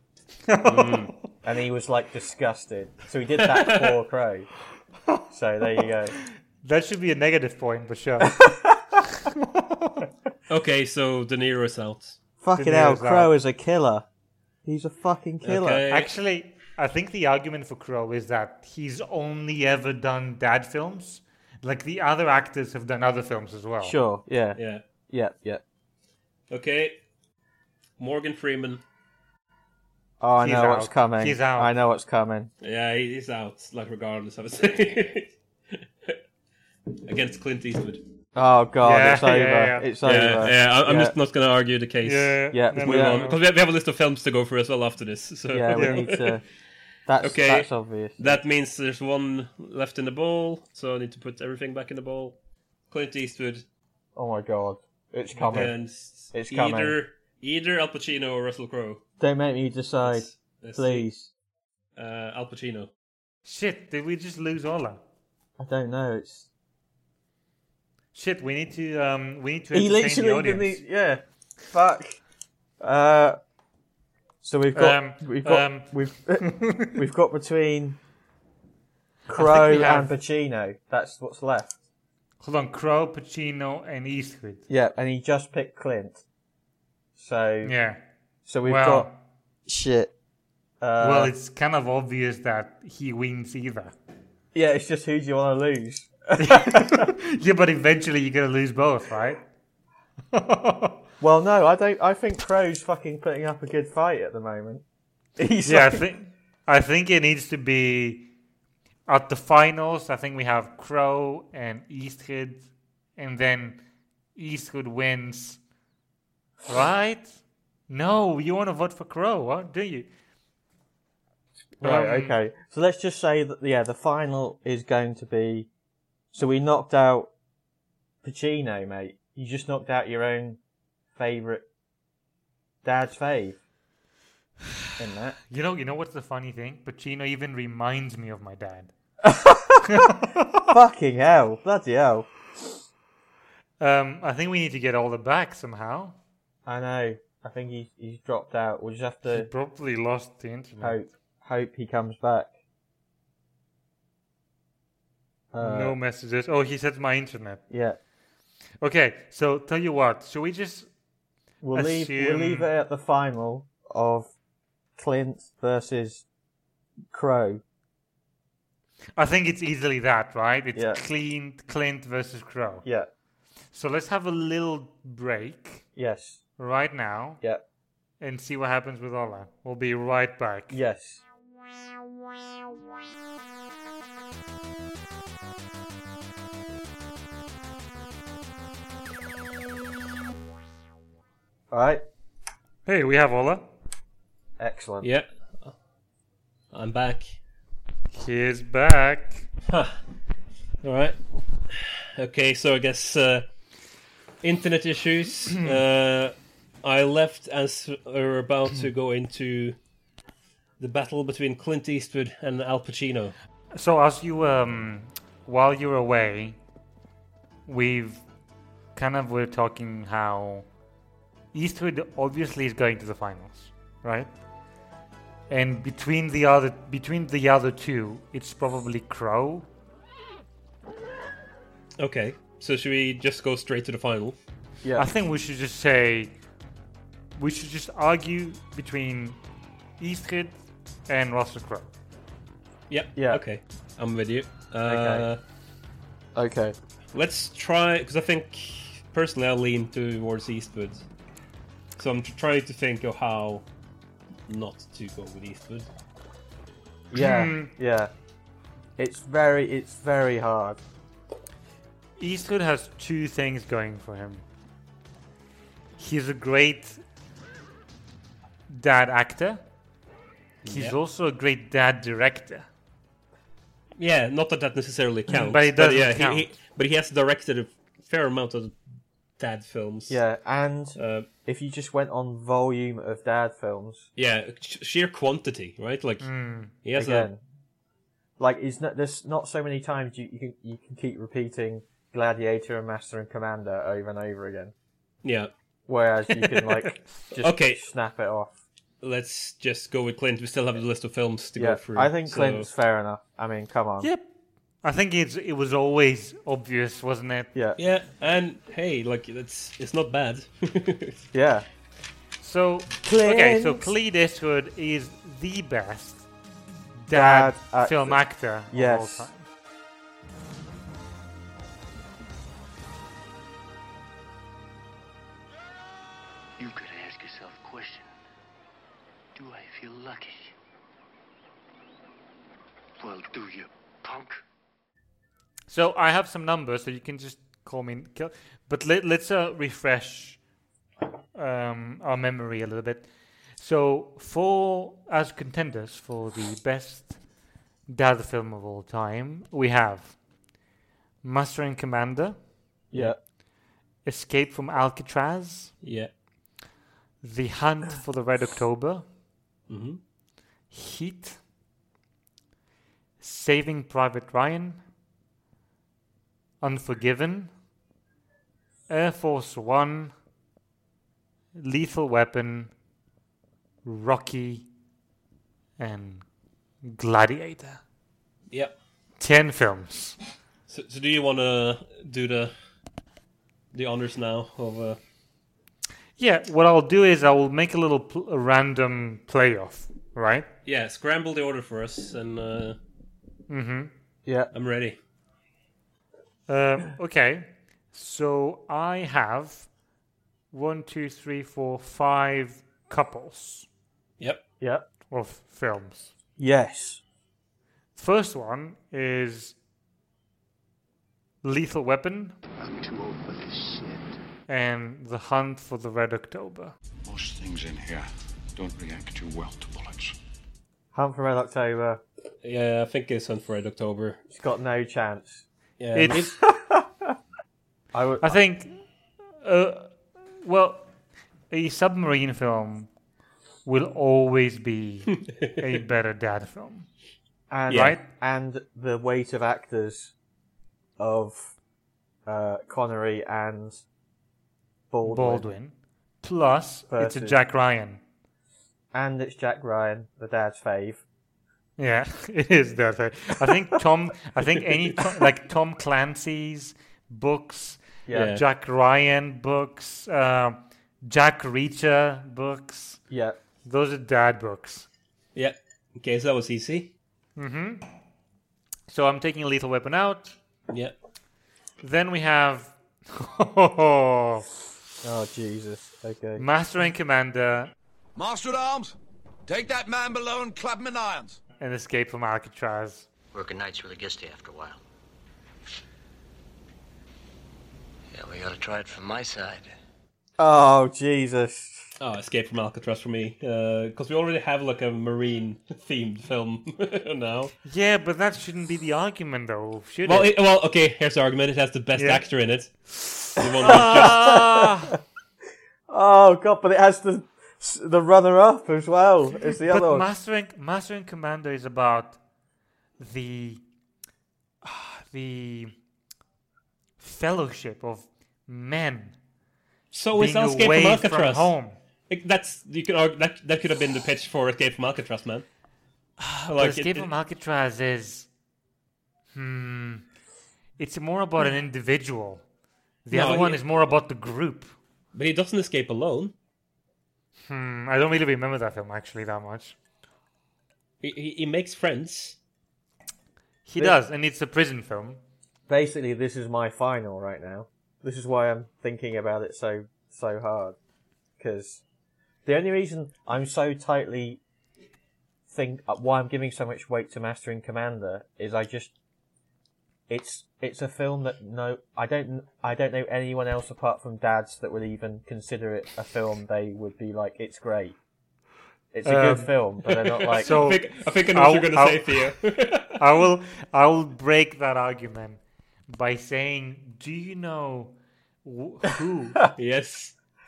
S3: Hmm. and he was like disgusted. So he did that <laughs> for Crow. So there you go.
S2: That should be a negative point, but
S3: <laughs>
S2: sure.
S1: Okay, so De Niro is out.
S3: Fucking
S2: Didn't
S3: hell,
S2: realize that.
S3: Crow is a killer. He's a fucking killer.
S1: Okay.
S2: Actually, I think the argument for Crow is that he's only ever done dad films. Like the other actors have done other films as well.
S3: Sure. Yeah.
S1: Yeah.
S3: Yep. Yep.
S1: Okay. Morgan Freeman.
S3: Oh, I
S2: He's
S3: know what's
S2: out.
S3: coming.
S2: He's out.
S3: I know what's coming.
S1: Yeah, he- he's out. Like regardless, I would say. <laughs> Against Clint Eastwood.
S3: Oh god,
S2: Yeah,
S3: it's over.
S2: yeah, yeah.
S3: It's over.
S1: Yeah, yeah. I, I'm
S3: Yeah.
S1: just not gonna argue the case.
S3: Yeah,
S2: no,
S1: Move
S2: no,
S1: on
S2: no.
S1: because we, have- we have a list of films to go through as well after this. <laughs> So
S3: Yeah, we
S2: Yeah.
S3: need
S2: <laughs>
S3: to. That's
S1: Okay.
S3: that's obvious.
S1: That means there's one left in the bowl, so I need to put everything back in the bowl. Clint Eastwood
S3: Oh my god, it's coming.
S1: and
S3: It's
S1: either
S3: coming.
S1: either Al Pacino or Russell Crowe.
S3: Don't make me decide,
S1: Let's- let's see.
S3: please.
S1: Uh, Al Pacino.
S2: Shit, did we just lose Ola?
S3: I don't know. It's
S2: Shit, we need to um we need to
S3: he
S2: entertain the
S3: literally
S2: audience.
S3: didn't. Yeah, fuck. Uh, so we've got
S2: Um,
S3: we've got
S2: um.
S3: we've <laughs> we've
S2: <laughs>
S3: got between Crow
S2: we have-
S3: and Pacino. That's what's left.
S2: Hold on, Crow, Pacino, and Eastwood.
S3: Yeah, and he just picked Clint. So
S2: Yeah.
S3: so we've
S2: well,
S3: got shit. Uh,
S2: well, it's kind of obvious that he wins either. <laughs>
S3: yeah, it's just who do you want to lose?
S2: yeah, but eventually you're gonna lose both, right?
S3: Well, no, I don't. I think Crow's fucking putting up a good fight at the moment. <laughs> He's
S2: yeah, I
S3: like-
S2: think I think it needs to be at the finals. I think we have Crow and Eastwood, and then Eastwood wins, right? No, you want to vote for Crow, huh? do you?
S3: right.
S2: Um,
S3: Okay, so let's just say that yeah, the final is going to be. So we knocked out Pacino, mate. You just knocked out your own favorite dad's fave. In <laughs> that,
S2: You know, you know what's the funny thing? Pacino even reminds me of my dad.
S3: fucking hell, bloody hell!
S2: Um, I think we need to get Ola back somehow.
S3: I know. I think he's he's dropped out. We'll just have
S2: He
S3: to
S2: probably lost the internet.
S3: hope hope he comes back. Uh,
S2: no messages. Oh, he said my internet.
S3: Yeah.
S2: Okay, so tell you what, should we just
S3: We'll leave. We'll
S2: assume-
S3: leave it at the final of Clint versus Crow.
S2: I think it's easily that, right? It's
S3: Yeah.
S2: Clint, Clint versus Crow.
S3: Yeah.
S2: So let's have a little break
S3: Yes.
S2: right now
S3: Yeah.
S2: and see what happens with Ola. We'll be right back.
S3: Yes. All right.
S2: Hey, we have Ola.
S3: Excellent.
S1: Yeah. I'm back.
S2: He is back.
S1: All right. Okay, so I guess uh, internet
S3: <clears throat>
S1: issues. uh, I left as we were about to go into the battle between Clint Eastwood and Al Pacino.
S2: So as you um while you're away, we've kind of we're talking how Eastwood obviously is going to the finals, right? And between the other between the other two, it's probably Crow.
S1: Okay, so should we just go straight to the final?
S2: I think we should just say we should just argue between Eastwood and Russell Crowe.
S1: Yep.
S3: Yeah.
S1: Okay, I'm with you. Uh,
S3: Okay. Okay.
S1: Let's try because I think personally I lean towards Eastwood, so I'm tr- trying to think of how not to go with Eastwood.
S3: Yeah. yeah. It's very. It's very hard.
S2: Eastwood has two things going for him. He's a great dad actor, He's
S1: Yeah.
S2: also a great dad director.
S1: Yeah, not that that necessarily counts.
S2: But it doesn't
S1: yeah,
S2: count.
S1: He, he, but he has directed a fair amount of dad films.
S3: Yeah, and if you just went on volume of dad films
S1: Yeah, sh- sheer quantity, right? Like he has
S3: Hmm. again, like is not there's not so many times you, you can you can keep repeating Gladiator and Master and Commander over and over again,
S1: a yeah.
S3: whereas you
S1: <laughs>
S3: can like just
S1: Okay.
S3: snap it off.
S1: Let's just go with Clint. We still have a list of films to
S3: Yeah,
S1: go through.
S3: I think
S1: so-
S3: Clint's fair enough. I mean, come on.
S2: Yep. I think it's it was always obvious, wasn't it?
S3: Yeah,
S1: Yeah, and hey, like it's it's not bad. <laughs>
S3: yeah.
S2: So okay, so
S3: Clint.
S2: Clint Eastwood is the best dad,
S3: Dad actor.
S2: film actor
S3: Yes.
S2: of all time.
S6: You could ask yourself a question. Do I feel lucky? Well, do you, punk?
S2: So I have some numbers, so you can just call me. and Kill. But let, let's uh, refresh um, our memory a little bit. So for as contenders for the best dad film of all time, we have Master and Commander,
S3: Yeah,
S2: Escape from Alcatraz,
S1: yeah.
S2: The Hunt for the Red October,
S1: Mhm.
S2: Heat, Saving Private Ryan, Unforgiven, Air Force One, Lethal Weapon, Rocky, and Gladiator.
S1: Yep.
S2: Ten films.
S1: So, so do you want to do the the honors now of uh,
S2: Yeah, what I'll do is I will make a little pl- a random playoff, right?
S1: yeah, scramble the order for us and uh,
S3: yeah.
S1: I'm ready.
S2: Um, okay, so I have one, two, three, four, five couples
S1: Yep.
S3: Yeah.
S2: of films.
S3: Yes.
S2: First one is Lethal Weapon
S5: I'm too old for this shit.
S2: and The Hunt for the Red October.
S10: Most things in here don't react too well to bullets.
S3: Hunt for Red October.
S1: Yeah, I think it's on for Red October.
S3: It's got no chance.
S1: Yeah,
S2: It's, <laughs>
S3: I would.
S2: I think, uh, well, a submarine film will always be a better dad film.
S3: and
S1: Yeah. Right.
S3: and the weight of actors of uh, Connery and Baldwin,
S2: Baldwin. Plus, it's a
S3: Versus-
S2: Jack Ryan.
S3: and it's Jack Ryan, the dad's fave.
S2: Yeah, <laughs> it is that. I I think Tom. I think any Tom- like Tom Clancy's books, uh,
S3: Yeah.
S1: Yeah.
S2: Jack Ryan books, uh, Jack Reacher books.
S3: Yeah,
S2: Those are dad books.
S1: yeah. Okay, so that was easy.
S2: So I'm taking Lethal Weapon out.
S1: Yeah.
S2: Then we have <laughs>
S3: Oh Jesus. Okay.
S2: Master and Commander
S9: Master at arms, take that man below and clap him in irons.
S2: and Escape from Alcatraz.
S6: Working nights really gets to you after a while. Yeah, we gotta try it from my side.
S3: Oh Jesus.
S1: Oh, Escape from Alcatraz for me, because we already have like a marine <laughs> themed film <laughs> now.
S2: Yeah, but that shouldn't be the argument, though, should
S1: Well,
S2: it?
S1: it, well, okay. Here's the argument: it has the best
S2: Yeah.
S1: actor in
S2: <laughs>
S1: it. The one with just-
S2: Ah,
S3: Oh God, but it has the the runner up as well. It's the other
S2: but
S3: one.
S2: Master and, Master and Commander is about the ah, the fellowship of men
S1: so is
S2: being
S1: Escape
S2: away
S1: from
S2: from,
S1: Alcatraz.
S2: home.
S1: Like, that's you could argue, that that could have been the pitch for Escape from Alcatraz,
S2: <sighs>
S1: man.
S2: But
S1: Like, it-
S2: Escape
S1: it-
S2: from Alcatraz is hmm, it's more about an individual. The
S1: No,
S2: other one
S1: he-
S2: is more about the group.
S1: but he doesn't escape alone.
S2: Hmm, I don't really remember that film actually that much.
S1: He, he, he makes friends.
S2: He does, and it's a prison film.
S3: Basically, this is my final right now. This is why I'm thinking about it so so hard because the only reason I'm so tightly think uh, why I'm giving so much weight to Master and Commander is I just it's it's a film that no I don't I don't know anyone else apart from dads that would even consider it a film they would be like it's great It's a
S2: Um,
S3: good film, but they're
S1: <laughs>
S3: not like.
S2: so
S1: I think- I think I know what you're gonna say, Theo. <laughs>
S2: I will. I will break that argument by saying, "Do you know wh- who
S3: <laughs>
S1: yes.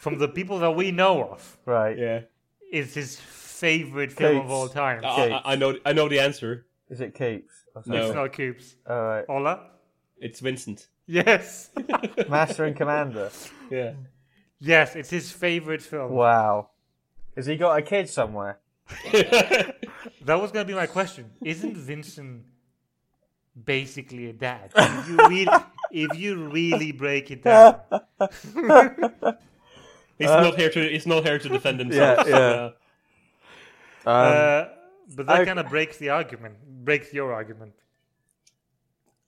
S2: from the people that we know of
S3: right.
S1: Yeah.
S2: is his favorite film of
S3: Coots.
S2: all time?"
S1: I, I, I know. I know the answer.
S3: Is it Keeps?
S1: No.
S3: Or
S2: It's
S3: something?
S2: not Coops.
S3: Alright.
S2: Ola.
S1: It's Vincent.
S3: <laughs>
S2: Yes.
S3: Master and Commander.
S1: Yeah.
S2: yes. It's his favorite film.
S3: Wow. Has he got a kid somewhere?
S2: That was gonna be my question. Isn't Vincent basically a
S3: <laughs>
S2: dad? If you really, if you really break it
S3: <laughs>
S2: down,
S1: <laughs> He's not here to. He's not here to defend himself.
S3: Uh, yeah, yeah.
S1: Uh,
S2: uh, but that
S3: I-
S2: kind of breaks the argument. Breaks your argument.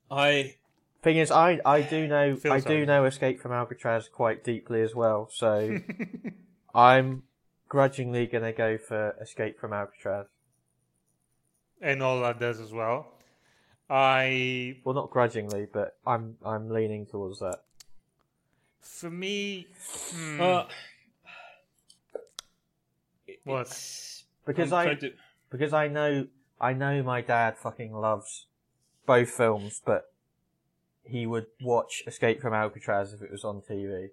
S1: I.
S3: Thing is, I,
S2: <laughs>
S3: I do know
S2: Feels
S3: I
S2: sorry.
S3: do know Escape from Alcatraz quite deeply as well,
S2: <laughs>
S3: so I'm grudgingly gonna go for Escape from Alcatraz.
S2: and all that does as well. I,
S3: Well, not grudgingly, but I'm I'm leaning towards that.
S2: for me, hmm,
S1: Uh,
S2: what?
S1: I'm
S3: Because I
S1: trying to.
S3: because I know I know my dad fucking loves both films, but he would watch Escape from Alcatraz if it was on TV. It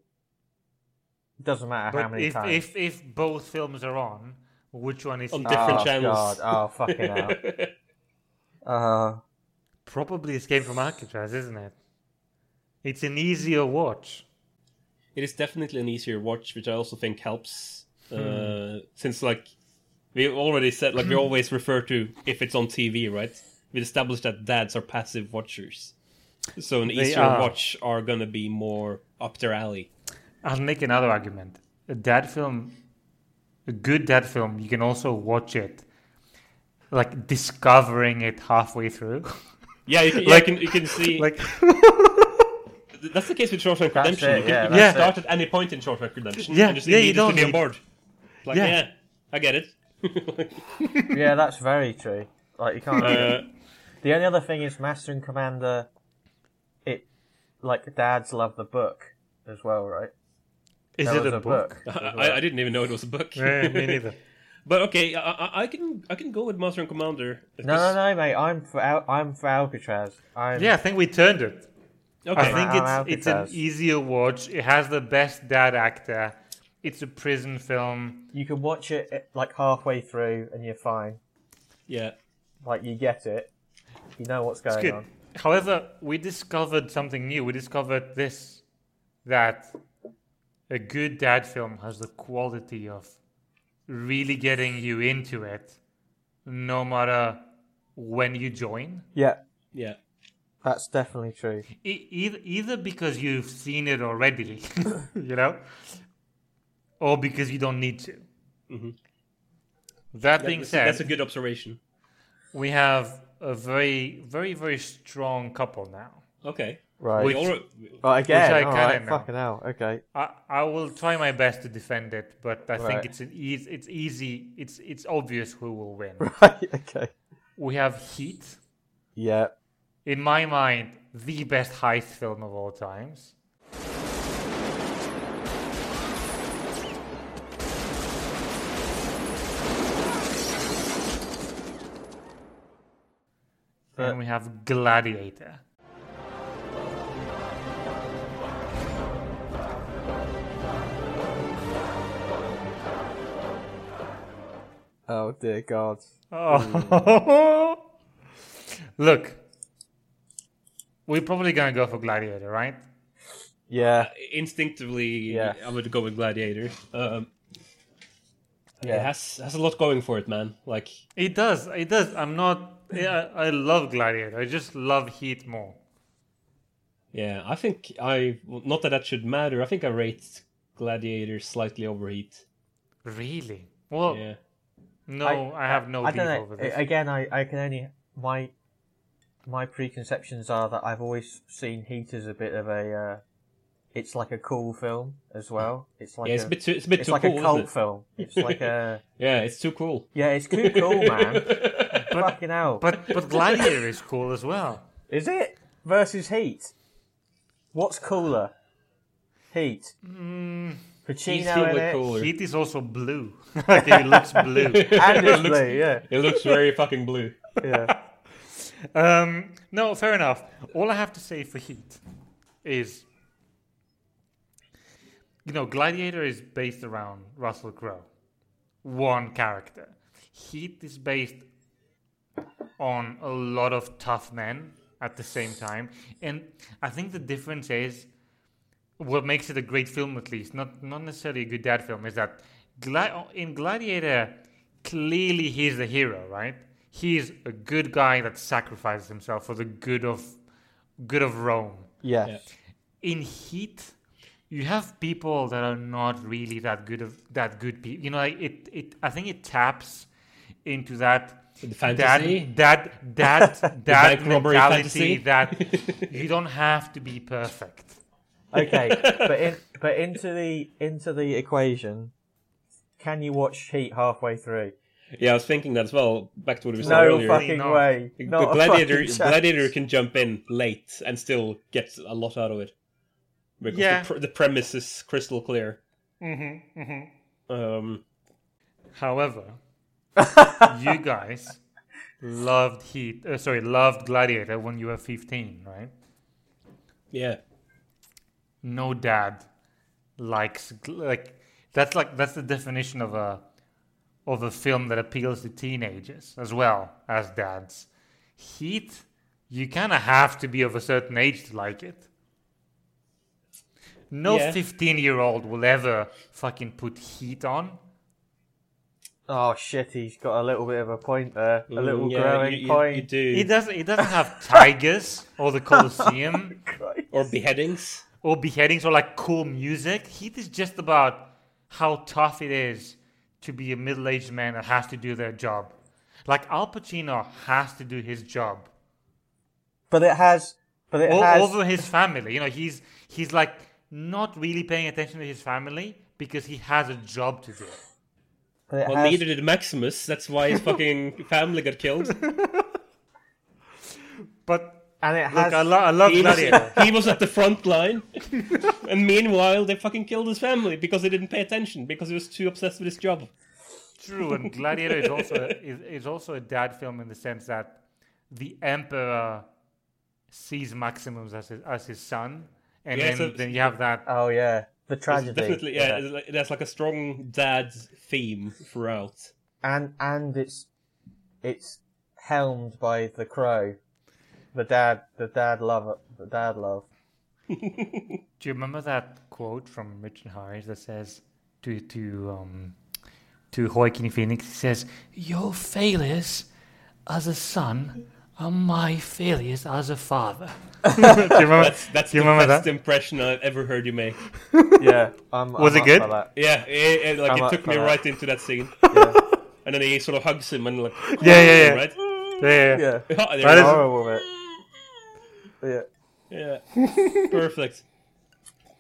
S3: doesn't matter how
S2: But
S3: many
S2: if,
S3: times.
S2: if if both films are on, which one is
S1: On
S2: it?
S1: different
S3: oh,
S1: channels.
S3: God. Oh, fucking
S2: <laughs>
S3: hell. Uh,
S2: probably Escape from Alcatraz, isn't it? It's an easier watch.
S1: <laughs> it is definitely an easier watch, which I also think helps. Uh, since like we already said, like we always refer to if it's on TV, right? We established that dads are passive watchers, so an easier
S2: are.
S1: watch are gonna be more up their alley.
S2: I'll make another argument. A dad film, a good dad film, you can also watch it, like discovering it halfway through.
S1: Yeah, you can, yeah,
S2: Like-
S1: you can, you can
S3: <laughs>
S1: see
S2: <laughs> like,
S1: that's the case with Shawshank Redemption.
S3: it,
S1: you can,
S3: yeah,
S1: you can
S2: that's
S1: start at any point in Shawshank Redemption.
S2: Yeah,
S1: and just
S2: yeah, you
S1: immediately
S2: don't
S1: be on
S2: need-
S1: board. Like,
S2: Yeah.
S1: yeah. I get it. <laughs>
S3: yeah, that's very true. Like you can't.
S1: Uh,
S3: The only other thing is Master and Commander. It like dads love the book as well, right?
S2: is
S3: There
S2: it
S3: was
S2: a book?
S1: I, I didn't even know it was a book.
S2: Yeah, me <laughs> neither.
S1: <laughs> But okay, I, I- I can I can go with Master and Commander.
S3: No, no, no, mate. I'm for Al- I'm for Alcatraz. I'm,
S2: Yeah, I think we turned it.
S1: no.
S2: I
S1: Okay.
S2: think
S3: I'm out
S2: it's it's an
S3: because-
S2: easier watch. It has the best dad actor. It's a prison film.
S3: You can watch it eh, like halfway through, and you're fine.
S1: Yeah.
S3: Like you get it. You know what's going
S2: It's good.
S3: on.
S2: However, we discovered something new. We discovered this that a good dad film has the quality of really getting you into it no matter when you join.
S3: Yeah,
S1: Yeah.
S3: that's definitely true.
S2: E- either, either because you've seen it already, <laughs> you know, or because you don't need to. That being
S1: That's,
S2: said,
S1: that's a good observation.
S2: we have a very, very, very strong couple now.
S1: Okay.
S3: Right.
S1: We alre-
S3: but again,
S2: which I
S3: all
S2: kinda
S3: right,
S2: know.
S3: fucking hell. Okay. <laughs>
S2: I, I will try my best to defend it, but I think
S3: Right.
S2: it's an easy, it's easy, it's it's obvious who will win.
S3: okay.
S2: we have Heat,
S3: Yeah.
S2: in my mind, the best heist film of all times. and we have Gladiator.
S3: Oh dear God.
S2: Oh. <laughs> Look, we're probably gonna go for Gladiator, right?
S3: Yeah.
S1: instinctively,
S3: Yeah.
S1: I would go with Gladiator. Um,
S3: Yeah.
S1: It has has a lot going for it, man. Like
S2: It does. It does. I'm not. Yeah, I I love Gladiator. I just love Heat more.
S1: Yeah, I think I not that that should matter. I think I rate Gladiator slightly over Heat.
S2: Really?
S3: Oh,
S2: Well,
S1: Yeah,
S2: no, I, have no
S3: I
S2: beef
S3: don't
S2: over
S3: know.
S2: this.
S3: Again, I, I can only my my preconceptions are that I've always seen Heat as a bit of a. Uh, it's like a cool film as well. It's like
S1: yeah, it's
S3: a,
S1: a bit too, it's a bit
S3: it's
S1: too
S3: like
S1: cool.
S3: a
S1: isn't
S3: cult
S1: it?
S3: film. It's like
S1: <laughs>
S3: a
S1: Yeah, it's too cool.
S3: yeah, it's too cool, man.
S1: <laughs>
S3: Fucking hell!
S2: but
S3: <laughs>
S2: but Gladiator is cool as well.
S3: is it
S1: Mm,
S3: versus Heat? What's cooler, Heat?
S1: He's
S3: Pacino
S1: still
S3: in
S1: way
S3: it.
S1: cooler.
S2: Heat is also blue. <laughs> like it looks blue.
S3: <laughs> And it's
S1: <laughs> It looks-
S3: blue, yeah.
S1: It
S3: <laughs>
S1: looks very fucking blue.
S3: Yeah.
S2: Um, no, fair enough. All I have to say for Heat is, you know, Gladiator is based around Russell Crowe, one character. Heat is based on a lot of tough men at the same time, and I think the difference is what makes it a great film, at least not not necessarily a good dad film, is that Gla- in Gladiator, clearly he's the hero, right? He's a good guy that sacrifices himself for the good of good of Rome.
S3: Yes.
S2: In Heat, you have people that are not really that good of that good people. You know, like it it I think it taps into that
S1: The fantasy?
S2: that
S1: <laughs>
S2: that that, that
S1: bank robbery
S2: mentality
S1: fantasy? <laughs>
S2: that you don't have to be perfect.
S3: Okay, but in, but into the into the equation, can you watch Heat halfway through?
S1: Yeah, I was thinking that as well. Back to what we said
S3: No
S1: earlier.
S3: fucking
S2: not.
S3: way.
S1: The
S3: Not a
S1: gladiator,
S3: fucking chance.
S1: gladiator can jump in late and still get a lot out of it because
S2: Yeah.
S1: the, pr- the premise is crystal clear. Mm-hmm, mm-hmm. Um,
S2: However, you guys loved Heat. Uh, sorry, loved Gladiator when you were fifteen, right?
S1: yeah,
S2: No dad likes gl- like that's like that's the definition of a of a film that appeals to teenagers as well as dads. Heat, you kind of have to be of a certain age to like it. No
S1: Yeah.
S2: fifteen-year-old will ever fucking put heat on.
S3: Oh shit, he's got a little bit of a point there. A little
S1: Mm, yeah,
S3: growing
S1: you, you-
S3: point.
S1: you do,
S2: It doesn't. It doesn't have tigers or the Colosseum.
S1: or beheadings.
S2: or beheadings or like cool music. Heat is just about how tough it is to be a middle aged man that has to do their job. Like Al Pacino has to do his job
S3: But it has but it
S2: all
S3: has
S2: over his family. You know, he's he's like not really paying attention to his family because he has a job to do.
S3: but it
S1: Well,
S3: has
S1: neither did Maximus. That's why his
S2: <laughs>
S1: fucking family got killed.
S2: But
S3: and it
S2: look,
S3: has
S2: I, lo- I love
S1: He was,
S2: Gladiator.
S1: he was at the front
S2: <laughs>
S1: line, and meanwhile they fucking killed his family because they didn't pay attention because he was too obsessed with his job.
S2: True,
S3: <laughs>
S2: and Gladiator is also a, is, is also a dad film in the sense that the emperor sees Maximus as his, as his son, and
S1: Yeah,
S2: then,
S1: so-
S2: then you have that.
S3: Oh yeah. The
S1: It's
S3: tragedy.
S1: Definitely, yeah. it's like- There's like a strong dad theme throughout.
S3: And and it's it's helmed by the crow. The dad the dad love the
S1: <laughs>
S3: dad love.
S2: Do you remember that quote from Richard Harris that says to to um, to Joaquin Phoenix? He says, "Your failures as a son are my failures as a father." <laughs> Do you remember?
S1: That's that's
S2: Do you
S1: the
S2: remember
S1: best
S2: that?
S1: impression I've ever heard you make.
S3: Yeah. I'm,
S2: Was
S3: I'm
S2: it
S3: up
S2: good?
S3: for that.
S1: Yeah, it, it, like
S3: I'm
S1: it
S3: up
S1: took
S3: for
S1: me
S3: that.
S1: right into that
S2: <laughs>
S1: scene. And then he sort of hugs him and like,
S2: Yeah, yeah, yeah.
S1: right?
S2: Yeah, yeah.
S3: Yeah.
S1: Oh,
S2: That is-
S1: there
S3: Horrible bit. Yeah.
S1: it is. Yeah, perfect.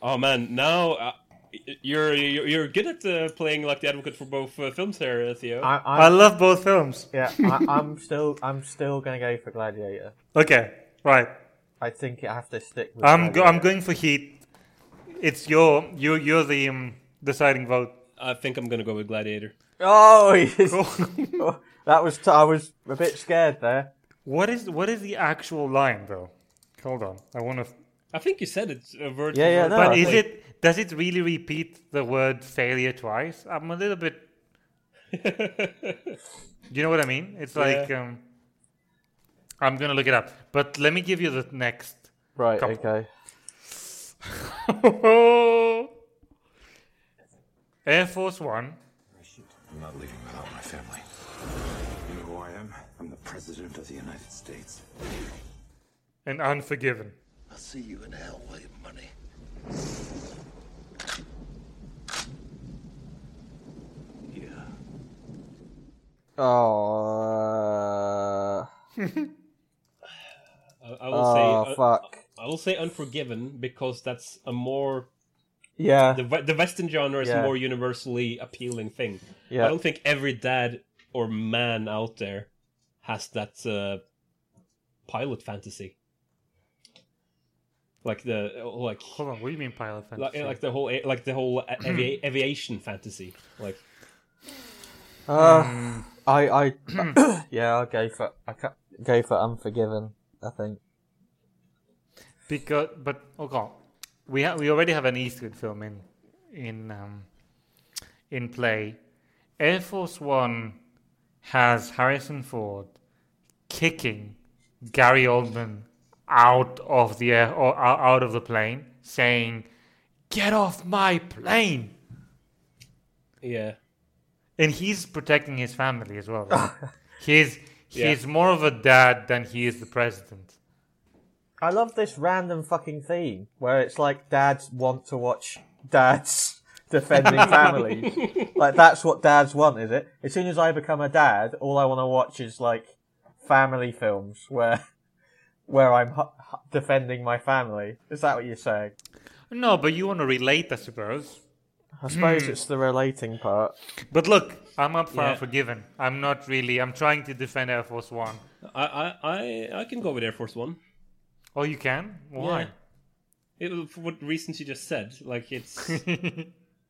S1: Oh man, now uh, y- you're you're you're good at uh, playing like the advocate for both uh, films there, uh, Theo.
S3: I,
S2: I
S3: I'm,
S2: love both films.
S3: yeah, I, I'm still, I'm still gonna go for Gladiator.
S2: Okay, right.
S3: I think I have to stick with.
S2: I'm go-
S3: Gladiator.
S2: I'm going for Heat. It's your you you're the um, deciding vote. <laughs>
S1: I think I'm gonna go with Gladiator.
S3: Oh, yes. <laughs> that was. T- I was a bit scared there.
S2: What is what is the actual line though? Hold on, I want to.
S1: I think you said it. Uh, word
S3: Yeah,
S1: for
S3: yeah,
S1: word.
S3: no,
S2: But
S3: I
S2: is
S3: think-
S2: it does it really repeat the word failure twice? I'm a little bit. you know what I mean? It's like um, I'm gonna look it up. But let me give you the next. <laughs>
S3: Right.
S2: Couple.
S3: Okay.
S2: Air Force One.
S10: Oh, I'm not leaving without my family. You know who I am? I'm the President of the United States.
S2: and Unforgiven.
S10: I'll see you in hell, William Money. Yeah.
S3: Oh.
S1: <laughs> I, I will
S3: Oh
S1: say. uh,
S3: fuck.
S1: I will say Unforgiven because that's a more
S3: Yeah.
S1: the we- the Western genre is
S3: Yeah.
S1: a more universally appealing thing. I
S3: Yeah.
S1: don't think every dad or man out there has that uh, pilot fantasy. like the like. Hold
S2: on, what do you mean pilot
S1: Like,
S2: fantasy?
S1: like the whole a- like the whole a- <clears throat> avi- aviation fantasy, like
S2: Hmm.
S3: Uh, I, <coughs> I, yeah, I'll go for, I ca- go for Unforgiven. I think.
S2: Because, but oh god, we ha- we already have an Eastwood film in in um, in play. Air Force One has Harrison Ford kicking Gary Oldman out of the air or out out of the plane, saying, "Get off my plane!"
S1: Yeah,
S2: and he's protecting his family as well. right? he's
S1: Yeah.
S2: he's more of a dad than he is the president.
S3: I love this random fucking theme where it's like dads want to watch dads <laughs> defending families. like that's what dads want, is it? As soon as I become a dad, all I want to watch is like family films where <laughs> where I'm hu- hu- defending my family. Is that what you're saying?
S2: No, but you want to relate, I suppose.
S3: I suppose it's the relating part.
S2: But look, I'm up for
S1: Yeah.
S2: Unforgiven. I'm not really. I'm trying to defend Air Force One.
S1: I I I, I can go with Air Force One.
S2: Oh, you can? Why?
S1: It, for what reasons you just said, like <laughs> it's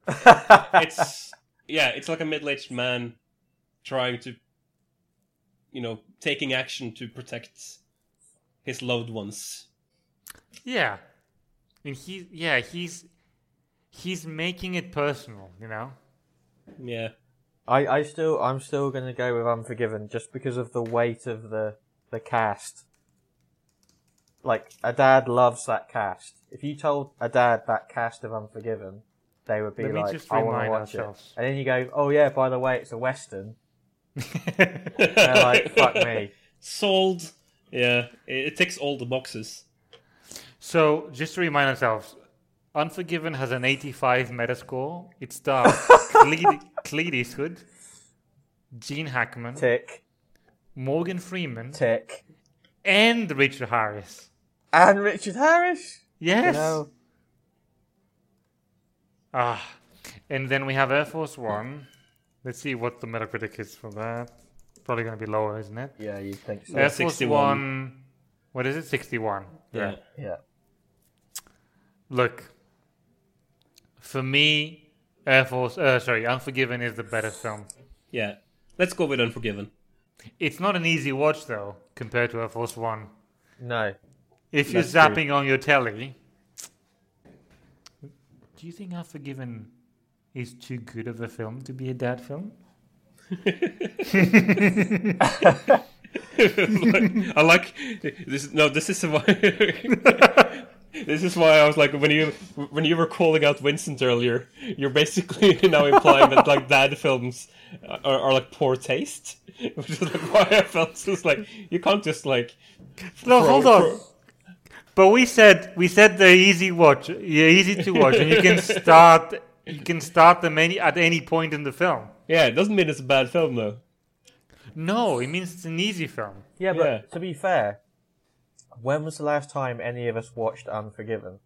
S1: it's yeah, it's like a middle-aged man trying to, you know, taking action to protect his loved ones.
S2: Yeah. And he, yeah, he's he's making it personal, you know.
S1: Yeah,
S3: I, I still I'm still gonna go with Unforgiven just because of the weight of the the cast. Like a dad loves that cast. If you told a dad that cast of Unforgiven, they would be
S2: Let me
S3: like,
S2: just
S3: "I want to
S2: remind
S3: watch
S2: ourselves.
S3: it." And then you go, "Oh yeah, by the way, it's a western." They're
S2: <laughs>
S3: like, "Fuck me."
S1: <laughs> sold. Yeah, it, it ticks all the boxes.
S2: So just to remind ourselves, Unforgiven has an 85 Metascore. It stars Cleed, Cleed Eastwood, Gene Hackman,
S3: Tick,
S2: Morgan Freeman,
S3: tick,
S2: and Richard Harris.
S3: and Richard Harris. You
S2: Yes.
S3: know,
S2: Ah, and then we have Air Force One. Let's see what the Metacritic is for that. Probably going to be lower, isn't it?
S3: yeah, you think so?
S2: Air Force
S1: 61.
S2: One. What is it? Sixty-one.
S1: Yeah,
S3: Yeah.
S2: Look, for me, Air Force. Uh, sorry, Unforgiven is the better film.
S1: yeah. Let's go with Unforgiven.
S2: It's not an easy watch though, compared to Air Force One.
S3: No.
S2: If you're
S3: That's true.
S2: zapping on your telly, do you think Unforgiven is too good of a film to be a dad film?
S1: <laughs> I like this. No, this is why. <laughs> this is why I was like, when you when you were calling out Vincent earlier, you're basically <laughs> now implying that like bad films are, are like poor taste, <laughs> which is like why I felt just like you can't just like Pro-
S2: No, Oh, hold on.
S1: pro-
S2: But we said we said they're easy watch, yeah, easy to watch, and you can start you can start them any at any point in the film.
S1: yeah. It doesn't mean it's a bad film though.
S2: No, it means it's an easy film.
S3: Yeah, but
S1: Yeah.
S3: to be fair, when was the last time any of us watched Unforgiven?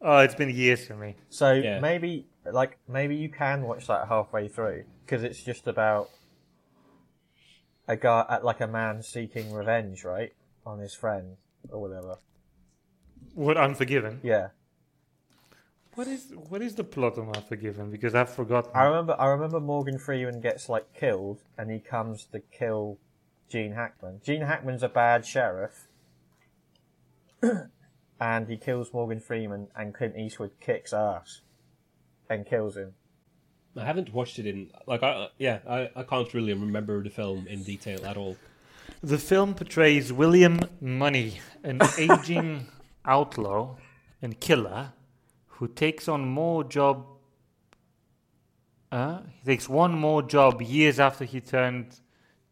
S2: Oh, it's been years for me.
S3: So
S1: Yeah.
S3: maybe, like, maybe you can watch that halfway through because it's just about a guy, uh, like a man seeking revenge, right, on his friend or whatever.
S2: What Unforgiven?
S3: Yeah,
S2: What is what is the plot of Unforgiven? Because I've forgotten.
S3: I remember. I remember Morgan Freeman gets like killed, and he comes to kill Gene Hackman. Gene Hackman's a bad sheriff, <coughs> and he kills Morgan Freeman, and Clint Eastwood kicks ass and kills him.
S1: I haven't watched it in like I yeah I, I can't really remember the film in detail at all.
S2: The film portrays William Money,
S3: <laughs>
S2: an aging outlaw and killer who takes on more job. Uh, he takes one more job years after he turned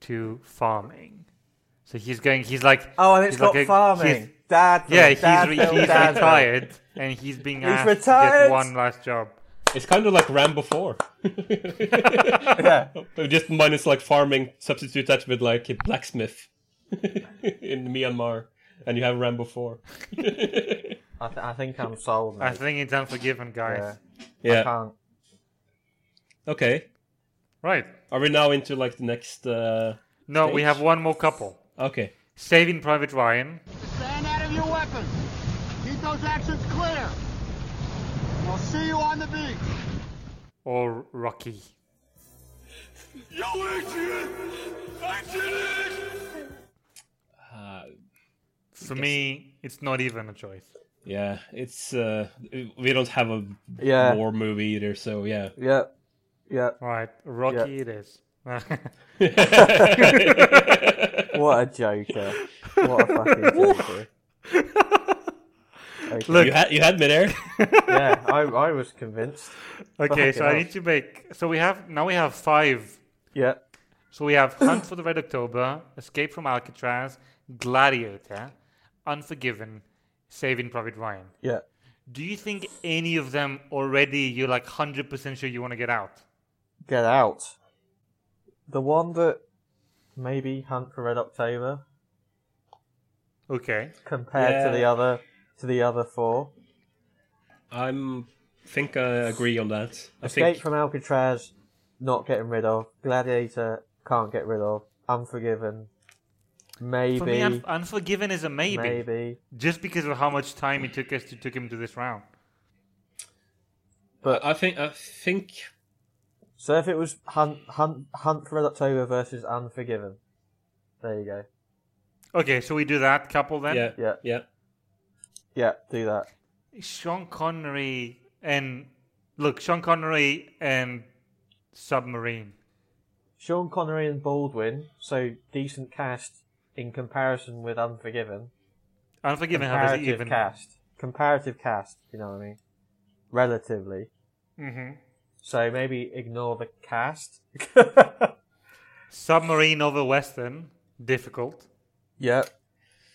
S2: to farming. So he's going. He's like.
S3: Oh, and it's
S2: he's
S3: got
S2: like a- he's-
S3: farming. Dad,
S2: Yeah,
S3: yeah, dad,
S2: he's, re-
S3: film,
S2: he's
S3: dad, film.
S2: retired, and he's being asked to
S3: retired!
S2: get one last job.
S1: It's kind of like Rambo
S3: <laughs>
S1: Four. <laughs> Just minus like farming, substitute that with like a blacksmith <laughs> in Myanmar, and you have Rambo Four.
S3: I, th- I think I'm sold.
S2: I
S3: Mate.
S2: think it's unforgiven, guys.
S3: Yeah. I
S1: Yeah.
S3: can't.
S1: Okay.
S2: Right?
S1: Are we now into like the next? uh
S2: No, we
S1: Stage?
S2: have one more couple.
S1: Okay.
S2: Saving Private Ryan.
S7: Stand out of your weapon. See you on the beach.
S2: Or Rocky.
S7: You idiot! I did it!
S1: Uh,
S2: For me, it's not even a choice.
S1: yeah, it's uh, we don't have a
S3: Yeah.
S1: war movie either, so
S3: <laughs>
S1: yeah. <laughs>
S3: Yeah. Yeah.
S2: Right, Rocky it is. <laughs>
S3: What a joker. What a fucking
S1: <laughs>
S3: joker. Okay.
S2: Look.
S1: you had you had me there.
S3: Yeah, I, I was convinced.
S2: okay,
S3: Fucking
S2: so
S3: hell.
S2: I need to make. So we have now we have five.
S3: Yeah.
S2: So we have Hunt for the Red October, Escape from Alcatraz, Gladiator, Unforgiven, Saving Private Ryan.
S3: Yeah.
S2: Do you think any of them already you're like hundred percent sure you want to get out?
S3: Get out. The one that maybe Hunt for Red October
S2: Okay.
S3: compared to
S1: Yeah.
S3: the other to the other four.
S1: I'm think I agree on that. I
S3: Escape
S1: think
S3: from Alcatraz, not getting rid of. Gladiator, can't get rid of. Unforgiven, maybe,
S2: For me, Un- Unforgiven is a maybe,
S3: maybe.
S2: just because of how much time it took us to took him to this round.
S1: but I think I think
S3: So if it was Hunt, Hunt, Hunt for Red October versus Unforgiven, there you go.
S2: Okay, so we do that couple then.
S1: yeah
S3: Yeah.
S1: yeah
S3: Yeah, do that.
S2: Sean Connery and look, Sean Connery and Submarine.
S3: Sean Connery and Baldwin, so decent cast in comparison with Unforgiven.
S2: Unforgiven has
S3: Comparative
S2: even.
S3: cast. Comparative cast, you know what I mean? Relatively.
S2: hmm
S3: So maybe ignore the cast.
S2: Submarine over Western, difficult.
S3: Yep.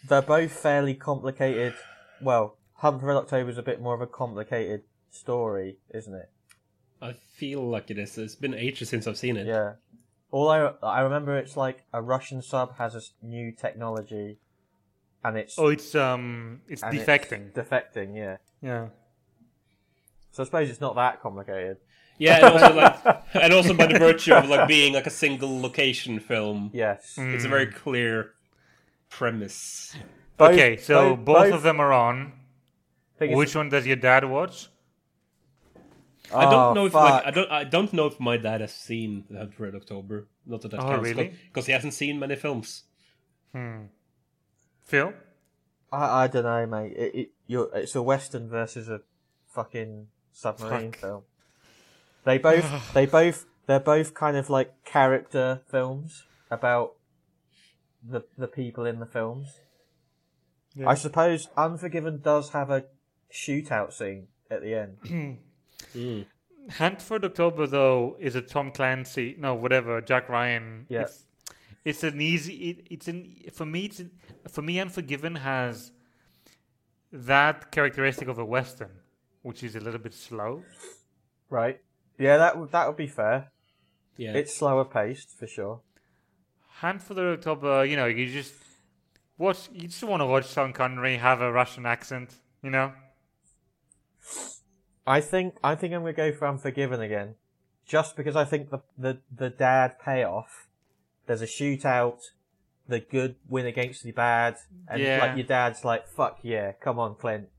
S3: They're both fairly complicated. Well, Hunt for Red October is a bit more of a complicated story, isn't it?
S1: I feel like it is. It's been ages since I've seen it.
S3: Yeah. Although I remember it's like a Russian sub has a s- new technology, and it's
S2: Oh, it's um, it's
S3: and it's
S2: defecting.
S3: defecting, yeah.
S2: yeah.
S3: So I suppose it's not that complicated.
S1: Yeah, and also
S3: <laughs>
S1: like, and also by the virtue of like being like a single location film,
S3: Yes.
S2: Mm.
S1: it's a very clear premise.
S3: Both-
S2: okay, so
S3: both-
S2: both,
S3: both-
S2: of them are on.
S3: I think it's-
S2: Which one does your dad watch?
S1: I
S3: Oh,
S1: don't know if like, I
S3: fuck.
S1: don't I don't know if my dad has seen The Hunt for Red October. Not that that
S2: Oh,
S1: counts,
S2: really?
S1: because he hasn't seen many films.
S2: Phil.
S3: I, I don't know, mate. It, it, you're, it's a western versus a fucking submarine
S2: Fuck.
S3: film. They both, they both, they're both kind of like character films about the the people in the films. I suppose Unforgiven does have a shootout scene at the end. <clears throat>
S2: Hunt for October though is a Tom Clancy, no, whatever, Jack Ryan.
S3: Yeah.
S2: It's, it's an easy. It, it's an for me. It's an, for me. Unforgiven has that characteristic of a western, which is a little bit slow.
S3: Right? Yeah, that would that would be fair.
S1: Yeah, <laughs>
S3: It's slower paced for sure.
S2: Hunt for the October, you know, you just watch. You just want to watch Sean Connery have a Russian accent, you know.
S3: I think I think I'm gonna go for Unforgiven again, just because I think the the, the dad payoff. There's a shootout, the good win against the bad, and
S2: Yeah.
S3: like your dad's like, "Fuck yeah, come on, Clint!"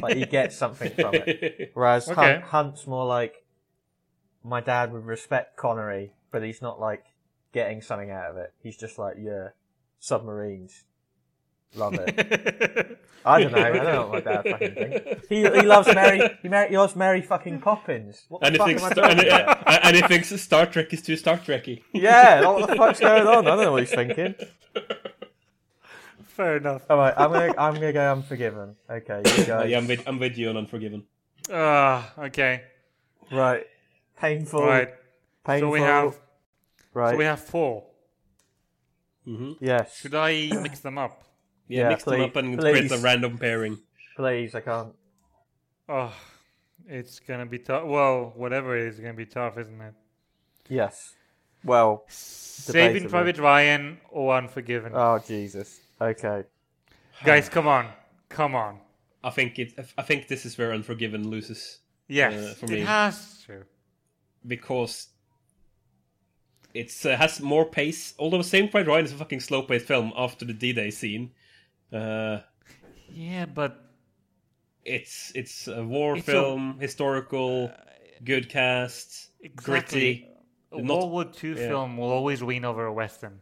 S3: Like he gets something from
S2: <laughs>
S3: it. Whereas
S2: Okay.
S3: Hunt, Hunt's more like, my dad would respect Connery, but he's not like getting something out of it. He's just like, yeah, submarines, love it. I don't know. I don't know what my dad
S2: <laughs>
S3: fucking thinks. He, he loves Mary. He, mar- he loves Mary fucking Poppins. What the
S1: anything
S3: fuck am I
S1: Star,
S3: talking
S1: and, uh,
S3: about?
S1: and he thinks Star Trek is too Star
S3: <laughs>
S1: Trekky.
S3: Yeah, like, what the fuck's going on? I don't know what he's thinking.
S2: Fair enough.
S3: All right, I'm gonna I'm gonna go Unforgiven. Okay, you
S1: Uh, <laughs>
S3: guys.
S1: yeah, I'm with, I'm with you on Unforgiven.
S2: Ah, okay.
S3: Right, painful.
S2: All right.
S3: painful.
S2: So we have.
S3: right.
S2: So we have four.
S3: yes.
S2: Should I mix them up?
S1: Yeah,
S3: Yeah,
S1: mix them
S3: please-
S1: up and
S3: please.
S1: create a random pairing.
S3: Please, I can't.
S2: Oh, it's gonna be tough. Well, whatever it is, it's gonna be tough, isn't it?
S3: Yes. Well.
S2: Saving
S3: Debatable.
S2: Private Ryan or Unforgiven.
S3: Oh Jesus. Okay.
S2: Guys, come on, come on.
S1: I think it. I think this is where Unforgiven loses
S2: Yes,
S1: Uh, for me.
S2: it has to.
S1: because it's uh, has more pace. Although Saving Private Ryan is a fucking slow paced film after the D Day scene. Uh,
S2: Yeah, but
S1: It's it's a war
S2: It's a- Uh,
S1: film, historical, good cast, gritty.
S2: A
S1: Not-
S2: World War II
S1: yeah.
S2: film will always win over a Western.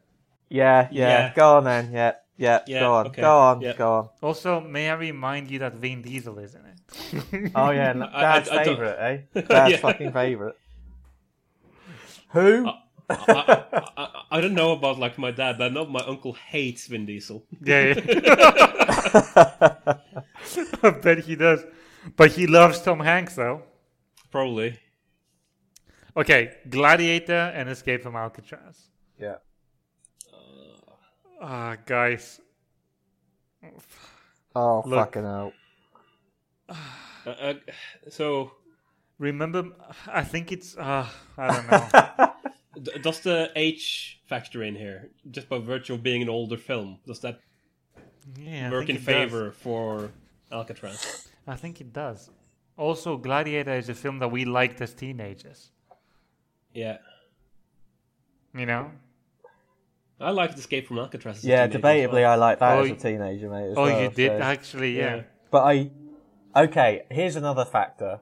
S3: Yeah, yeah,
S1: Yeah.
S3: Go on then. Yeah, yeah.
S1: Yeah,
S3: Go on.
S1: okay.
S3: Go on.
S1: Yeah.
S3: Go on.
S2: Also, may I remind you that Vin Diesel is in it?
S3: Oh yeah, n-
S1: I- I-
S3: dad's
S1: I don't-
S3: favorite, eh? Dad's
S1: Yeah.
S3: fucking Uh, favorite. Who?
S1: I, I, I, I don't know about like my dad, but I know my uncle hates Vin Diesel. <laughs>
S2: yeah, yeah. <laughs> I bet he does. But he loves Tom Hanks, though.
S1: Probably.
S2: Okay, Gladiator and Escape from Alcatraz.
S3: yeah.
S2: Ah, guys.
S3: Oh
S2: Look.
S3: fucking hell.
S1: Uh, uh, so
S2: Remember, I think it's. Uh, I don't know.
S1: d- does the H factor in here just by virtue of being an older film? Does that
S2: <laughs> yeah, I
S1: work
S2: think
S1: in
S2: it does.
S1: favor for Alcatraz?
S2: I think it does. Also, Gladiator is a film that we liked as teenagers.
S1: Yeah,
S2: You know?
S1: I liked Escape from Alcatraz. as a
S3: Yeah,
S1: teenager as
S3: debatably,
S1: well.
S3: I like that
S2: Oh,
S3: as a
S2: you-
S3: teenager, mate. as
S2: Oh,
S3: well,
S2: you did?
S3: so-
S2: Actually, yeah.
S1: Yeah.
S3: But I. Okay, here's another factor.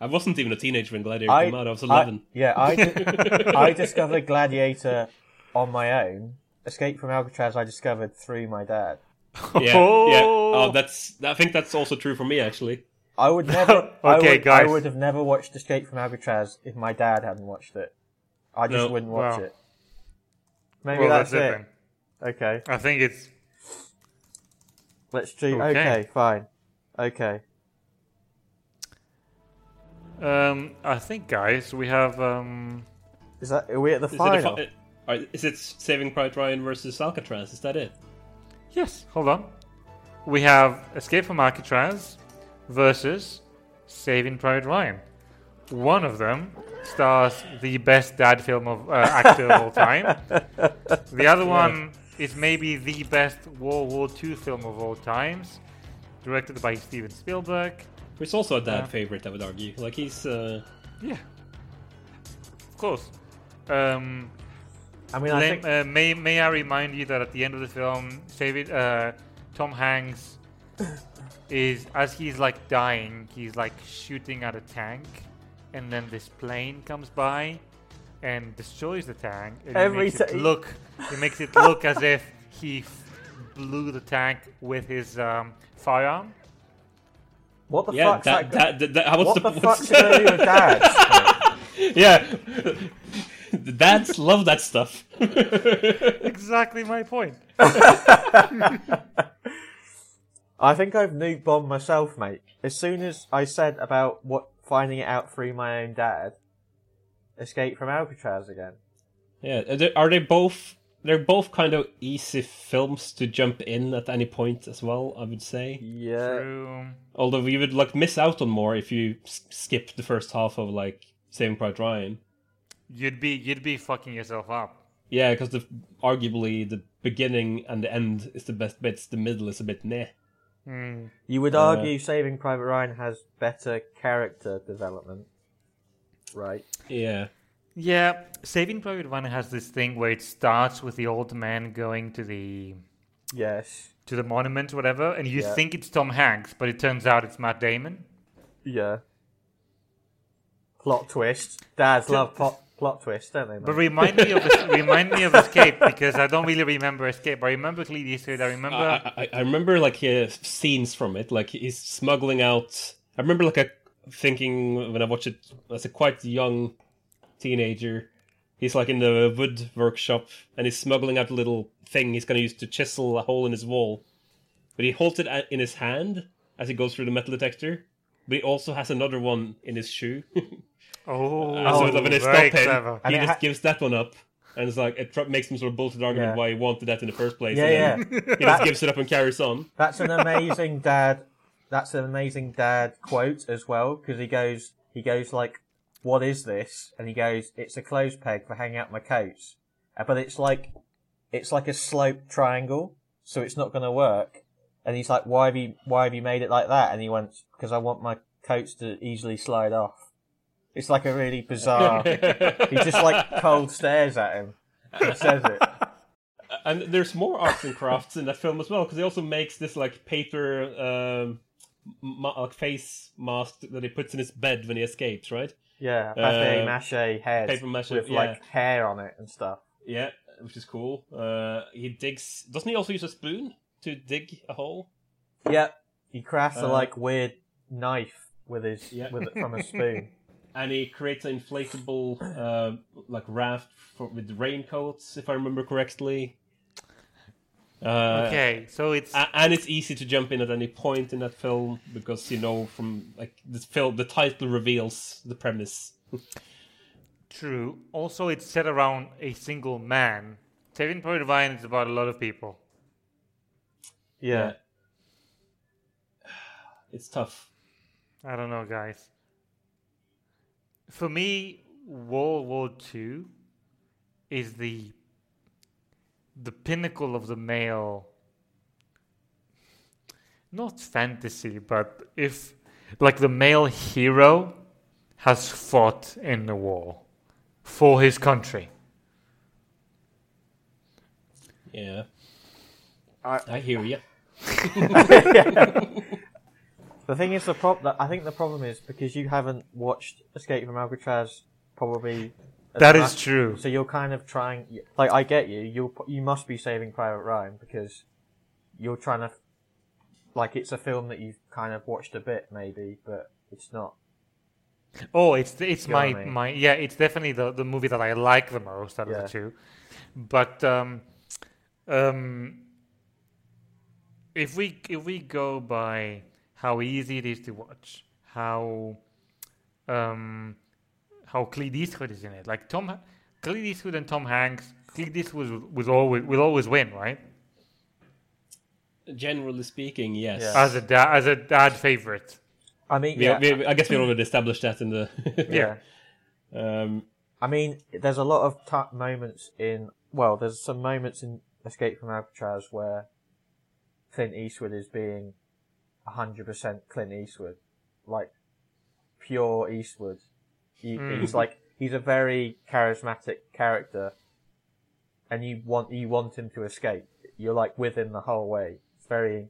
S1: I wasn't even a teenager when Gladiator
S3: I,
S1: came out. I was
S3: <laughs>
S1: eleven.
S3: yeah, I, di- I discovered Gladiator on my own. Escape from Alcatraz, I discovered through my dad.
S1: yeah, yeah. Oh, that's. I think that's also true for me actually.
S3: I would never. I
S2: Okay,
S3: would, I
S2: guys.
S3: would have never watched Escape from Alcatraz if my dad hadn't watched it. I just
S1: No.
S3: wouldn't watch
S2: Wow.
S3: it. Maybe
S2: Well,
S3: that's,
S2: that's, it.
S3: it. Okay,
S2: then. I think it's.
S3: let's do.
S2: Okay.
S3: Okay. fine. Okay.
S2: Um, I think, guys, we have. Um,
S3: Is that are we at the
S1: Is it,
S3: final?
S1: a, fi- uh, is it Saving Private Ryan versus Alcatraz? Is that it?
S2: yes, hold on. We have Escape from Alcatraz versus Saving Private Ryan. One of them stars the best dad film of uh, actor of all <laughs> time. The other one is maybe the best World War II film of all times, directed by Steven Spielberg.
S1: It's also a dad favorite, I would argue. Like he's uh,
S2: Yeah, of course. Um,
S3: I mean, I
S2: Lem-
S3: think
S2: uh, may may I remind you that at the end of the film, David, uh, Tom Hanks <coughs> is as he's like dying, he's like shooting at a tank, and then this plane comes by and destroys the tank. And
S3: Every
S2: it makes it
S3: ti-
S2: look, it makes it look as if he f- blew the tank with his um,
S3: <laughs>
S2: firearm.
S3: what the
S1: yeah.
S3: fuck's
S1: That,
S3: that?
S1: that, that, that- what's
S3: what
S1: the,
S3: the,
S1: what's-
S3: fuck's going to do with
S1: <laughs>
S3: dads?
S1: yeah? The Dads love that stuff. <laughs>
S2: Exactly my point.
S3: I think I've noob bombed myself, mate. As soon as I said about what finding it out through my own dad, Escape from Alcatraz again.
S1: yeah, are they- are they both? They're both kind of easy films to jump in at any point as well. I would say,
S3: Yeah.
S2: True.
S1: although you would like miss out on more if you s- skip the first half of like Saving Private Ryan.
S2: You'd be you'd be fucking yourself up.
S1: Yeah, because the arguably the beginning and the end is the best bits. The middle is a bit meh.
S3: You would
S1: Uh,
S3: argue Saving Private Ryan has better character development, right?
S1: Yeah,
S2: Yeah, Saving Private Ryan has this thing where it starts with the old man going to the
S3: Yes.
S2: to the monument, or whatever, and you
S3: Yeah.
S2: think it's Tom Hanks, but it turns out it's Matt Damon.
S3: Yeah. Plot twist. Dads love plot plot twists, don't they? Mate?
S2: But remind me of remind me of Escape because I don't really remember Escape. I remember Clint Eastwood. I remember
S1: I, I, I remember like uh, scenes from it. Like he's smuggling out. I remember like I thinking when I watched it as a quite young teenager. He's like in the wood workshop and he's smuggling out a little thing he's going to use to chisel a hole in his wall. But he holds it a- in his hand as he goes through the metal detector. But he also has another one in his shoe. <laughs>
S2: oh,
S1: And so when they stop
S2: very
S1: him,
S2: clever.
S1: he
S3: And it
S1: just
S3: ha-
S1: gives that one up. And it's like it tr- makes him sort of bolted argument
S3: Yeah.
S1: why he wanted that in the first place.
S3: yeah,
S1: and
S3: yeah.
S1: then He just gives it up and carries on.
S3: That's an amazing dad. That's an amazing dad quote as well because he goes, he goes like, "What is this?" And he goes, "It's a clothes peg for hanging out my coats," Uh, but it's like, it's like a sloped triangle, so it's not going to work. And he's like, "Why have you, why have you made it like that?" And he went, "Because I want my coats to easily slide off." It's like a really
S1: <laughs>
S3: bizarre. he just like cold stares at him. and says it.
S1: and there's more arts and crafts in that film as well because he also makes this like paper um, ma- like face mask that he puts in his bed when he escapes, right?
S3: Yeah,
S1: Uh,
S3: papier mâché head
S1: paper mache,
S3: with
S1: yeah.
S3: like hair on it and stuff.
S1: Yeah, which is cool. Uh, he digs. Doesn't he also use a spoon to dig a hole?
S3: Yep. He crafts a
S1: Uh,
S3: like weird knife with his
S1: Yeah.
S3: with from
S1: <laughs>
S3: a spoon.
S1: And he creates an inflatable, uh, like raft for, with raincoats, if I remember correctly. Uh,
S2: okay, so it's
S1: A- and it's easy to jump in at any point in that film because you know from like the film the title reveals the premise
S2: true. Also, it's set around a single man. Saving Private Ryan is about a lot of people.
S3: Yeah.
S1: <sighs> it's tough
S2: I don't know, guys. For me, World War Two is the the pinnacle of the male. Not fantasy, but if like the male hero has fought in the war for his country.
S1: yeah i hear you
S3: The thing is, the prop. I think the problem is because you haven't watched Escape from Alcatraz. Probably as
S2: That
S3: much.
S2: is true.
S3: So you're kind of trying. Like I get you. You you must be saving Private Ryan because you're trying to. Like it's a film that you've kind of watched a bit, maybe, but it's not.
S2: Oh, it's it's
S3: You know what I
S2: my
S3: mean?
S2: my yeah, it's definitely the, the movie that I like the most out of
S3: Yeah.
S2: the two. But um, um, if we if we go by how easy it is to watch, how um, how Clint Eastwood is in it, like Tom Ha- Clint Eastwood and Tom Hanks, Clint Eastwood was always will always win, right?
S1: generally speaking yes
S3: Yeah.
S2: As a da- as a dad favorite,
S3: I mean,
S1: We-
S3: yeah,
S1: we- i guess we already established that in the <laughs>
S2: yeah.
S1: um
S3: I mean, there's a lot of ta moments in. Well, there's some moments in Escape from Alcatraz where Clint Eastwood is being 100% Clint Eastwood, like pure Eastwood. He,
S2: Hmm.
S3: He's like he's a very charismatic character, and you want you want him to escape. You're like with him the whole way. It's very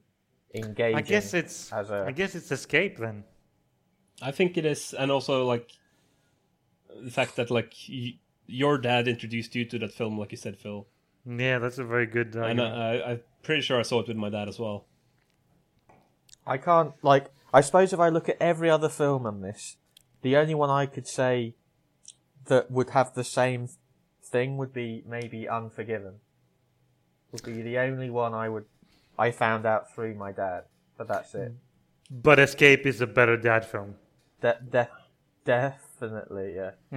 S3: engaging.
S2: I guess it's
S3: as a
S2: I guess it's escape then.
S1: i think it is and also like the fact that like y- your dad introduced you to that film like you said phil
S2: Yeah, that's a very good. uh,
S1: and
S2: argument.
S1: I, I, i'm pretty sure i saw it with my dad as well
S3: I can't like. I suppose if I look at every other film on this, the only one I could say that would have the same thing would be maybe Unforgiven. Would be the only one I would. I found out through my dad, but that's it.
S2: But Escape is a better dad film.
S3: De- de- definitely, yeah. <laughs>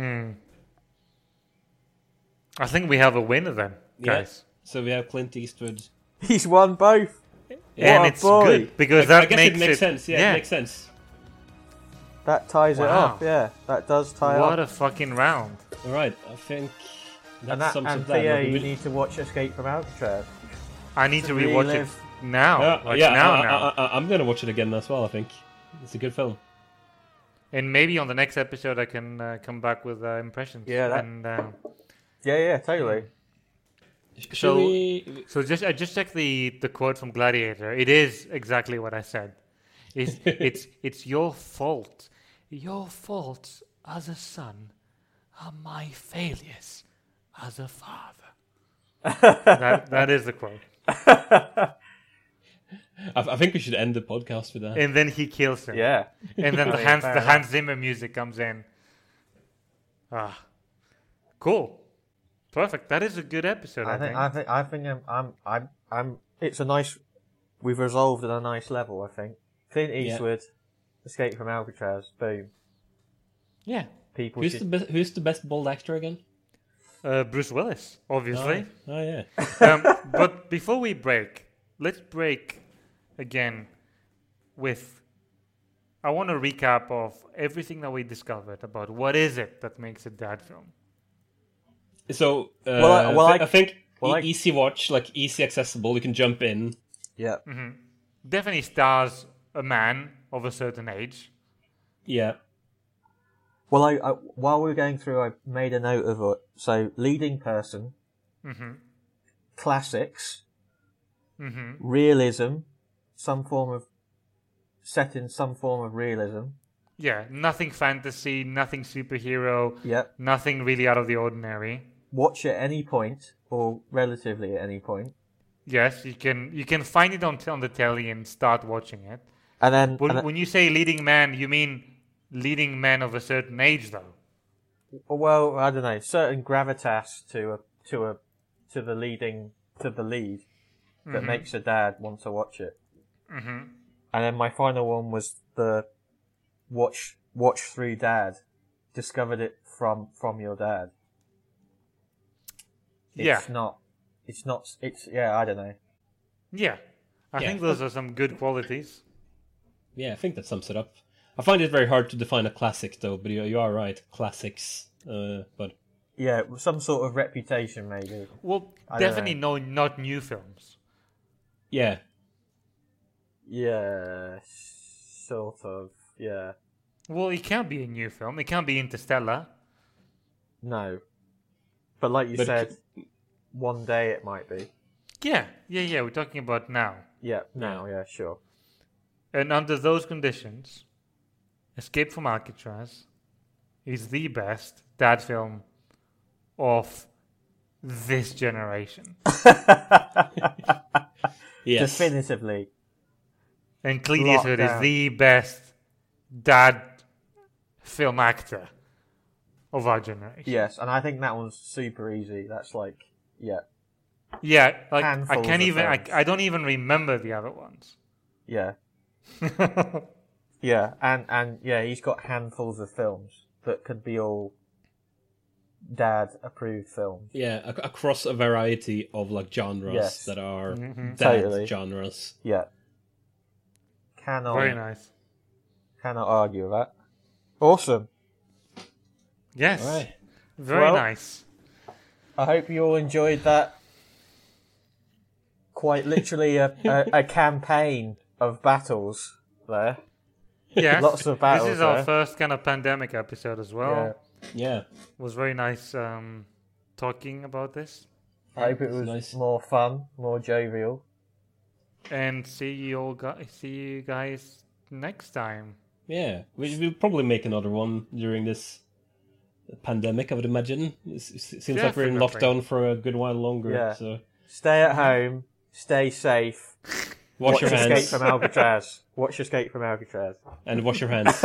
S2: I think we have a winner then,
S1: Yeah.
S2: guys.
S1: so we have clint eastwood
S3: He's won both.
S2: And
S3: What a
S2: it's
S3: boy.
S2: good because
S1: Oh, I
S2: that
S1: guess
S2: makes
S1: it makes sense. Yeah, it makes sense.
S3: That ties it
S2: Wow.
S3: up. Yeah, that does tie
S2: What a
S3: up.
S2: fucking round.
S1: All right, I think that
S3: and that,
S1: sums
S3: and
S1: up that.
S3: Theo,
S1: Like,
S3: you
S1: we-
S3: need to watch Escape from Alcatraz.
S2: I need to
S3: Really
S2: rewatch
S3: live.
S2: it now.
S1: Yeah,
S2: like
S1: Uh, yeah,
S2: now,
S1: I,
S2: now.
S1: am gonna watch it again as well. I think it's a good film.
S2: and maybe on the next episode I can uh, come back with uh, impressions.
S3: Yeah, that-
S2: And, uh,
S3: Yeah, yeah, totally.
S1: Should
S2: So-
S1: we-
S2: so just I just checked the the quote from Gladiator. It is exactly what I said.
S3: <laughs>
S2: It's it's it's your fault. Your faults as a son are my failures as a
S3: <laughs>
S2: father. that, that is the quote.
S1: I, I think we should end the podcast with that.
S2: And then he kills him.
S3: Yeah.
S2: And
S3: <laughs>
S2: then the
S3: Yeah,
S2: Hans
S3: fair
S2: the
S3: enough.
S2: Hans Zimmer music comes in. Ah, cool, perfect. That is a good episode. I,
S3: I think
S2: think.
S3: I think I think I'm I'm I'm, I'm it's a nice we've resolved at a nice level, I think. Clint Eastwood, Escape from Alcatraz, boom.
S2: Yeah,
S3: People
S1: Who's the
S3: should
S1: best? Who's the best bald actor again?
S2: uh, Bruce Willis, obviously.
S1: Oh yeah.
S2: um, but before we break, let's break again with. I want to recap of everything that we discovered about what is it that makes a dad film.
S1: So uh,
S3: Well, I- well,
S1: I, thi-
S3: I-
S1: I think
S3: well,
S1: e-
S3: I-
S1: easy watch, like easy accessible. You can jump in.
S3: Yeah.
S1: Mm-hmm.
S2: Definitely stars a man of a certain age.
S1: Yeah.
S3: Well I, I while we were going through I made a note of it. So leading person,
S1: Mm-hmm.
S2: Mm-hmm.
S3: classics, realism, some form of set in some form of realism.
S2: Yeah, nothing fantasy, nothing superhero,
S3: Yep.
S2: nothing really out of the ordinary.
S3: Watch at any point, or relatively at any point.
S2: Yes, you can you can find it on t- on the telly and start watching it.
S3: And then,
S2: When,
S3: and then-
S2: when you say leading man, you mean leading men of a certain age, though.
S3: well, I don't know, certain gravitas to a to a to the leading to the lead that
S2: Mhm.
S3: makes a dad want to watch it.
S2: hmm
S3: And then my final one was the watch watch through dad. Discovered it from from your dad. It's
S2: Yeah.
S3: not. It's not. It's yeah. I don't know.
S2: Yeah, I
S1: Yeah.
S2: think those are some good qualities.
S1: Yeah, I think that sums it up. I find it very hard to define a classic, though. But you, you are right, classics. Uh, but
S3: Yeah, some sort of reputation maybe.
S2: Well,
S3: I don't
S2: definitely no, not new films.
S1: yeah,
S3: Yeah, sort of. Yeah.
S2: Well, it can't be a new film. It can't be Interstellar.
S3: No. But like you
S1: But-
S3: said, one day it might be.
S2: Yeah, yeah, yeah. We're talking about now.
S3: Yeah. Now. Yeah. Sure.
S2: And under those conditions, Escape from Alcatraz is the best dad film of this generation.
S1: yes,
S3: Definitively.
S2: And Clint
S3: Locked
S2: Eastwood is
S3: down.
S2: the best dad film actor of our generation.
S3: Yes, and I think that one's super easy. That's like yeah.
S2: Yeah, like I
S3: Handfuls
S2: can't
S3: of
S2: even I,
S3: films.
S2: I don't even remember the other ones. <laughs>
S3: Yeah. Yeah, and and yeah, he's got handfuls of films that could be all dad approved films.
S1: yeah, ac- across a variety of like genres
S3: Yes.
S1: that are
S3: Mm-hmm.
S1: dad
S3: Totally.
S1: genres.
S3: Yeah. Cannot
S2: Very nice.
S3: cannot argue with that. Awesome.
S2: Yes.
S1: Right.
S2: Very
S3: Well-
S2: nice.
S3: I hope you all enjoyed that. Quite literally a, a, a campaign of battles there.
S2: Yes.
S3: <laughs> Lots of battles
S2: This is our
S3: there.
S2: first kind of pandemic episode as well.
S3: Yeah.
S1: Yeah,
S2: was very nice um, talking about this
S3: I hope it was
S1: Nice.
S3: more fun, more jovial.
S2: and see you all guys see you guys next time
S1: yeah. We, we'll probably make another one during this pandemic. I would imagine. It s- s- seems like we're in
S2: Definitely.
S1: lockdown for a good while longer.
S3: Yeah.
S1: So
S3: Stay at home, stay safe.
S1: wash,
S3: Watch
S1: your
S3: Escape
S1: hands
S3: from Alcatraz. Watch Escape from
S1: <laughs>
S3: Alcatraz.
S1: and wash your
S3: <laughs>
S1: hands.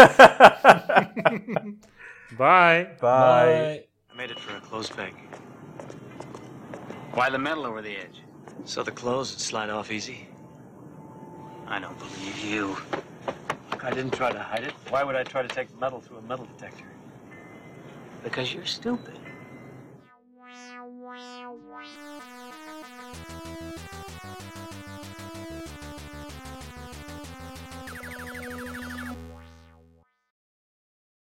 S2: bye
S3: Bye.
S11: I made it for a clothes peg. Why the metal over the edge? So the clothes would slide off easy. I don't believe you. Look, I didn't try to hide it. Why would I try to take metal through a metal detector? Because you're stupid.